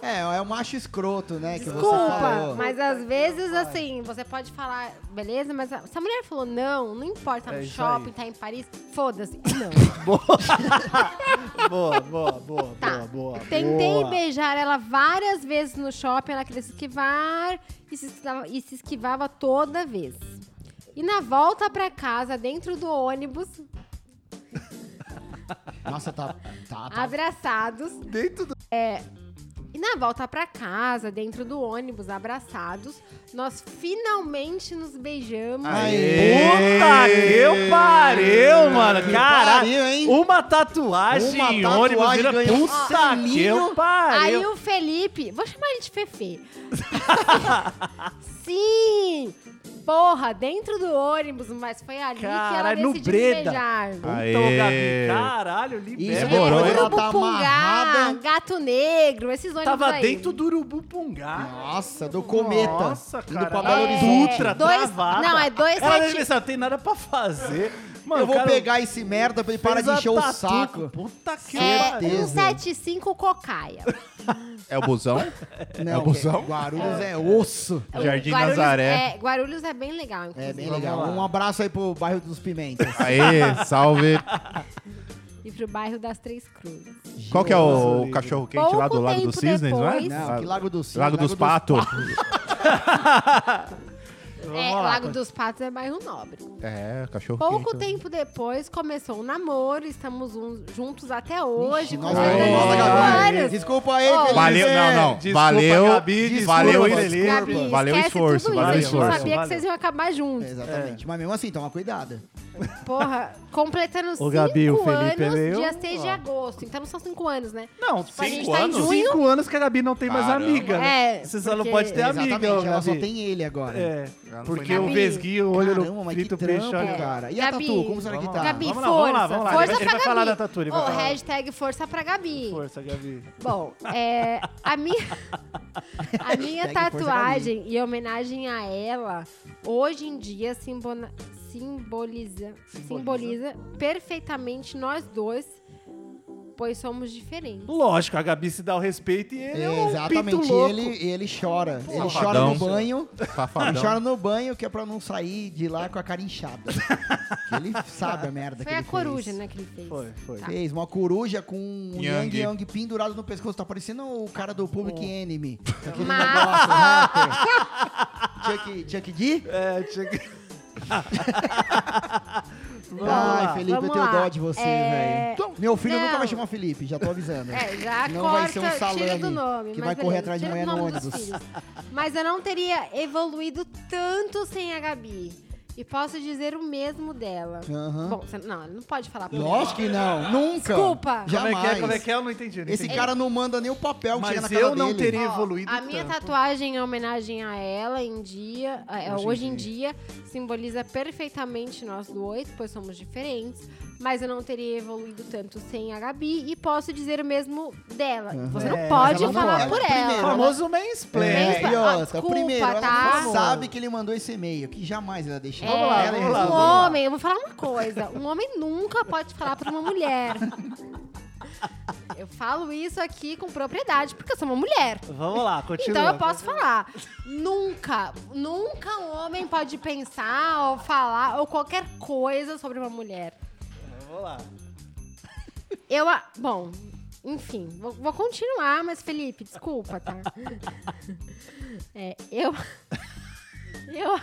É, é o macho escroto, né? que você Desculpa, falou. mas às vezes, assim, você pode falar, beleza, mas a- se a mulher falou não, não importa, tá É no isso shopping, aí. tá em Paris, foda-se. Não. pariu. Boa, boa, boa, Tá. boa, boa. Tentei boa. beijar ela várias vezes no shopping, ela queria se esquivar e se esquivava, e se esquivava toda vez. E na volta pra casa, dentro do ônibus, Nossa, tá... tá, tá. abraçados, É, Dentro do... E na volta pra casa, dentro do ônibus, abraçados, nós finalmente nos beijamos. Puta que eu pariu, mano. Que Caralho. pariu, hein? Uma tatuagem Uma em tatuagem ônibus. vira- ganhou um Puta que eu selinho. Aí pariu. o Felipe, vou chamar ele de Fefe. Sim! Porra, dentro do ônibus, mas foi ali Caralho, que no ela decidiu Breda. é me beijar. É, Então, Gabi, caralho, Isso, libera. Demorou, hein? Urubu Ela tá Pungá, amarrada. Gato Negro, esses ônibus Tava aí. dentro do Urubu Pungá. Nossa, do cometa. Nossa, Indo cara. pra Belo É, Horizonte. Dutra, dois- travada. não, é dois Ela deve sete- pensar, tem nada pra fazer. Mano, eu vou o cara pegar esse merda pra ele parar de fez a encher o tatu. saco. tá Puta que É, pariu. 175 Cocaia. É o busão? Não, É o busão? Guarulhos é osso. Jardim Guarulhos- Nazaré. É, Guarulhos é bem legal, inclusive. É bem legal. lá. Um abraço aí pro bairro dos Pimentas. Aê, salve. E pro bairro das Três Cruzes. Qual que é Jesus, o Olívia. cachorro quente lá do Pouco Lago tempo dos Cisnes, não é? depois- Não, que Lago do Cisnes, Lago dos Patos. É, Lago dos Patos é bairro nobre. É, cachorro Pouco quente. tempo depois começou o namoro, estamos un- juntos até hoje. Nós Aê. completamos perdemos a cinco Gabi. anos. Desculpa aí, Oh. Felipe. Valeu, não, não. é, Desculpa, valeu, Gabi, desculpa, valeu, Felipe. Gabi, valeu o esquece esforço, tudo valeu o isso. A gente não esforço. sabia Valeu. que vocês iam acabar juntos. Exatamente. Mas mesmo assim, toma cuidado. Porra, completando cinco Gabi, o Felipe é anos, meio- dia 6 de agosto. Então não são cinco anos, né? Não, a gente cinco tá em anos. junho. Cinco anos que a Gabi não tem mais Caramba. amiga. né? É, Você só não porque- pode ter amiga, ô, Exatamente. Ela só Gabi. tem ele agora. É, Ela não porque foi o nada. Vesguinho, o olho Caramba, no mas que frito trampo, peixe, é. olha. cara. E Gabi, a Tatu, como será que vamos tá? lá. Gabi, vamos lá, força. vamos lá, vamos lá. Força Ele vai- pra ele vai Gabi. falar da Tatu, ele vai Ô, falar. hashtag força pra Gabi. Força, Gabi. Bom, é, a minha, a minha Hashtag força tatuagem e homenagem a ela, hoje em dia, simbona- simboliza, simboliza perfeitamente nós dois, pois somos diferentes. Lógico, a Gabi se dá o respeito e ele é um Exatamente. pinto E louco. ele, e ele chora. ele chora safadão. no banho. Ele Safadão. chora no banho, que é pra não sair de lá com a cara inchada. Que ele sabe a merda que Foi a ele coruja, fez. né, que ele fez. Foi, foi. Tá. Fez uma coruja com um Yang Yang. Yang pendurado no pescoço. Tá parecendo o cara do Public Oh. Enemy. Aquele Mas- negócio, rapper. Chuck, Chuck D? É, tinha que- Vamos lá. Ai, Felipe, eu vamos tenho lá. dó de você, É, Então, velho. Meu filho não. nunca vai chamar Felipe, já tô avisando. É, já Não corta, vai ser um salame tira do nome. que mas vai beleza, correr atrás de tira manhã do no nome dos ônibus. filhos. Mas eu não teria evoluído tanto sem a Gabi. E posso dizer o mesmo dela. Aham. Bom, você- não, ele não pode falar por Lógico que não. Nunca. Desculpa. Jamais. Como é que é? Como é que é? Eu não entendi. não Esse entendi. cara não manda nem o papel que Mas chega na eu casa não dele. teria Ó, evoluído A minha tanto. tatuagem em homenagem a ela em dia, é, Hoje hoje, em em dia. simboliza perfeitamente nós dois, pois somos diferentes, mas eu não teria evoluído tanto sem a Gabi e posso dizer o mesmo dela. Você É, não pode mas ela não falar pode. por Ela é ela. O primeira, famoso mansplaining. É, Pensa- e Ah, outra, desculpa, primeiro, ela tá? sabe que ele mandou esse e-mail, que jamais ela deixa. É, Vamos lá, ela vamos lá, um vamos lá. homem, eu vou falar uma coisa. Um homem nunca pode falar pra uma mulher. Eu falo isso aqui com propriedade, porque eu sou uma mulher. Vamos lá, continua. Então eu posso falar. Nunca, nunca um homem pode pensar ou falar ou qualquer coisa sobre uma mulher. Vamos lá. Eu, a- bom, enfim, vou, vou continuar, mas Felipe, desculpa, tá? É, eu, eu,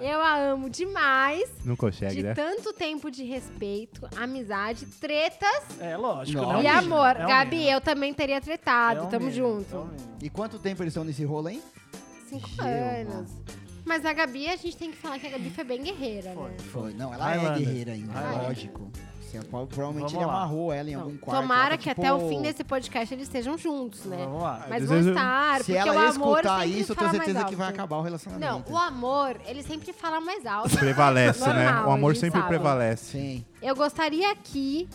eu a amo demais. Não consegue, De né? tanto tempo de respeito, amizade, tretas É lógico. Não. né? É um e mínimo, amor. é um Gabi, mínimo. eu também teria É tretado. um tamo mínimo, junto. é um mínimo. E quanto tempo eles estão nesse rolo, hein? Cinco Gil, né? anos. Mas a Gabi, a gente tem que falar que a Gabi foi bem guerreira, né? Foi. Não, ela Highlander. é guerreira ainda, Highlander. lógico. Você- é provavelmente Vamos ele lá. amarrou ela em algum quarto. Tomara ela tá, que tipo, até o fim desse podcast eles estejam juntos, né? Então Vamos lá. Mas Às vão vezes eu- estar, Se porque o ela amor escutar sempre isso, eu fala tenho mais certeza que vai alto. acabar o Não, relacionamento. o amor, ele sempre fala mais alto. Prevalece, né? Normal, O amor a gente sempre sabe. prevalece. Sim. Eu gostaria aqui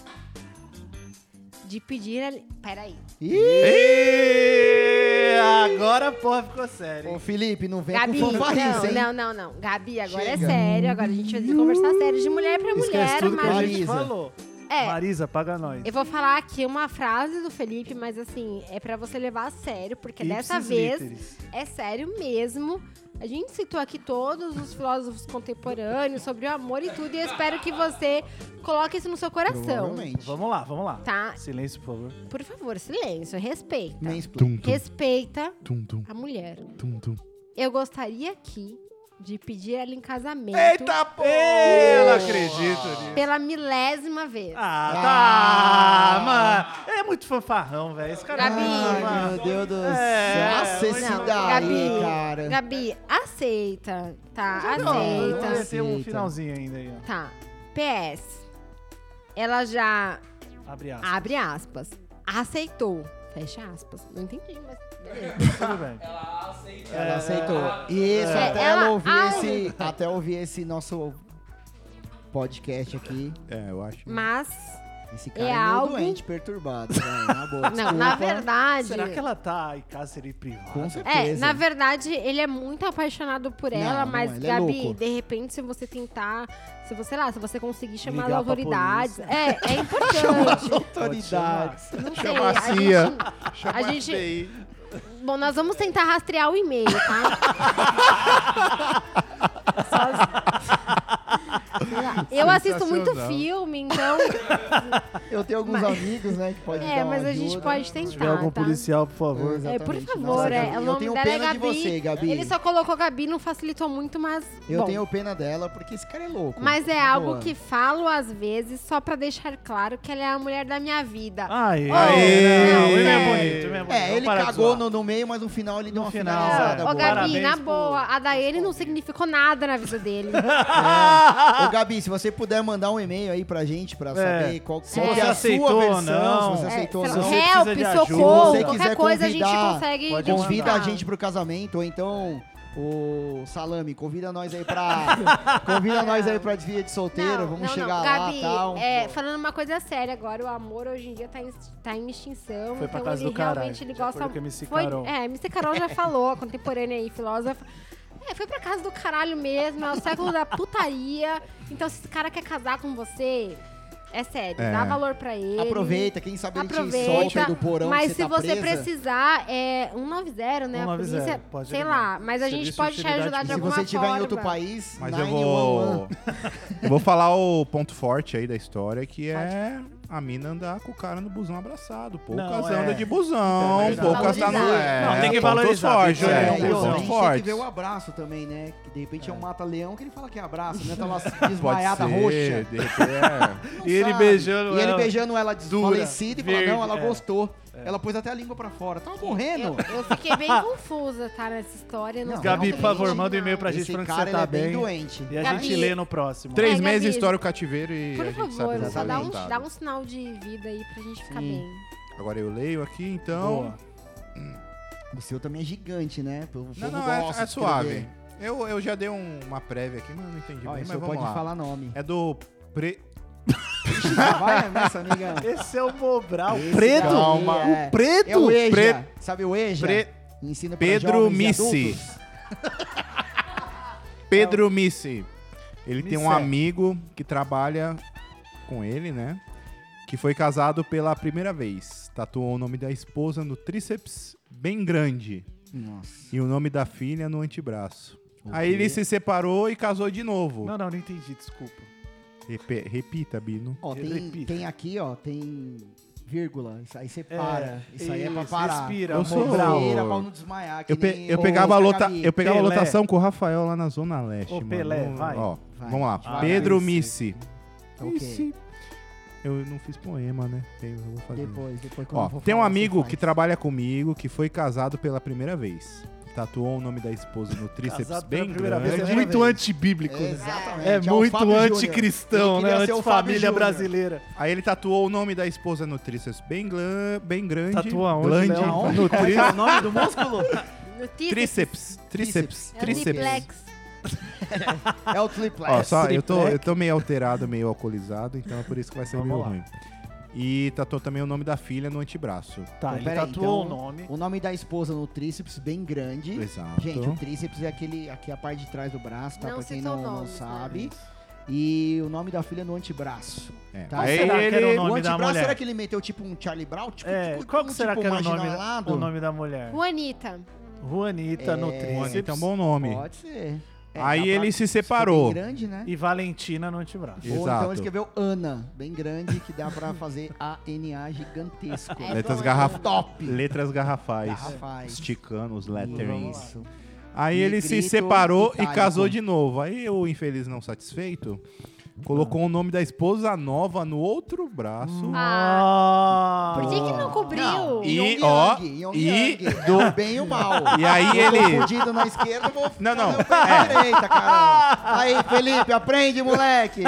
de pedir... A... Peraí. Ih, Ih, agora a porra ficou séria. ô hein? Felipe, não vem Gabi, com fanfarrice, um hein? não, não, não, não. Gabi, agora Chega. é sério. Agora a gente vai ter que conversar sério de mulher pra Esquece mulher. tudo que a mas... gente Marisa. falou. É, Marisa, paga nós. Eu vou falar aqui uma frase do Felipe, mas assim, é pra você levar a sério, porque dessa Ipsis vez literis. é sério mesmo. A gente citou aqui todos os filósofos contemporâneos sobre o amor e tudo, e eu espero que você coloque isso no seu coração. Provavelmente. Vamos lá, vamos lá. Tá? Silêncio, por favor. Por favor, silêncio, respeita. Mansplain. Tum, tum, Respeita tum, tum, a mulher. tum, tum. Eu gostaria aqui de pedir ela em casamento Eita porra! Eu não acredito nisso. pela milésima vez. Ah, tá, mano. Ele é muito fanfarrão, velho. Esse cara Gabi. é muito fanfarrão. Ai, meu Deus do É, céu. Nossa, esse Não, daí, Gabi, cara. Gabi, aceita, tá? Não, aceita. vai ter um aceita. finalzinho ainda aí, ó. Tá. PS. Ela já Abre aspas. abre aspas. Aceitou. Fecha aspas. Não entendi, mas. beleza. Tudo bem. É. Ela aceitou. Isso, É, até ela- ela ouvir ai. esse. Até ouvir esse nosso podcast aqui. É, eu acho. Mas. Esse cara É é, meio algo- doente, perturbado, velho. Na boa. Não, desculpa. na verdade. Será que ela tá em cárcere privado? Com É, certeza. na verdade, ele é muito apaixonado por Não, ela, não, mas, ele é Gabi, louco. de repente, se você tentar. Se você sei lá, se você conseguir chamar as Ligar pra autoridades. É, é importante. Autoridades. não sei. Chama a A CIA. gente, Chama a gente- FBI. bom, nós vamos tentar rastrear o e-mail, tá? Só- Eu assisto muito Sensacional. filme, então Eu tenho alguns amigos, né, que podem É, dar uma mas a gente ajuda. né? pode Se tiver tentar, algum tá? policial, por favor. É, Exatamente. por favor, Nossa, é. Gabi, o eu nome tenho dela é pena Gabi. de você, Gabi. Ele só colocou Gabi, não facilitou muito, mas Eu bom. tenho pena dela porque esse cara é louco. Mas é Na algo boa. que falo às vezes só pra deixar claro que ela é a mulher da minha vida. Aê! Aê! Não, ele é bonito, ele é bonito. É, Vamos ele parar de cagou zoar. no, no meio, mas no final ele deu uma final, finalizada é. Ô, Ah, boa. Gabi, Parabéns na pro- boa, a Daiane não significou nada na vida dele. Ô, Gabi, se você puder mandar um e-mail aí pra gente pra saber qual É. Se qual você é a aceitou sua ou versão, não. se você É, aceitou sei ou lá, não. você precisa de help, ajuda, socorro, tá né? se você qualquer quiser coisa a convidar, gente consegue pode identificar. Convida a gente pro casamento, ou então o Salame, convida nós aí pra. convida nós aí pra desvia de solteiro, vamos chegar Gabi, lá tal. um é, falando uma coisa séria agora, o amor hoje em dia tá em, tá em extinção. Foi pra então casa ele do caralho, realmente ele de acordo gosta. com a MC foi, Carol. é, MC Carol já falou, a contemporânea aí, filósofa. É, foi pra casa do caralho mesmo, é o século da putaria. Então, se esse cara quer casar com você, é sério, É. dá valor pra ele. Aproveita, quem sabe ele te solta Aproveita, do porão mas que você se tá você presa. precisar, é 190, né? a 190, polícia, pode sei ligar. lá, mas a gente Serviço pode de te utilidade ajudar de Se alguma você estiver forma. em outro país, Mas eu 911. vou. eu vou falar o ponto forte aí da história, que é a mina andar com o cara no busão abraçado. Poucas Não, é. andam de busão, É verdade. poucas tá no. Valorizar. É, Não, tem que pontos valorizar, fortes, tem que é, valorizar. e São outra, a pontos gente tem fortes. que ver o abraço também, né? Que de repente é um mata-leão que ele fala que é abraço, né? Tá lá desmaiada, roxa. de repente, é. Não E ele sabe. beijando E ele ela. beijando ela Dura, desfalecida e fala, verde, não, ela é. gostou. Ela pôs até a língua pra fora. Tava tá morrendo. Eu, eu fiquei bem confusa, tá, nessa história. Não, Não, Gabi, por sei favor, de manda um e-mail nada. pra gente Esse falando que cara você tá ele é bem, bem. doente. E a Gabi, gente lê no próximo. Três É, meses, Gabi. história o cativeiro e a Por gente favor, sabe só dá um, exatamente. dá um sinal de vida aí pra gente ficar Sim. bem. Agora eu leio aqui, então... Boa. O seu também é gigante, né? O povo Não, não, é- gosta é, de suave. escrever. Eu, eu já dei um- uma prévia aqui, mas não entendi bem, Ó, o mas senhor vamos pode lá. falar nome. É do... Pre... É Vai, nessa, amigão. Esse é o Mobral. Esse preto? daí Calma. é- O preto? É o EJA. Pre- Sabe o EJA? Pre- Ensina pra Pedro jovens e Missi. adultos. Então- Pedro Missi. Ele tem um Missé. amigo que trabalha com ele, né? Que foi casado pela primeira vez. Tatuou o nome da esposa no tríceps bem grande Nossa. e o nome da filha no antebraço. Ok. Aí ele se separou e casou de novo. Não, não, não entendi, desculpa. Repe- repita, Bino. Ó, tem, Repita. tem aqui, ó, tem vírgula. Isso aí você para. isso aí é pra isso, parar. respira, Eu sou- Mobral. Respira pra não desmaiar. que Eu, pe- nem eu o pegava, a lota- Gabi. eu pegava a Pelé. lotação com o Rafael lá na Zona Leste. Ô, mano. Pelé, Não- vai. ó, Vai, vamos lá. vai, Pedro Missi. Missi. Ok. Missi. Eu não fiz poema, né? Eu vou fazer. Depois, depois quando Ó, eu vou tem um falar, amigo você que faz. trabalha comigo que foi casado pela primeira vez. Tatuou o nome da esposa no tríceps Casado pela bem primeira grande. vez, grande. É muito antibíblico. É, né? exatamente. É, o muito Fábio anticristão, Júnior. Ele né? queria ser o Fábio Antifamília Júnior. brasileira. Aí ele tatuou o nome da esposa no tríceps bem, glan- bem grande. Tatua onde, Glande. Léo? Júnior. No Qual é que é o nome do músculo? Notícias. Tríceps, tríceps, É o tríceps. triplex. É o triplex. Ó, só, eu tô, Triplex. eu tô meio alterado, meio alcoolizado, então é por isso que vai ser Vamos meio lá. ruim. E tatuou também o nome da filha no antebraço. Tá, Então, ele peraí, tatuou o então- nome. O nome da esposa no tríceps bem grande. Exato. Gente, o tríceps é aquele, aqui a parte de trás do braço, tá? Não pra quem citou não, não nomes, né? sabe. E o nome da filha no antebraço. É. Tá. Aí Será que ele- era o nome da antebraço, mulher? será que ele meteu tipo um Charlie Brown? Tipo, É, tipo, qual um que será tipo que era o nome, da, marginalado? o nome da mulher? Juanita. Juanita no tríceps. Bonita, é um bom nome. Pode ser. É, Aí dá pra- ele se fica bem separou. grande, né? E Valentina no antebraço. E- Ou então Exato. ele escreveu Ana, bem grande, que dá pra fazer ANA gigantesco. É Letras, bom, garraf... bom. Top. Letras garrafais. Garrafais. Esticando os letterings. Isso. Aí ele se Negrito separou itálico. e casou de novo. Aí o infeliz não satisfeito colocou o nome da esposa nova no outro Ah, braço. Ah, Por que, que não cobriu? Não, E, Yong ó, Yang, Yong e Yang. É do- o bem e o mal. E aí eu ele- Tô fudido na esquerda, vou Não, não, É. fazer o pé na direita, cara. Aí, Felipe, aprende, moleque.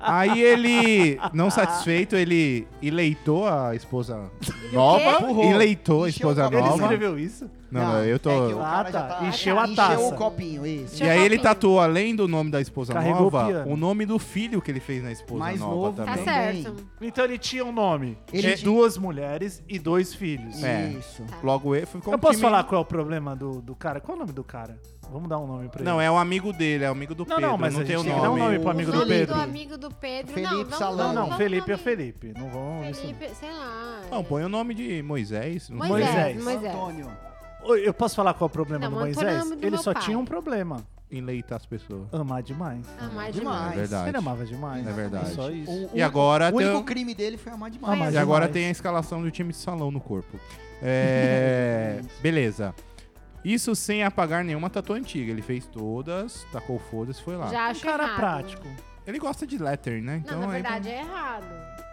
Aí ele, não satisfeito, ele eleitou a esposa quê? nova. Burrou. Eleitou a Encheu esposa o cabelo. Ele nova. escreveu isso? Não, não, eu é que tô. o cara Ah, já tá. Encheu a Encheu taça. o copinho, isso. E aí ele tatuou, além do nome da esposa Carregou o nova, piano. o nome do filho que ele fez na esposa Mais nova novo. Tá também. certo. certo. Então ele tinha um nome. Ele Tinha tinha- duas mulheres e dois filhos. É. Isso. Logo ele ficou um Eu posso time- falar qual é o problema do, do cara? Qual é o nome do cara? Vamos dar um nome pra ele. Não, é o amigo dele, é o amigo do Não, não, Pedro. mas a não tem gente o tem que dar um nome pro amigo o do nome Pedro. do amigo do Pedro. não, Felipe vamos, Salão. Não, vamos, não, vamos Felipe é nome- Felipe. Não vamos. Felipe, sei lá. Não, põe o nome de Moisés. não Moisés. põe- Moisés. é. Moisés. Antônio. Oi, Eu posso falar qual é o problema Não, do mas não foi Moisés? nome do Ele meu só pai. tinha um problema. Enleitar as pessoas. Amar demais. Ah, mais Demais. demais. É verdade. Ele amava demais. É verdade. Só isso. O- E agora O tem- único crime dele foi amar demais. Amar E agora demais. tem a escalação do time de salão no corpo. É, beleza. Isso sem apagar nenhuma tatu antiga. Ele fez todas, tacou foda-se, foi lá. Já Um acho cara errado. prático. Ele gosta de lettering, né? Não, Então na aí- verdade é errado.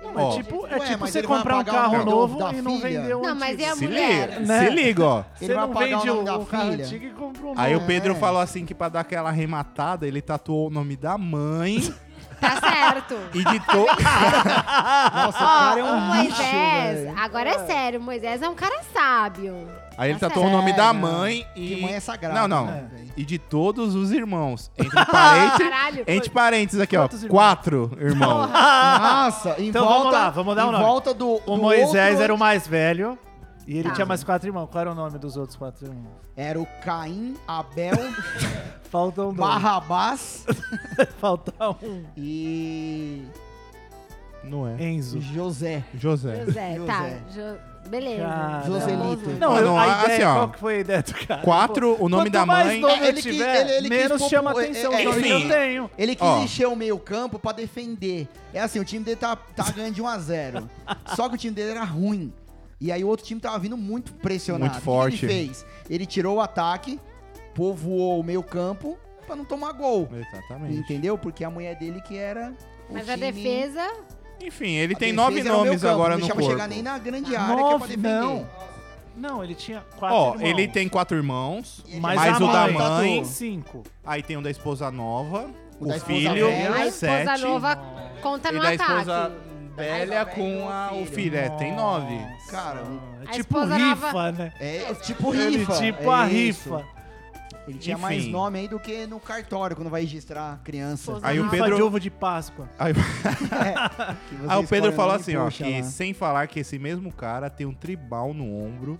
Não, Ó. é tipo, é Ué, tipo mas você ele vai comprar um apagar o carro nome novo da e não filha? vender um Não, mas antigo. é a Se mulher. liga, né? se liga, ó. Você Ele vai não apagar vende o nome da o, o carro filha? antigo e compra um novo. Aí o Pedro É. falou assim que pra dar aquela arrematada, ele tatuou o nome da mãe Tá certo. e de to... Nossa, o Ó, cara é o um lixo, Moisés, velho. agora é sério, o Moisés é um cara sábio. Aí ele Tá tatuou o nome certo. da mãe e... Que mãe é sagrada. Não, não. né, velho? E de todos os irmãos. Entre parênteses, Caralho. entre parênteses aqui, ó. Quantos irmãos? Quatro irmãos. Nossa, em É. Então volta, vamos lá, vamos dar em o nome. volta do, O do Moisés outro- era o mais velho. E ele Tá. tinha mais quatro irmãos. Qual era o nome dos outros quatro irmãos? Era o Caim, Abel, Faltam um dois. Barrabás Falta um. e Não é. Enzo. José. José. José, tá. José. Jo- Beleza. Cara. Joselito. Bom, Não, Ah, eu- não, a assim, ideia, ó. qual que foi a ideia do cara? Quatro, o nome Quanto da mais mãe. nome É, eu ele quis- tiver, ele- ele quis menos popu- chama é, atenção. é, É, enfim. eu tenho. Ele quis Ó. encher o meio campo pra defender. É assim, o time dele tá, tá ganhando de 1 a 0 Só que o time dele era ruim. E aí o outro time tava vindo muito pressionado. Muito O que que forte. ele fez? Ele tirou o ataque, povoou o meio campo pra não tomar gol. Exatamente. Entendeu? Porque a mulher dele que era. o Mas a time- defesa Enfim, ele A tem defesa nove era o meu nomes campo, agora não no deixava corpo. chegar nem na grande área que é pra defender. não. Não, ele tinha quatro Ó, irmãos. ele tem quatro irmãos, E ele tá mais, mais a o da mãe, tá mãe, cinco. aí tem o da esposa nova, O o, da esposa filho, velha. A esposa um sete, nova conta Tá e no da ataque. esposa A velha esposa com velha a- e o o filho. É, tem nove. Cara, Nossa, A tipo esposa rifa, nova- né? É tipo Ele, rifa. tipo é a isso. rifa. Ele tinha Enfim. mais nome aí do que no cartório, quando vai registrar a criança. Esposa Aí o rifa Pedro- de ovo de Páscoa. Aí, que você aí o Pedro escolhe falou nome e assim, ó, puxa né? que lá. sem falar que esse mesmo cara tem um tribal no ombro,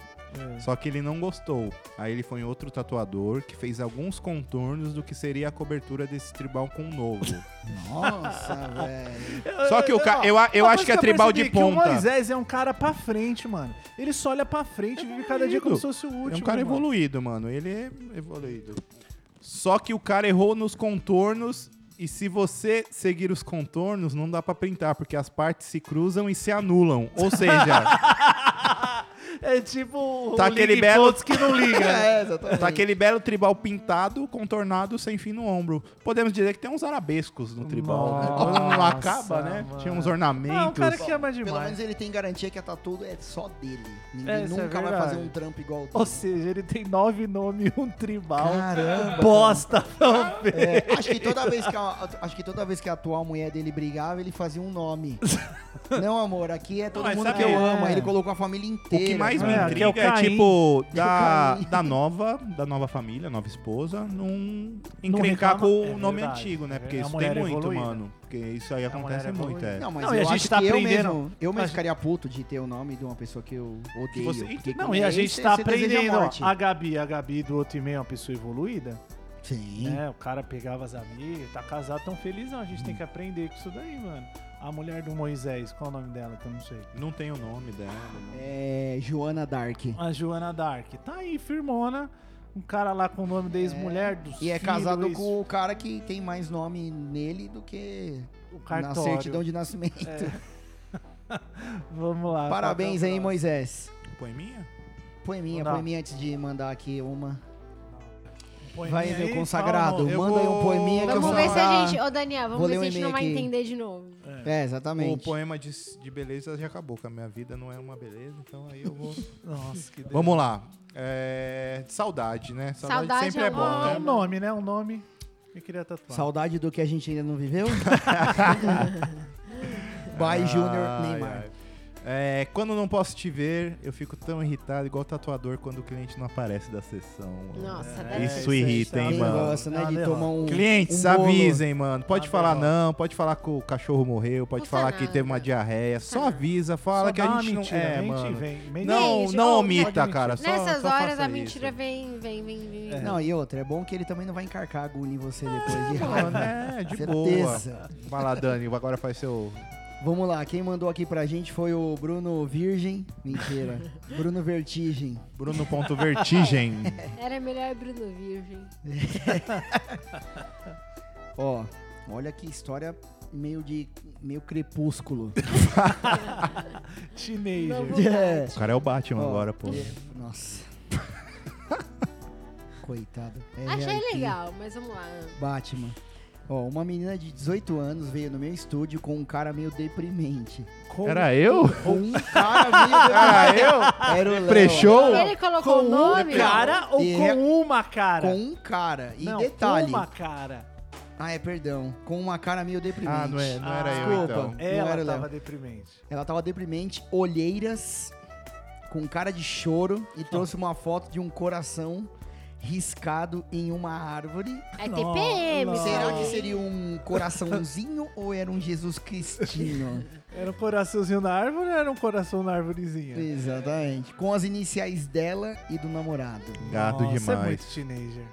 só que ele não gostou. Aí ele foi em outro tatuador que fez alguns contornos do que seria a cobertura desse tribal com o novo. Nossa, velho. Só que o ca... eu, a- eu Uma acho coisa que é tribal de percebi que O ponta. Moisés é um cara pra frente, mano. Ele só olha pra frente e vive cada dia como se fosse o último. É um cara mano. evoluído, mano. Ele é evoluído. Só que o cara errou nos contornos. E se você seguir os contornos, não dá pra printar, porque as partes se cruzam e se anulam. Ou seja, É tipo Tá o aquele Ligue belo- Pontos que não liga. É, exatamente. tá aquele belo tribal pintado, contornado, sem fim no ombro. Podemos dizer que tem uns arabescos no tribal. né? Quando não Nossa, acaba, né? mano. Tinha uns Ah, um ornamentos. cara que ama Pelo menos demais. ele tem garantia que a tatu é só dele. É, Ninguém isso é nunca vai verdade. fazer um trampo igual Ou dele. seja, ele tem nove nomes e um tribal. Caramba. Bosta, não, velho. É, acho, que toda vez que a, acho que toda vez que a atual mulher dele brigava, ele fazia um nome. Não, amor, aqui é todo Não, mas mundo sabe- que eu é. amo. Aí ele colocou a família O inteira. que mais me É, que é o intriga é, Caim. tipo, da, Caim. da nova, da nova família, nova esposa, não reclama. encrencar com o É nome verdade, antigo, né? é Porque verdade. isso É tem uma mulher muito, evoluída. mano. Porque isso aí É uma mulher acontece muito, evoluída. é. Não, mas Não, e eu a gente acho tá que eu aprendendo- mesmo, eu a mesmo gente- ficaria puto de ter o nome de uma pessoa que eu odeio. você- porque Não, com Não, e a ele gente você- tá você deseja aprendendo. ó, morte. A Gabi, a Gabi do outro e-mail é uma pessoa evoluída. Sim. né? O cara pegava as amigas, tá casado tão feliz, não. A Hum. gente tem que aprender com isso daí, mano. A mulher do Moisés, qual é o nome dela que eu não sei? Não tem o nome dela. né? não. É, Joana Dark. A Joana Dark. Tá aí, firmona. Um cara lá com o nome da ex-mulher, do E é casado com o cara que tem mais nome nele do que o na certidão de nascimento. É. Vamos lá. Parabéns qual aí, que é o próximo? Moisés. Poeminha? Poeminha, Não. poeminha antes de mandar aqui uma. Poeminha Vai, meu aí, consagrado, fala o nome. Eu manda aí um vou- poeminha que eu Vamos vou ver se a mandar. gente. Ô, Daniel, Vou vamos ver ler se um a gente não vai e-mail aqui. entender de novo. É, O exatamente. poema de, de beleza já acabou, que a minha vida não é uma beleza, então aí eu vou. Nossa, que Vamos lá. É, Saudade, né? Saudade, Saudade sempre é é bom, uma- É né? um nome, né? Um nome. Eu queria tatuar. Saudade do que a gente ainda não viveu? By Ai, Junior Neymar. ai. É, quando não posso te ver, eu fico tão irritado, igual tatuador quando o cliente não aparece da sessão. mano. Nossa, É, Isso aí, irrita, aí, hein, Quem mano? gosta, Ah, né, de derrota. tomar um Clientes, um bolo. avisem, mano. Pode Ah, falar derrota. não, pode falar que o cachorro morreu, pode Tá Custa falar que nada. teve uma diarreia. Só avisa, fala Só que dá uma a gente mentira, não é, mente e mano. vem. Mente Não, Gente, não ô, omita, né? cara. É Só, Nessas só horas faça a isso. mentira vem, vem, vem, vem. Não, e outra, é bom que ele também não vai encarcar a agulha em você Ah, depois de Mano, raiva. é, de boa. Certeza. Vai lá, Dani, agora faz seu. Vamos lá, quem mandou aqui pra gente foi o Bruno Virgem. Mentira. Bruno Vertigem. Bruno ponto vertigem. Era é melhor Bruno Virgem. Ó, olha que história meio de. meio crepúsculo. Então Teenager. É. O cara é o Batman Ó, agora, pô. e- Nossa. Coitado. É Achei real que- legal, mas vamos lá. Batman. Ó, uma menina de 18 anos veio no meu estúdio com um cara meio deprimente. Com- Era eu? Com um cara É Era meio deprimente. Ah, eu? Era o Léo. Prechou? Ele colocou o um nome. cara ou E é- com uma cara? Com um cara. E Não, detalhe. com uma cara. Ah, é, perdão. Com uma cara meio deprimente. Ah, não, é, não Ah, era eu, desculpa. então. Não Ela era o Léo. tava deprimente. Ela tava deprimente, olheiras, com cara de choro e trouxe uma foto de um coração riscado em uma árvore. É TPM. né? Nossa. Será que isso aí. seria um coraçãozinho ou era um Jesus Cristino? Era um coraçãozinho na árvore ou era um coração na árvorezinha? Exatamente. Com as iniciais dela e do namorado. Gado Nossa, é demais. muito teenager.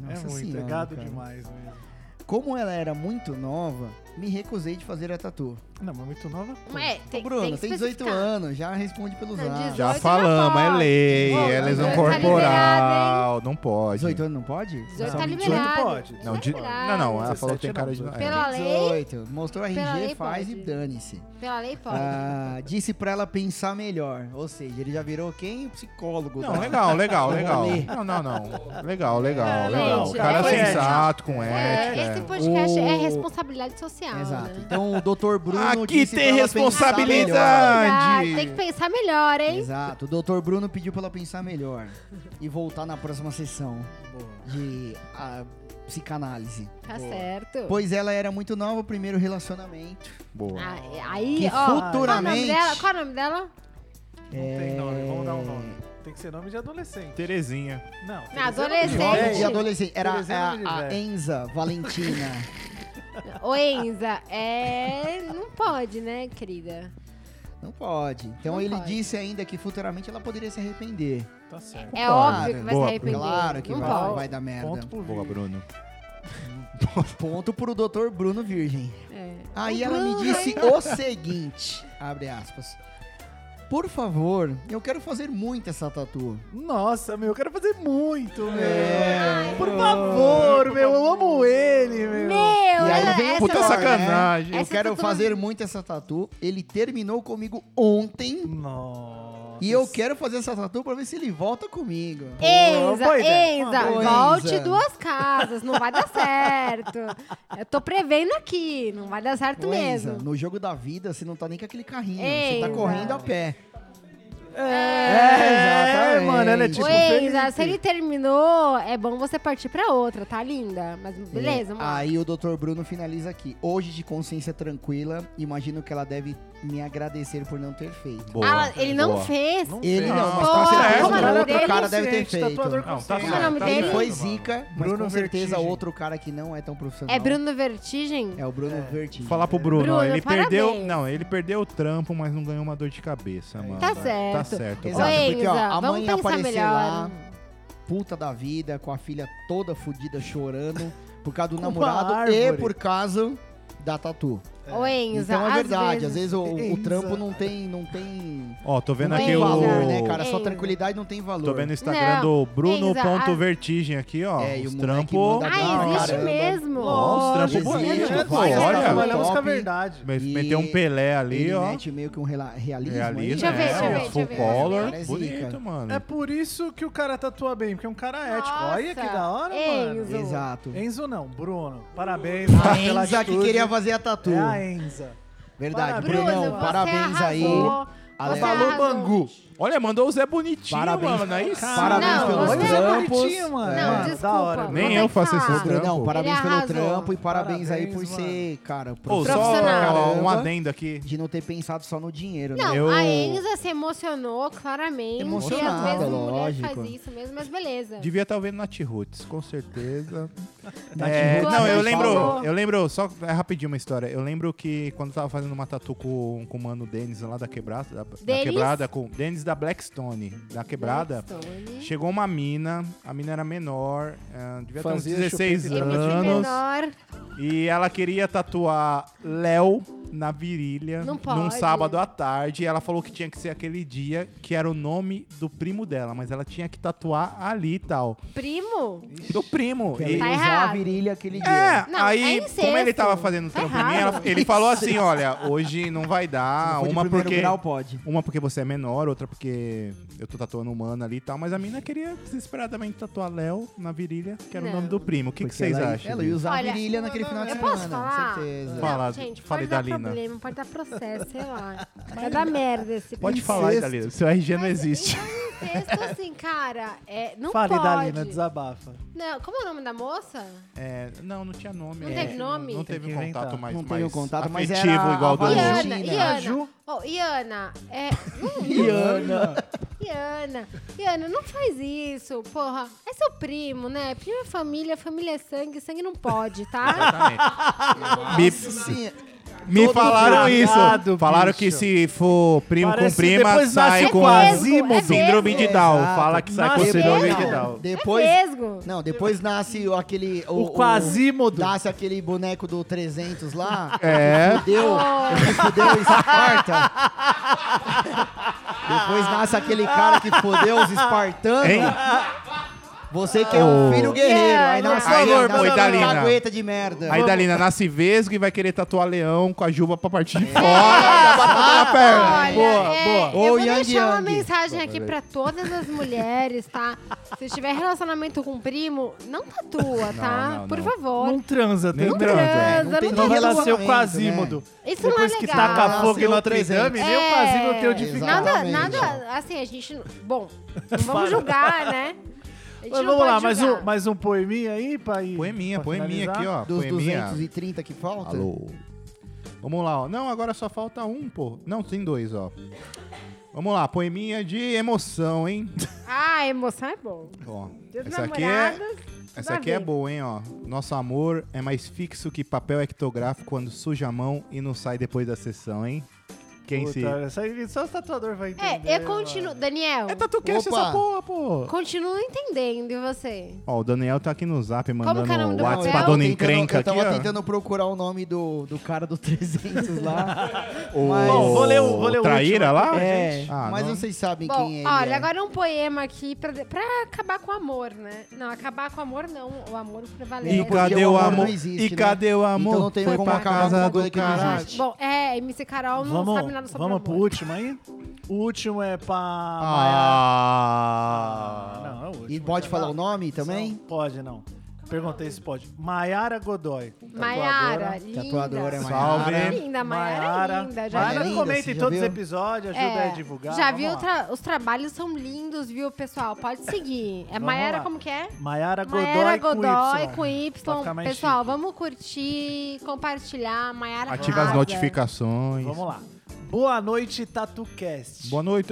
é muito, senhora, é gado cara. demais mesmo. Como ela era muito nova, me recusei de fazer a tatu. Não, mas muito nova. como? Mas é, tem, Ô, Bruno, tem, tem, 18 anos, já responde pelo Não, zap. 18 Já Dois falamos, é não lei, pode. é Não, lesão tá corporal. liberado, Não pode. 18 anos não pode? 18 Não, tá 18 liberado. pode. Tá Não, de- liberado. não, não, ela 17 falou que tem não, cara de. 18. é. Pela lei, 18. Mostrou a Pela RG, lei faz e pode. dane-se. pela lei pode. Ah, disse pra ela pensar melhor. Ou seja, ele já virou quem? O psicólogo. Tá? Não, da- legal, legal, Vamos legal. ler. Não, não, não. Legal, legal, É, legal. O gente, cara é sensato, com É, ética. esse podcast é O- responsabilidade social. Exato. Né? Então o Dr. Bruno Bruno Aqui disse tem pra ela pensar Ah, responsabilidade. tem que pensar melhor, melhor. hein? Exato. O doutor Bruno pediu pra ela pensar melhor e voltar na próxima sessão de ah, psicanálise. Tá certo. Pois ela era muito nova, o primeiro relacionamento. Boa. Ah, aí, Que ó. futuramente- Qual é o nome dela? Não É. tem nome, vamos dar um nome. Tem que ser nome de adolescente. Terezinha. Não. tem que ser Qual é o nome dela? Jovem de Adolescente. adolescente. Era Por exemplo, de a, a velho. Enza Valentina. Ô, Enza, é. Não pode, né, querida? Não pode. Então Não ele pode. disse ainda que futuramente ela poderia se arrepender. Tá certo. É Claro. óbvio que vai Boa, se arrepender. Claro que não vai, pode. vai dar merda. Ponto por Boa, vir. Bruno. Ponto pro Dr. Bruno Virgem. Aí O ela me Bruno, disse o seguinte, abre aspas. Por favor, eu quero fazer muito essa tatu. Nossa, meu, eu quero fazer muito, meu. É. Por favor, meu, eu amo ele, meu. Meu, E aí ela- vem um essa puta Puta Essa- sacanagem. Eu Essa quero tatu- é fazer muito essa tatu. Ele terminou comigo ontem Nossa. e eu quero fazer essa tatu pra ver se ele volta comigo. Enza, Boa ideia. Enza, Boa ideia. volte Enza. duas casas, não vai dar certo. Eu tô prevendo aqui, não vai dar certo Ô, Enza, mesmo. é, no jogo da vida, você não tá nem com aquele carrinho. Você Enza. tá correndo a pé. É, exatamente. mano, ela é Ô, tipo Enza, Felipe. se ele terminou, é bom você partir pra outra, tá linda? Mas Hum. beleza, vamos lá. Aí o Dr. Bruno finaliza aqui. Hoje, de consciência tranquila, imagino que ela deve me agradecer por não ter feito. Boa. Ah, ele não boa. fez? Não Ele fez. não, mas tá Pô, com certeza como é o nome outro dele? cara deve ter Consciente, feito. tatuador Não, tá consciente. Como é o nome certo. tá dele? Ele certo, foi mano. zica, mas Bruno com certeza Vertigem. outro cara que não é tão profissional. É Bruno Vertigem? É o Bruno Vertigem. Falar pro Bruno, Bruno, ó, ele parabéns. perdeu, não, ele perdeu o trampo, mas não ganhou uma dor de cabeça, mano. Tá Tá certo. certo. Exato, Bruno. Oi, É, porque ó, Enza, a vamos mãe pensar apareceu melhor. lá, puta da vida, com a filha toda fudida chorando por causa do Com uma namorado árvore. e por causa da tatu. Ô, Enza, então é às verdade, vezes- às vezes o, o Enza. trampo não tem, não tem, Ó, tô vendo não aqui tem o valor, né, cara? Só Enza. tranquilidade não tem valor. Tô vendo o Instagram Não, do Enza, a- Bruno.vertigem aqui, ó. É, e o os moleque trampos. manda Ah, Não, existe caramba. mesmo. Ó, os trampos Existe, bonitos, existe, pô. Olha, várias trampos. tipo, trabalhamos com a top. verdade. me- E- meteu um Pelé ali, Ele ó. mete meio que um rela- realismo. aí. Realismo, Deixa eu ver, é, deixa eu ver, ó, deixa eu full ver. color. Cara, é zica. Bonito, mano. É por isso que o cara tatua bem, porque é um cara ético. Olha que Nossa, da hora, Enzo. mano. Exato. Enzo não, Bruno. Parabéns A pela Enza que atitude. queria fazer a tatu. É a Enza. Verdade, Parabéns. Brunão, você parabéns aí. arrasou. Ale- Você Falou arrasou. Bangu. Olha, mandou o Zé bonitinho, Parabéns. mano. É Aí sim, Parabéns Não, pelos você- trampos. Bonitinho, é mano. Não, É, desculpa. Da hora. Nem Não eu tem faço que esse falar. trampo. Brunão, parabéns pelo arrasou. trampo e parabéns, aí por Parabéns, ser, cara, Ô, Profissional. só ó, um caramba, adendo aqui. de não ter pensado só no dinheiro, Não, né? Eu- a Enza se emocionou claramente. Emocionada, e às vezes lógico. mulher faz isso mesmo, mas beleza. Devia estar vendo Nath Roots, com certeza. Nath É, Roots, não, eu Nath lembro, Roots. eu lembro, só é rapidinho uma história. Eu lembro que quando eu tava fazendo uma tatu com, com o mano Denis lá da quebrada, da, da Denis? quebrada, com Denis da Blackstone, da Né? quebrada, Blackstone. chegou uma mina, a mina era menor, eh, devia Fazia ter uns 16 chupeta e anos, Menor. e ela queria tatuar Léo na virilha Não num pode. sábado à tarde, e ela falou que tinha que ser aquele dia, que era o nome do primo dela, mas ela tinha que tatuar ali e tal. Primo? Do primo. Pra E- ele usar a errado. virilha aquele dia. tá é, Não, aí, é como ele incesto. tava fazendo o Tá trampo em mim, errado. ela- ele falou assim: olha, hoje não vai Se não dar. for de Uma primeiro porque. grau, pode. Uma porque você é menor, outra porque eu tô tatuando humana ali e tal, mas a mina queria desesperadamente tatuar Léo na virilha, que era o Não. nome do primo. O que, que Porque vocês ela, é acham? Ela ia usar Olha, a virilha naquele final de Eu semana, posso falar? certeza. Fala. Não, gente, pode fale, dar Dalina. problema, pode dar processo, sei lá. Vai dar merda esse Pode primo. falar, Incesto. Italina. Seu RG não Mas, existe. Então, incesto, assim, cara, é, não Fale, pode. Dalina, desabafa. Não, como é o nome da moça? É, não, não tinha nome. Não né? teve nome? Não Tem teve que um inventar. contato mais, Não teve um mais contato, mas afetivo era igual a do Valentina. Iana, Valentina. Iana. Ju. Oh, Iana, é. Iana. Iana, Iana, não faz isso, porra. É seu primo, né? Primo é família, família é sangue, sangue não pode, tá? Me, Sim, me Todo falaram cagado, isso. Falaram bicho. que se for primo Parece com prima, depois sai nasce com quasimodo. É mesmo, síndrome de Down. Exato. Fala que sai com Nasce síndrome mesmo. de Down. Depois, É mesmo. Não, depois nasce o- aquele... O Quasimodo. Nasce aquele boneco do 300 lá. É. Que fudeu, que fudeu Esparta. depois nasce aquele cara que fudeu os espartanos. Hein? Você que é um Oh. filho guerreiro. Aí Não, nasce não, aí, não, não, nasce não, uma Dalina. cagueta de merda. Aí Dalina nasce vesgo e vai querer tatuar leão com a juba pra partir de fora. e a batata na perna. Olha, boa, é, boa. eu Ô, vou Yang deixar uma Yang. mensagem aqui pra todas as mulheres, tá? Se tiver relacionamento com primo, não tatua, tá? não, Por não. favor. Não transa, Nem tem- transa. transa, não tem não né? Não Tem renasceu relacionamento, Quasímodo. Isso não é Depois que legal. é. taca fogo em Renasceu Notre Dame, trezentos. nem o Quasímodo tem onde Exato. ficar. Nada, Exatamente. nada, assim, a gente. Bom, não vamos julgar, né? A gente Mas não vamos pode lá, mais julgar. um, mais um poeminha aí, pai. Poeminha, poeminha aqui, ó. Dos poeminha. 230 que falta? Alô. Vamos lá, ó. Não, agora só falta um, pô. Não, tem dois, ó. Vamos lá, poeminha de emoção, hein? Ah, emoção é bom. Ó, Deus essa aqui é, namorados. essa aqui é boa, hein, ó. Nosso amor é mais fixo que papel ectográfico quando suja a mão e não sai depois da sessão, hein? Quem se... Puta, essa aí Só o tatuador vai entender. É, eu continuo. Daniel, É TatuCast Opa. essa porra, pô. continuo entendendo, e você? Ó, o Daniel tá aqui no zap que é o nome mandando do WhatsApp papel? pra eu tava dona tentando- encrenca Eu aqui, tava ó. tentando procurar o nome do, do cara do 300 lá. O... Mas- Bom, vou ler o- vou ler o Traíra último lá? é, Ah, mas não. vocês sabem Bom, quem é. ele olha, é. agora um poema aqui pra, pra acabar com o amor, né? Não, acabar com o amor não, o amor prevalece. E cadê o o amor amor? não existe, E né? cadê o amor? Então não tem Foi como pra acabar com casa uma do coisa que não caralho. existe. Bom, é, MC Carol não sabe nada Vamos, sobre vamos pro amor. último aí? O último é pra. Maiara- Ah. Não, é o último. E pode já falar tá. o nome Não, também? Pode, não. Perguntei se pode. Maiara Godoy. tatuadora. Maiara, linda. Tatuadora, Maiara. Salve. Linda, Maiara é linda. Já Maiara Maiara é linda, comenta você em já todos os viu? episódios, ajuda É, a divulgar. Já vamos viu? lá. tra- os trabalhos são lindos, viu, pessoal? Pode seguir. É Vamos Maiara, lá. como que é? Maiara Godoy, Maiara Godoy com com Y. Y. Pra ficar mais Pessoal, vamos curtir, compartilhar. Maiara Ativa as arrasa. notificações. Vamos lá. Boa noite, TatuCast. Boa noite.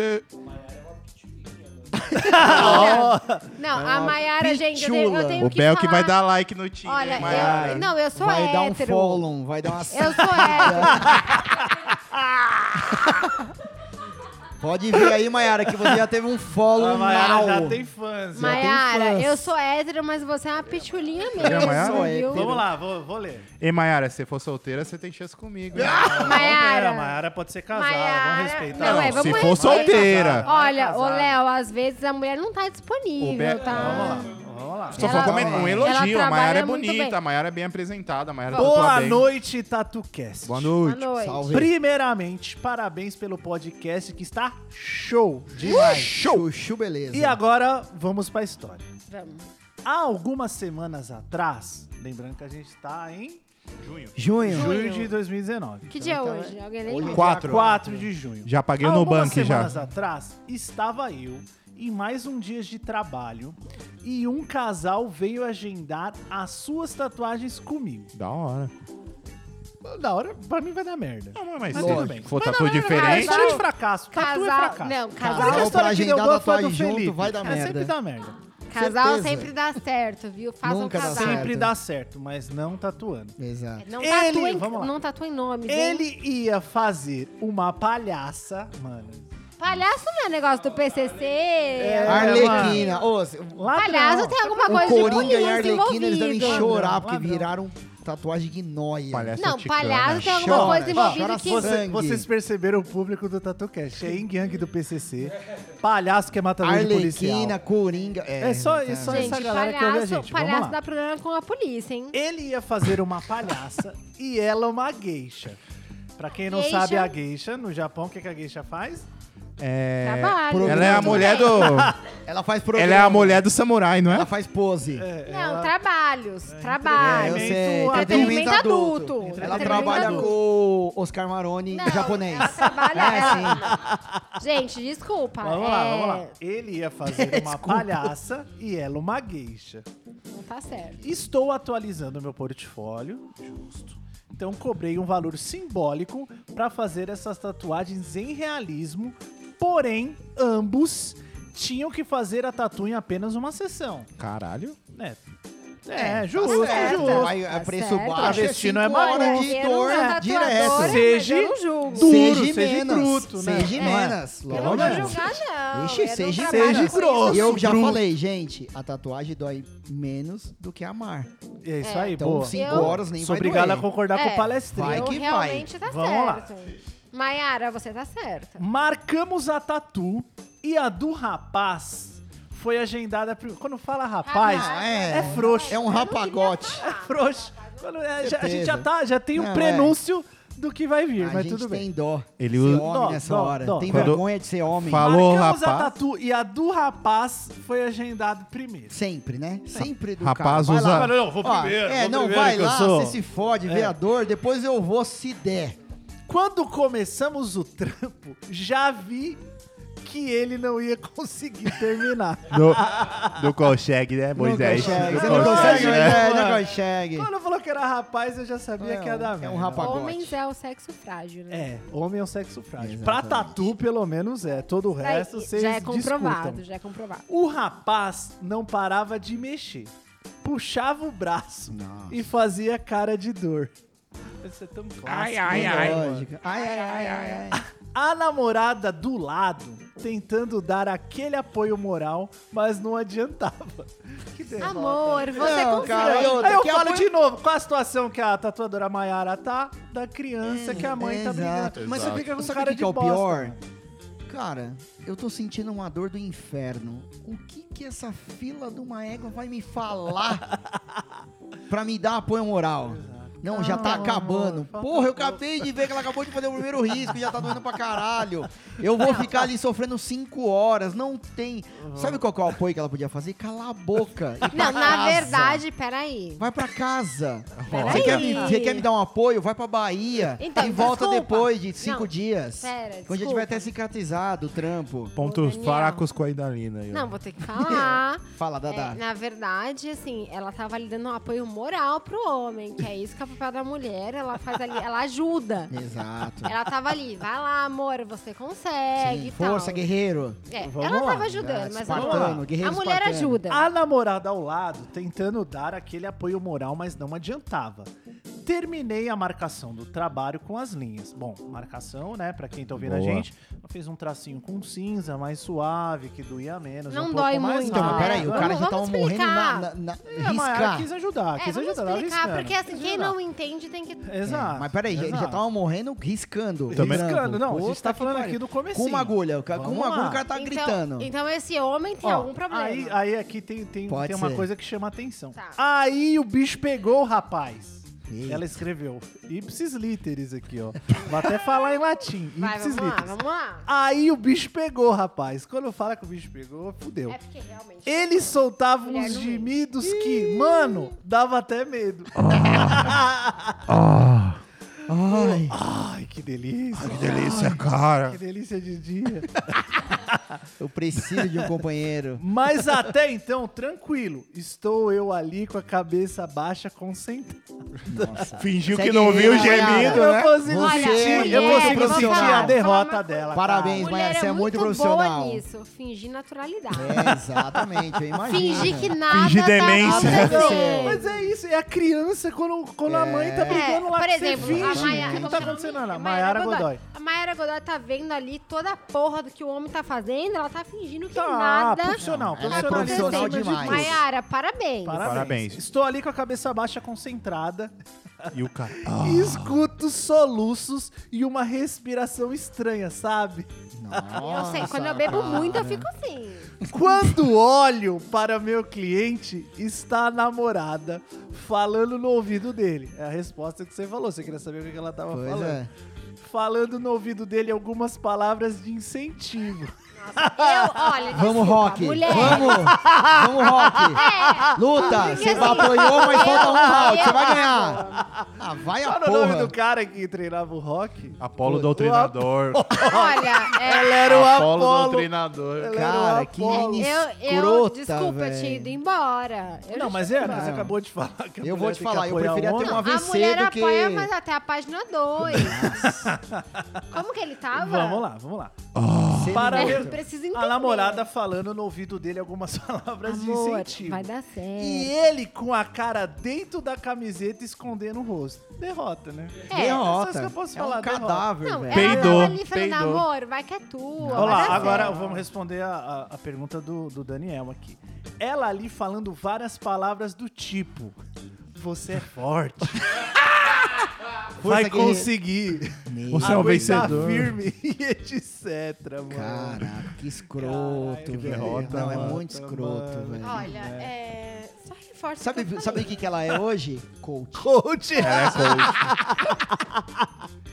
Não, a Maiara, gente, eu tenho, eu tenho O que Bel que falar- vai dar like no time. Olha, Maiara. eu, não, eu sou vai dar um hétero. follow, vai dar uma... eu sou hétero. Pode ver aí, Mayara, que você já teve um follow A Maiara mal. já tem fãs. já tem Maiara, fãs. eu sou hétero, mas você é uma pitulinha a mesmo, Maiara? viu? Vamos lá, vou, vou ler. Ei, Maiara, se você for solteira, você tem chance comigo. hein? Maiara. A Maiara pode ser casada, Maiara- vamos respeitar. Não, é, vamos se for respeitar. solteira. Olha, ô casada. Léo, às vezes a mulher não tá O Be- disponível, Vamos tá? lá, vamos lá. Só Ela- foi comentar um ela elogio. A Maiara é trabalha muito bem. bonita, a Maiara é bem apresentada, a Maiara tatua Tá Boa bem. noite, TatuCast. Boa Boa noite. noite. Salve. Primeiramente, parabéns pelo podcast que está show demais. Show. Chuchu, beleza. E agora, vamos pra história. Vamos. Há algumas semanas atrás, lembrando que a gente tá em Junho. junho de 2019. Que dia é hoje? Alguém lembra? Quatro. 4 de junho. Já paguei o Algumas Nubank já. semanas atrás, estava eu em mais um dia de trabalho e um casal veio agendar as suas tatuagens comigo. Da hora. Da hora, pra mim vai dar merda. Não, mas Mas se tudo tu- bem. for Vai dar tatu merda, diferente... Casal de fracasso. Tatu é Casal- fracasso. não, casal- Mas é que a Casal pra história que deu agendar boa foi a do tatuagem junto, Felipe. vai dar É, merda. sempre dá merda. Casal Certeza. sempre dá certo, viu? Faz Nunca um dá casal. certo. Sempre dá certo, mas não tá tatuando. Exato. Não Ele- tatua em, vamos lá. não tatua em nomes, hein? Ele ia fazer uma palhaça, mano. Palhaço não é negócio do PCC. É, Arlequina. Ô, se- Ladrão. Palhaço tem alguma Ah, o coisa Coringa de e a bonito Arlequina, eles devem envolvido. chorar, Ladrão, porque ladrão. viraram tatuagem de nóia. Palhaço né? Não, ticana. palhaço tem alguma Chora, coisa envolvida chora que... sangue. Você- vocês perceberam o público do TatuCast. É Yin Yang do PCC. Palhaço que é matador de policial. Arlequina, Coringa. É, É só, é só Gente, essa galera que ouve a palhaço, gente. Vamos palhaço lá. dá problema com a polícia, hein? Ele ia fazer uma palhaça e ela uma geisha. Pra quem não Geisha? sabe a geisha, no Japão, o que, que a geisha faz? É... Trabalho. Ela é a tudo mulher bem. do... Ela faz Ela programa. é a mulher do samurai, não Ela é? faz pose. É, Não, ela- trabalhos, É, eu trabalhos. Entretenimento sei. adulto. Entretenimento um adulto. Ela Entretenimento trabalha adulto. com o Oscar Maroni, Não, tá japonês. ela trabalha- É, ela- sim. Gente, desculpa. Vamos lá, é, vamos lá. Ele ia fazer uma palhaça e ela uma geisha. Não tá certo. Estou atualizando meu portfólio, justo. Então cobrei um valor simbólico para fazer essas tatuagens em realismo, porém ambos tinham que fazer a tatu em apenas uma sessão, Caralho. né? É, justo, Tá certo. justo. Vai a preço certo. baixo. Travesti cinco não é horas maluco. de Eu dor não sou tatuadora, direto. mas É, Seja eu não julgo. duro, Seja seja bruto, né? Seja É. menos. Eu não Lógico. vou julgar, não. Ixi, Eu não seja- trabalho seja com grosso. isso. E eu já Bruto. falei, gente, a tatuagem dói menos do que amar. É isso aí, Então, boa. cinco Eu- horas nem Sou vai obrigado doer. a concordar com É, o palestrinho. vai eu que vai. realmente tá Vamos lá. certo. Maiara, você tá certa. Marcamos a tatu e a do rapaz foi agendada. prim- Quando fala rapaz, Ah, é. é. frouxo. É um rapagote. É frouxo. Quando é- já- a gente Certeza. já, tá, já tem um Não, é. prenúncio do que vai vir, A mas gente tudo tem bem. dó. Ele ser usa- homem Dó, nessa dó, hora. dó. Tem Quando- vergonha de ser homem. Fala- Alô, Marcamos a rapaz. tatu e a do rapaz foi agendado primeiro. Sempre, né? Sempre do Rapaz cara. Vai lá, usa- vai- Não, vou Ó, primeiro. é, vou não, primeiro vai que eu lá, sou. você se fode, vê a dor, depois eu vou se der. Quando começamos o trampo, já vi que ele não ia conseguir terminar. Não, não consegue, né, Moisés? Não consegue, Não você não consegue, consegue, né? Moisés, não consegue. Quando falou que era rapaz, eu já sabia que ia dar É merda. um rapagote. Homens é o sexo frágil, né? É, homem é um sexo frágil. Exatamente. Pra tatu, pelo menos é. Todo o Aí, resto, vocês já é comprovado, discutam. já é comprovado. O rapaz não parava de mexer. Puxava o braço e fazia cara de dor. Isso é tão clássico. Ai, ai, ai, ai, ai, ai. A namorada do lado tentando dar aquele apoio moral, mas não adiantava. Que derrota. Amor, você Não, conseguiu. cara, Aí eu, outra, que falo apoio- de novo, qual a situação que a tatuadora Maiara tá da É, criança que a mãe tá Exato. brigando. Mas você sabe fica com sabe cara o que, de que é o bosta. pior? Cara, eu tô sentindo uma dor do inferno. O que que essa fila de uma égua vai me falar pra me dar apoio moral? Não, já tá Não, um acabando. amor, falta Porra, eu acabei de ver que ela acabou de fazer o primeiro risco, já tá doendo pra caralho. Eu vou ficar ali sofrendo cinco horas, não tem. Sabe qual que é o apoio que ela podia fazer? Calar a boca. e ir pra Não, na casa. verdade, peraí. Vai pra casa. Peraí. Você quer, me, você quer me dar um apoio? Vai pra Bahia. Então, e volta desculpa. depois de cinco Não, dias. pera, quando já desculpa. tiver até cicatrizado o trampo. Pontos Daniel. fracos com a Idalina. eu- Não, vou ter que falar. Fala, É, Dadá. na verdade, assim, ela tava ali dando um apoio moral pro homem, que é isso que é o papel da mulher, ela faz ali, ela ajuda. Exato. Ela tava ali, vai lá, amor, você consegue Sim, e força, tal. guerreiro. É, Vamos ela lá. tava ajudando, Ah, mas espartano, vamos lá. guerreiro a mulher espartano. Ah, ajuda. É, A namorada ao lado tentando dar aquele apoio moral, mas não adiantava. Terminei a marcação do trabalho com as linhas. Bom, marcação, né, pra quem tá ouvindo a Boa. gente, eu fiz um tracinho com cinza, mais suave, que doía menos, Não um dói pouco mais muito, Então, mas né? peraí, o cara Vamos- já tava vamos morrendo na, explicar. na, na É, a Mayara riscar. quis ajudar, É, quis vamos ajudar, tava explicar, riscando. porque assim, quem Ajudar. não entende tem que... Exato. É, mas peraí, já, já exato. tava morrendo riscando. o Riscando, trampo. não, a gente Puta tá que falando pariu. aqui do comecinho. Com uma agulha, o ca- com Vamos uma agulha lá. o cara tá então, gritando. Então esse homem tem Ó, algum problema. Aí, aí aqui tem, tem, Pode tem uma ser. coisa que chama atenção. Tá. Aí o bicho pegou o rapaz. Eita. Ela escreveu ipsis literis aqui, ó. Vou até falar em latim. vai, Ipsis vamos lá, literis. vamos lá. Ah, Aí o bicho pegou, rapaz. Quando fala que o bicho pegou, fudeu. É porque realmente... Ele soltava Mulher uns no meio. gemidos que, mano, dava até medo. Ah, Ai, Ai, que delícia. Que delícia, cara. Que delícia de dia. eu preciso de um companheiro. Mas até então, tranquilo. Estou eu ali com a cabeça baixa, concentrada. Fingiu Segue que não viu o aí, gemido, Mayara. eu né? consigo Olha, sentir, é eu mulher, consigo vamos sentir falar, a vamos derrota falar- dela. tá? Parabéns, Mayara, Mulher você é muito boa profissional. nisso, fingir naturalidade. É, exatamente, eu imagino. né? Fingir que nada Fingir tá demência. Não, acontecendo. mas é isso, é a criança quando, quando a mãe tá brigando É, lá por que você exemplo, a finge. Maiara. O que tá acontecendo, Ana? a Maiara Godoy. A Maiara Godoy tá vendo ali toda a porra do que o homem tá fazendo, ela tá fingindo que Tá, nada. profissional, Ela é tá profissionalismo Ah, profissional acontecendo. demais. Maiara, parabéns. Parabéns. Parabéns. Estou ali com a cabeça baixa concentrada E o cara. Ah, Ah. e escuto soluços e uma respiração estranha, sabe? Eu sei, quando eu bebo muito, eu fico assim. Quando olho para meu cliente, está a namorada falando no ouvido dele. É a resposta que você falou. Você queria saber o que que ela tava Pois falando. é. Falando no ouvido dele algumas palavras de incentivo. Eu, olha, desculpa, Vamos, Rock. é Mulher. É. Vamos. Vamos, Rock. Luta. Você assim, apoiou, mas falta um round. Você vai ganhar. Ah, vai a Qual era o nome porra. do cara que treinava o rock? Apolo Doutrinador. Olha, é, Ela era o Apolo Apolo. Doutrinador. Ela era o Cara, que Apolo. menino eu, eu, escrota, desculpa, eu tinha velho. ido embora. Eu Não, já- mas é, mas você Não. acabou de falar que a Eu mulher vou te tem que falar, eu apoiar preferia o ter homem. uma- a AVC mulher do que- apoia, mas até a página 2. Como que ele tava? Ah, É, Vamos lá, vamos lá. Você Para não- ver- Preciso entender. A namorada falando no ouvido dele algumas palavras de Amor, incentivo. vai dar certo. E ele com a cara dentro da camiseta escondendo o rosto. Derrota, né? É, derrota. essas que eu posso é falar, um derrota. cadáver, Não, é velho. ela tava ali falando, peidou. amor, vai que é tua. Olha vai lá, dar agora certo." vamos responder a, a- a pergunta do, do Daniel aqui. Ela ali é um falando várias palavras do tipo: Você é forte. Vai Força, guerreiro. conseguir. Meu Você é um Aguentar vencedor. tá firme e etc, mano. Caraca, que escroto, Caralho, que velho. derrota, Não, é mano. muito escroto, Mano. velho. Olha, é. Só reforça. o que eu Sabe, sabe o que, que ela é hoje? Coach. Coach.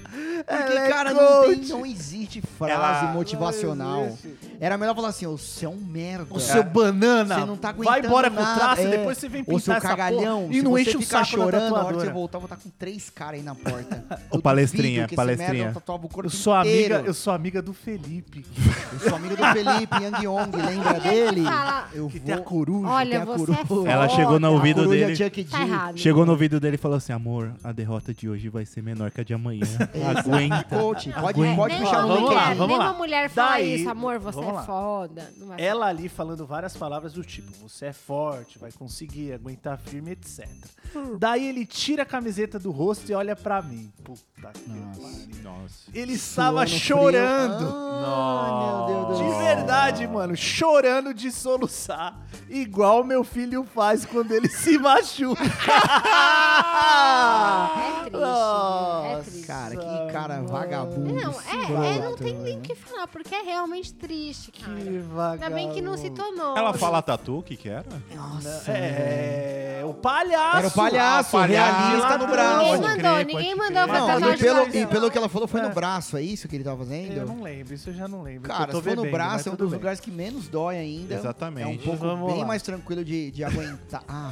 Porque, Ela é cara, não, tem- coach. não existe frase Ela- motivacional. Não existe. Era melhor falar assim, ô, você é um merda. O seu banana. Você não tá aguentando Vai embora com nada, o traço é. e depois você vem Ô, pintar seu essa cagalhão, porra. se E não você enche o ficar saco chorando, da a hora que você tatuadora. voltar, eu vou estar com três caras aí na porta. Ô, Eu palestrinha, duvido que esse merda palestrinha. tatuava o corpo Eu sou inteiro. amiga, eu sou amiga do Felipe. Eu sou amigo do Felipe, Yang Yong, lembra dele? fala. Eu Que vou... tem a coruja. Olha, você é foda. Ela chegou no a ouvido coruja dele. Chuck D. Tá errado. Chegou no ouvido dele e falou assim: amor, a derrota de hoje vai ser menor que a de amanhã. Aguenta. Coach, pode, Aguenta. pode É, Nem puxar uma no Vamos lá, mulher, LinkedIn. vamos nem lá. uma mulher fala Daí, isso, amor, você vamos é lá. foda. Não vai Ela ali falando várias palavras do tipo: você é forte, vai conseguir, aguentar firme, etc. Hum. Daí ele tira a camiseta do rosto e olha pra mim. Puta que pariu. Nossa. Ele estava Suando, frio. chorando. Ah, meu Deus do De céu. verdade, mano, chorando de soluçar, igual meu filho faz quando ele se machuca. É triste, né? É Nossa, triste. Cara, né? que cara vagabundo. Não, escroto, é, é, não tem nem o velho. que falar, porque é realmente triste, cara. Que Ainda bem que não citou nome. Ela fala tatu, o que que era? Nossa, É, o palhaço. Era o palhaço, Ah, palhaço. realista no Ninguém braço. Pode mandou, crer, ninguém pode mandou crer. fazer Não, tatuagem e pelo, de e não. pelo que ela falou, foi no braço, é isso que ele tava Eu fazendo? não lembro, isso eu já não lembro. Cara, eu tô se for no bebendo, mas braço, é um tudo dos bem. lugares que menos dói ainda. Exatamente. É um pouco Vamos bem lá. mais tranquilo de, de aguentar. Ah,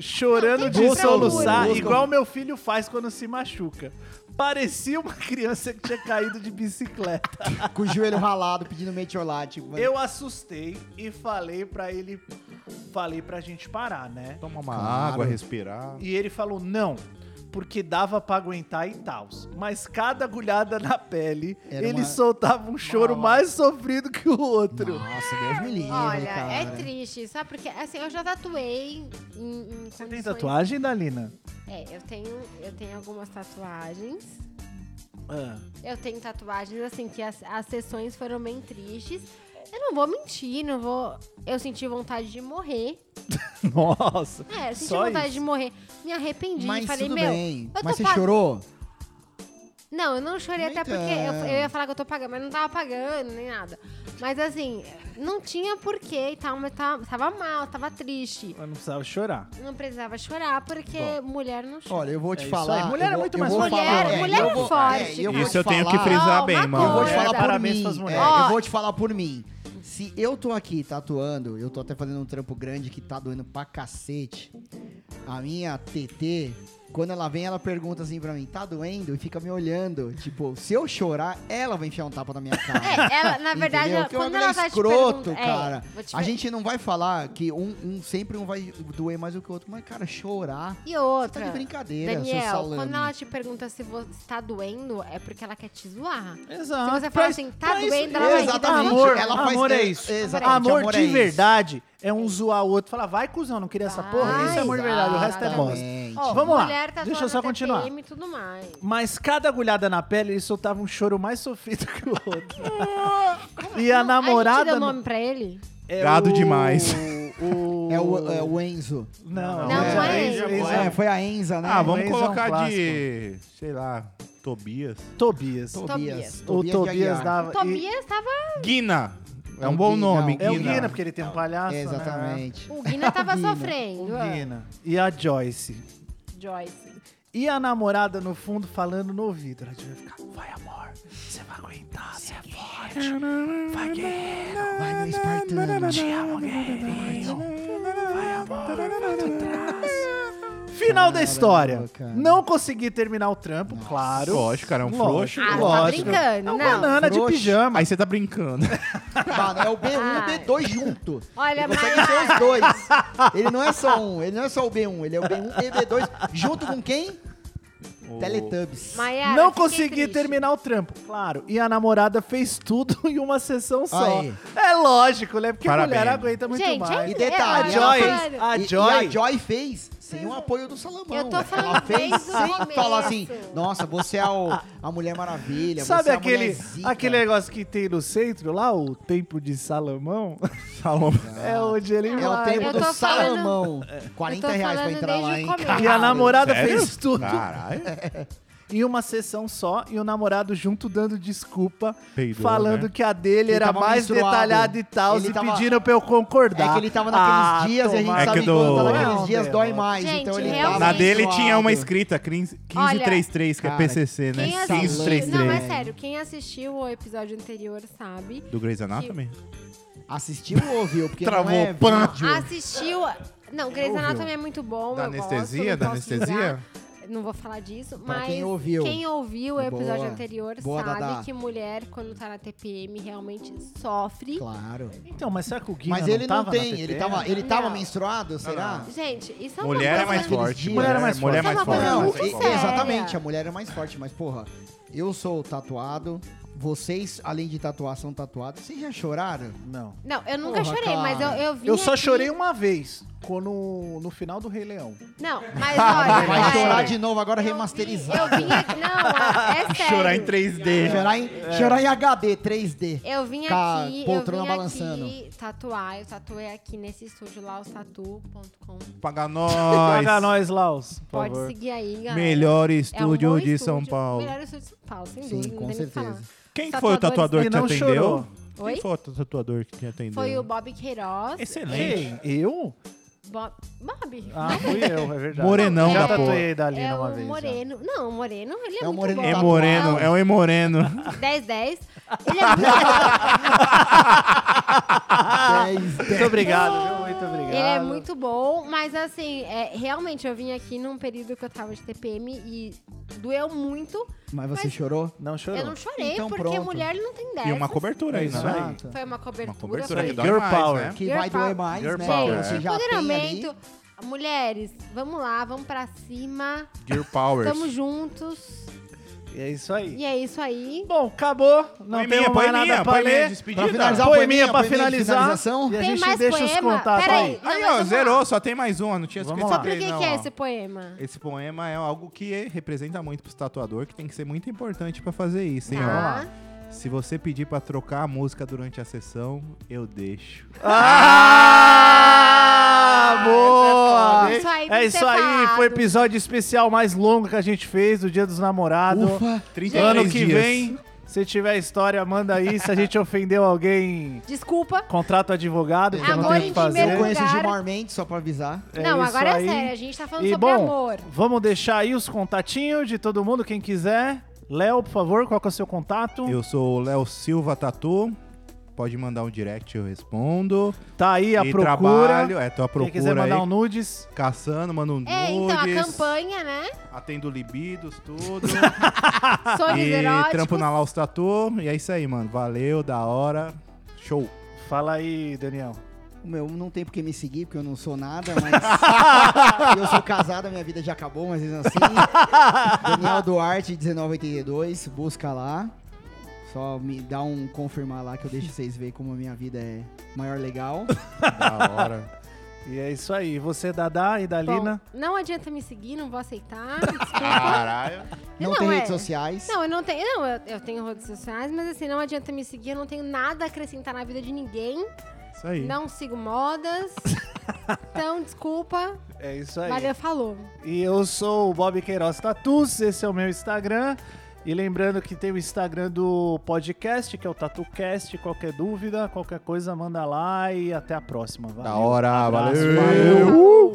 Chorando Não, de tem soluçar, procura. igual meu filho faz quando se machuca. Parecia uma criança que tinha caído de bicicleta. com o joelho ralado, pedindo metiolate. Mas... Eu assustei e falei pra ele, falei pra gente parar, né? Tomar uma Claro. água, respirar. E ele falou não, porque dava pra aguentar e tal. Mas cada agulhada na pele, Era ele uma- soltava um choro uma- mais sofrido que o outro. Nossa, Deus me livre, Olha, cara. é triste, sabe? Porque, assim, eu já tatuei em, em Você tem condições- tatuagem, Dalina? É, eu tenho, eu tenho algumas tatuagens. Ah. Eu tenho tatuagens, assim, que as, as sessões foram bem tristes. Eu não vou mentir, não vou... Eu senti vontade de morrer. Nossa. É, eu senti Só vontade isso? de morrer. Me arrependi Mas e falei, tudo meu... bem. eu tô Mas você pa- chorou? Não, eu não chorei até Então. porque eu, eu ia falar que eu tô pagando, mas não tava pagando nem nada. Mas assim, não tinha porquê e tal, mas tava, tava mal, tava triste. Eu não precisava chorar. Não precisava chorar porque mulher não chora. Olha, eu vou te É isso falar. aí. Mulher eu é vou- muito eu mais vou forte. falar- Mulher- eu mulher é vou- forte. eu vou Isso te eu tenho que falar- frisar Não, bem, uma mano. Eu vou te Olha, falar por parabéns mim. pras mulheres. É, Ó. eu vou te falar por mim. Se eu tô aqui tatuando, eu tô até fazendo um trampo grande que tá doendo pra cacete. A minha TT, quando ela vem, ela pergunta assim pra mim, tá doendo? E fica me olhando. Tipo, se eu chorar, ela vai enfiar um tapa na minha cara. É, ela, na verdade, Entendeu? ela, Porque o quando bagulho ela é tá te escroto, perguntando, cara. É, vou te a per- gente não vai falar que um, um- sempre um vai doer mais do que o outro. Mas, cara, chorar. E Você tá outra. de brincadeira, seu Daniel, salame. quando ela te pergunta se você tá doendo, é porque ela quer te zoar. Exato. Se você fala Pra assim, isso- tá pra isso- doendo, ela vai Exatamente. gritar. Amor, Ela faz- amor é é- isso. exatamente, Amor, amor é de isso. verdade é um zoar o outro. Falar, vai, cuzão, não queria essa porra. Isso é amor de verdade, o resto é bosta. Exatamente. Ó, vamos lá, mulher tá deixa eu só zoando continuar. TPM e tudo mais. Mas cada agulhada na pele, ele soltava um choro mais sofrido que o outro. e a namorada... A gente deu nome pra ele? é Gado o- demais. O... É o, é o Enzo. Não, Não, não é ele. É, foi a Enza, né? Ah, vamos Enzo é um colocar de. sei lá, Tobias. Tobias. Tobias. O de Tobias Aguiar. dava... Ah, e- Tobias tava. Guina! É um o bom Gui- nome, não, É o Guina. Guina, porque ele tem um palhaço, É, né? Exatamente. O Guina tava Guina. sofrendo. O né? ó. Guina. E a Joyce. Joyce. E a namorada no fundo falando no ouvido. Ela devia ficar, vai amor, você vai aguentar, você é forte. Vai guerreiro, Vai, meu espartano. te amo guerreiro. Vai amor, vai tu traz. Final da história. cara. Não consegui terminar o trampo, claro. Lógico, cara, é um frouxo. Lógico, Ah, você tá lógico. brincando. É uma Não. banana de frouxo. pijama. Aí você tá brincando. Mano, é o B1 e Ai. o B2 junto. Olha, Ele mas. consegue ser os dois. Ele não é só um, ele não é só o B1, ele é o B1 e o B2 junto com quem? Teletubbies. Maiara, não fiquei consegui triste. terminar o trampo, claro. E a namorada fez tudo em uma sessão só. Aí. É lógico, né? Porque a Parabéns. mulher aguenta muito Gente, mais. é- E detalhe, é, ela olha, Joy, fez- sério. a e- e Joy- a Joy fez Sem o apoio do Salomão. Eu tô Ela falando fez desde o sem começo. falar assim, nossa, você é o- a Mulher Maravilha, Sabe você é a aquele, mulher zica." aquele negócio que tem no centro lá, o Templo de Salomão? Salomão. É onde ele É o vai. tempo Eu do tô falando- Salomão. 40 reais pra falando entrar lá, desde o hein? começo. E a namorada Sério? fez tudo. Caralho. é Em uma sessão só, e o namorado junto dando desculpa, Peidou, falando né? que a dele Ele era tava mais menstruado. detalhada e tal, Ele e tava- pedindo pra eu concordar. É que ele tava naqueles Ah, dias e a gente tomar- É sabe que que quando tá do- naqueles Não, dias Deus. dói mais. Gente, então ele realmente. Na dele menstruado. tinha uma escrita 15- 1533, que é Olha, PCC, né? Quem Salão. assistiu, não, é 1533. sério, quem assistiu o episódio anterior sabe. Do Grey's Anatomy? Assistiu ou ouviu? Porque Travou. não é Pã. vídeo. Assistiu. Não, Grey's ouviu? Anatomy é muito bom. Da eu gosto, anestesia? Da não posso julgar, anestesia? Não vou falar disso, Pra mas quem ouviu. quem ouviu o episódio Boa. anterior Boa, sabe Dadá. que mulher, quando tá na TPM, realmente sofre. Claro. Então, mas será que o Gui Mas ele não tava na tem. Ele TPM? tava, ele tava Não. menstruado, será? Gente, isso é uma Mulher é coisa- mais naqueles forte. dias. Mulher é mais Mulher é forte. mais Tá bom, forte. não, mais isso é forte. séria. Exatamente, a mulher é mais forte, mas porra, eu sou tatuado, vocês, além de tatuar, são tatuados. Vocês já choraram? Não. Não, eu nunca Porra, chorei, mas eu, cara. eu vi. Eu só aqui- chorei um uma vez, quando, no final do Rei Leão. Não, mas olha. Vai chorar é, de novo agora eu vi- remasterizado. Eu vim aqui. Não, é, é sério. Chorar em 3D. Chorar em, chorar em HD, 3D. Eu vim Com a aqui, eu poltrona vim balançando. aqui tatuar, eu tatuei aqui nesse estúdio lá, o tatu.com. Paga Paga nós. nós, Laos, por Pode favor. seguir aí, galera. Melhor É um bom estúdio de estúdio, São Paulo. Melhor estúdio de São Paulo, sem Sim, dúvida, não com tem nem o que certeza. falar. Quem foi o tatuador Tatuadores que te não chorou. atendeu? Oi? Quem foi o tatuador que te atendeu? Foi o Bob Queiroz. Excelente. Quem? Eu? Bo- Bob. Ah, fui eu, é verdade. Morenão já da porra. tatuei dali é o uma vez. né? já. Moreno. Não, o Moreno, ele é, É o muito Moreno É bom. moreno, é um é moreno. 10, 10. Ele é muito, 10, Muito obrigado, viu? Muito obrigado. ele é muito bom, mas assim, é, realmente eu vim aqui num período que eu tava de TPM e doeu muito. Mas você chorou? Não chorou. Eu não chorei, Então porque pronto. mulher não tem 10. E uma cobertura aí, Exato. né? Foi uma É cobertura. Uma cobertura foi- que Isso dói aí, girl mais, power. né? Que Girl vai doer power. mais, Girl né? power, Você é. já tem ali. Empoderamento. Mulheres, vamos lá, vamos pra cima. Gear Powers. Tamo juntos. É isso aí. E é isso aí. Bom, acabou. Não Põe tem minha, põe mais minha, nada pra põe minha ler. despedida. Pra finalizar, Põe põe minha pra põe minha de finalizar. finalização. E a Tem gente mais deixa os poema? contatos Peraí. Não, Aí, mas ó, vamos zerou, lá. só tem mais um, ó, não tinha Vamos escrito lá. Sobre o que, não, que é ó. esse poema? Esse poema é algo que representa muito pros tatuador, que tem que ser muito importante pra fazer isso, hein, Tá. ó. Se você pedir pra trocar a música durante a sessão, eu deixo. Ah, boa! Tá. Isso aí tem é que isso ser aí, falado. foi o episódio especial mais longo que a gente fez do Dia dos Namorados. Ufa. 33 ano que dias. vem, se tiver história, manda aí. Se a gente ofendeu alguém, Desculpa. contrata o advogado, que eu não Amor tenho o em que Eu primeiro fazer. conheço o lugar. Gilmar Mendes, só pra avisar. É não, isso agora aí. é sério, a gente tá falando E sobre bom, amor. vamos deixar aí os contatinhos de todo mundo, quem quiser. Léo, por favor, qual que é o seu contato? Eu sou o Léo Silva Tatu. Pode mandar um direct, eu respondo. Tá aí a e procura. trabalho, é, tô à quem quiser procura aí. mandar um nudes. Caçando, manda um É, então a nudes, campanha, né? Atendo libidos, tudo. Sonhos e eróticos. trampo na Laus Tatu. E é isso aí, mano. Valeu, da hora. Show. Fala aí, Daniel. O meu não tem porque me seguir, porque eu não sou nada, mas. eu sou casado, a minha vida já acabou, mas mesmo assim. Daniel Duarte, 1982, busca lá. Só me dá um confirmar lá que eu deixo vocês verem como a minha vida é maior legal. Da hora. E é isso aí. Você, Dadá e Bom, Dalina. não adianta me seguir, não vou aceitar. Ah. Desculpa. Caralho. Não, Não, tem é. redes sociais. Não, eu não tenho. Não, eu, eu tenho redes sociais, mas assim, não adianta me seguir, eu não tenho nada a acrescentar na vida de ninguém. Isso aí. Não sigo modas. então, desculpa. É isso aí. Valeu, falou. E eu sou o Bob Queiroz Tatus, esse é o meu Instagram. E lembrando que tem o Instagram do podcast, que é o TatuCast. Qualquer dúvida, qualquer coisa, manda lá e até a próxima. Valeu. Da hora. Abraço, valeu. valeu. Uh!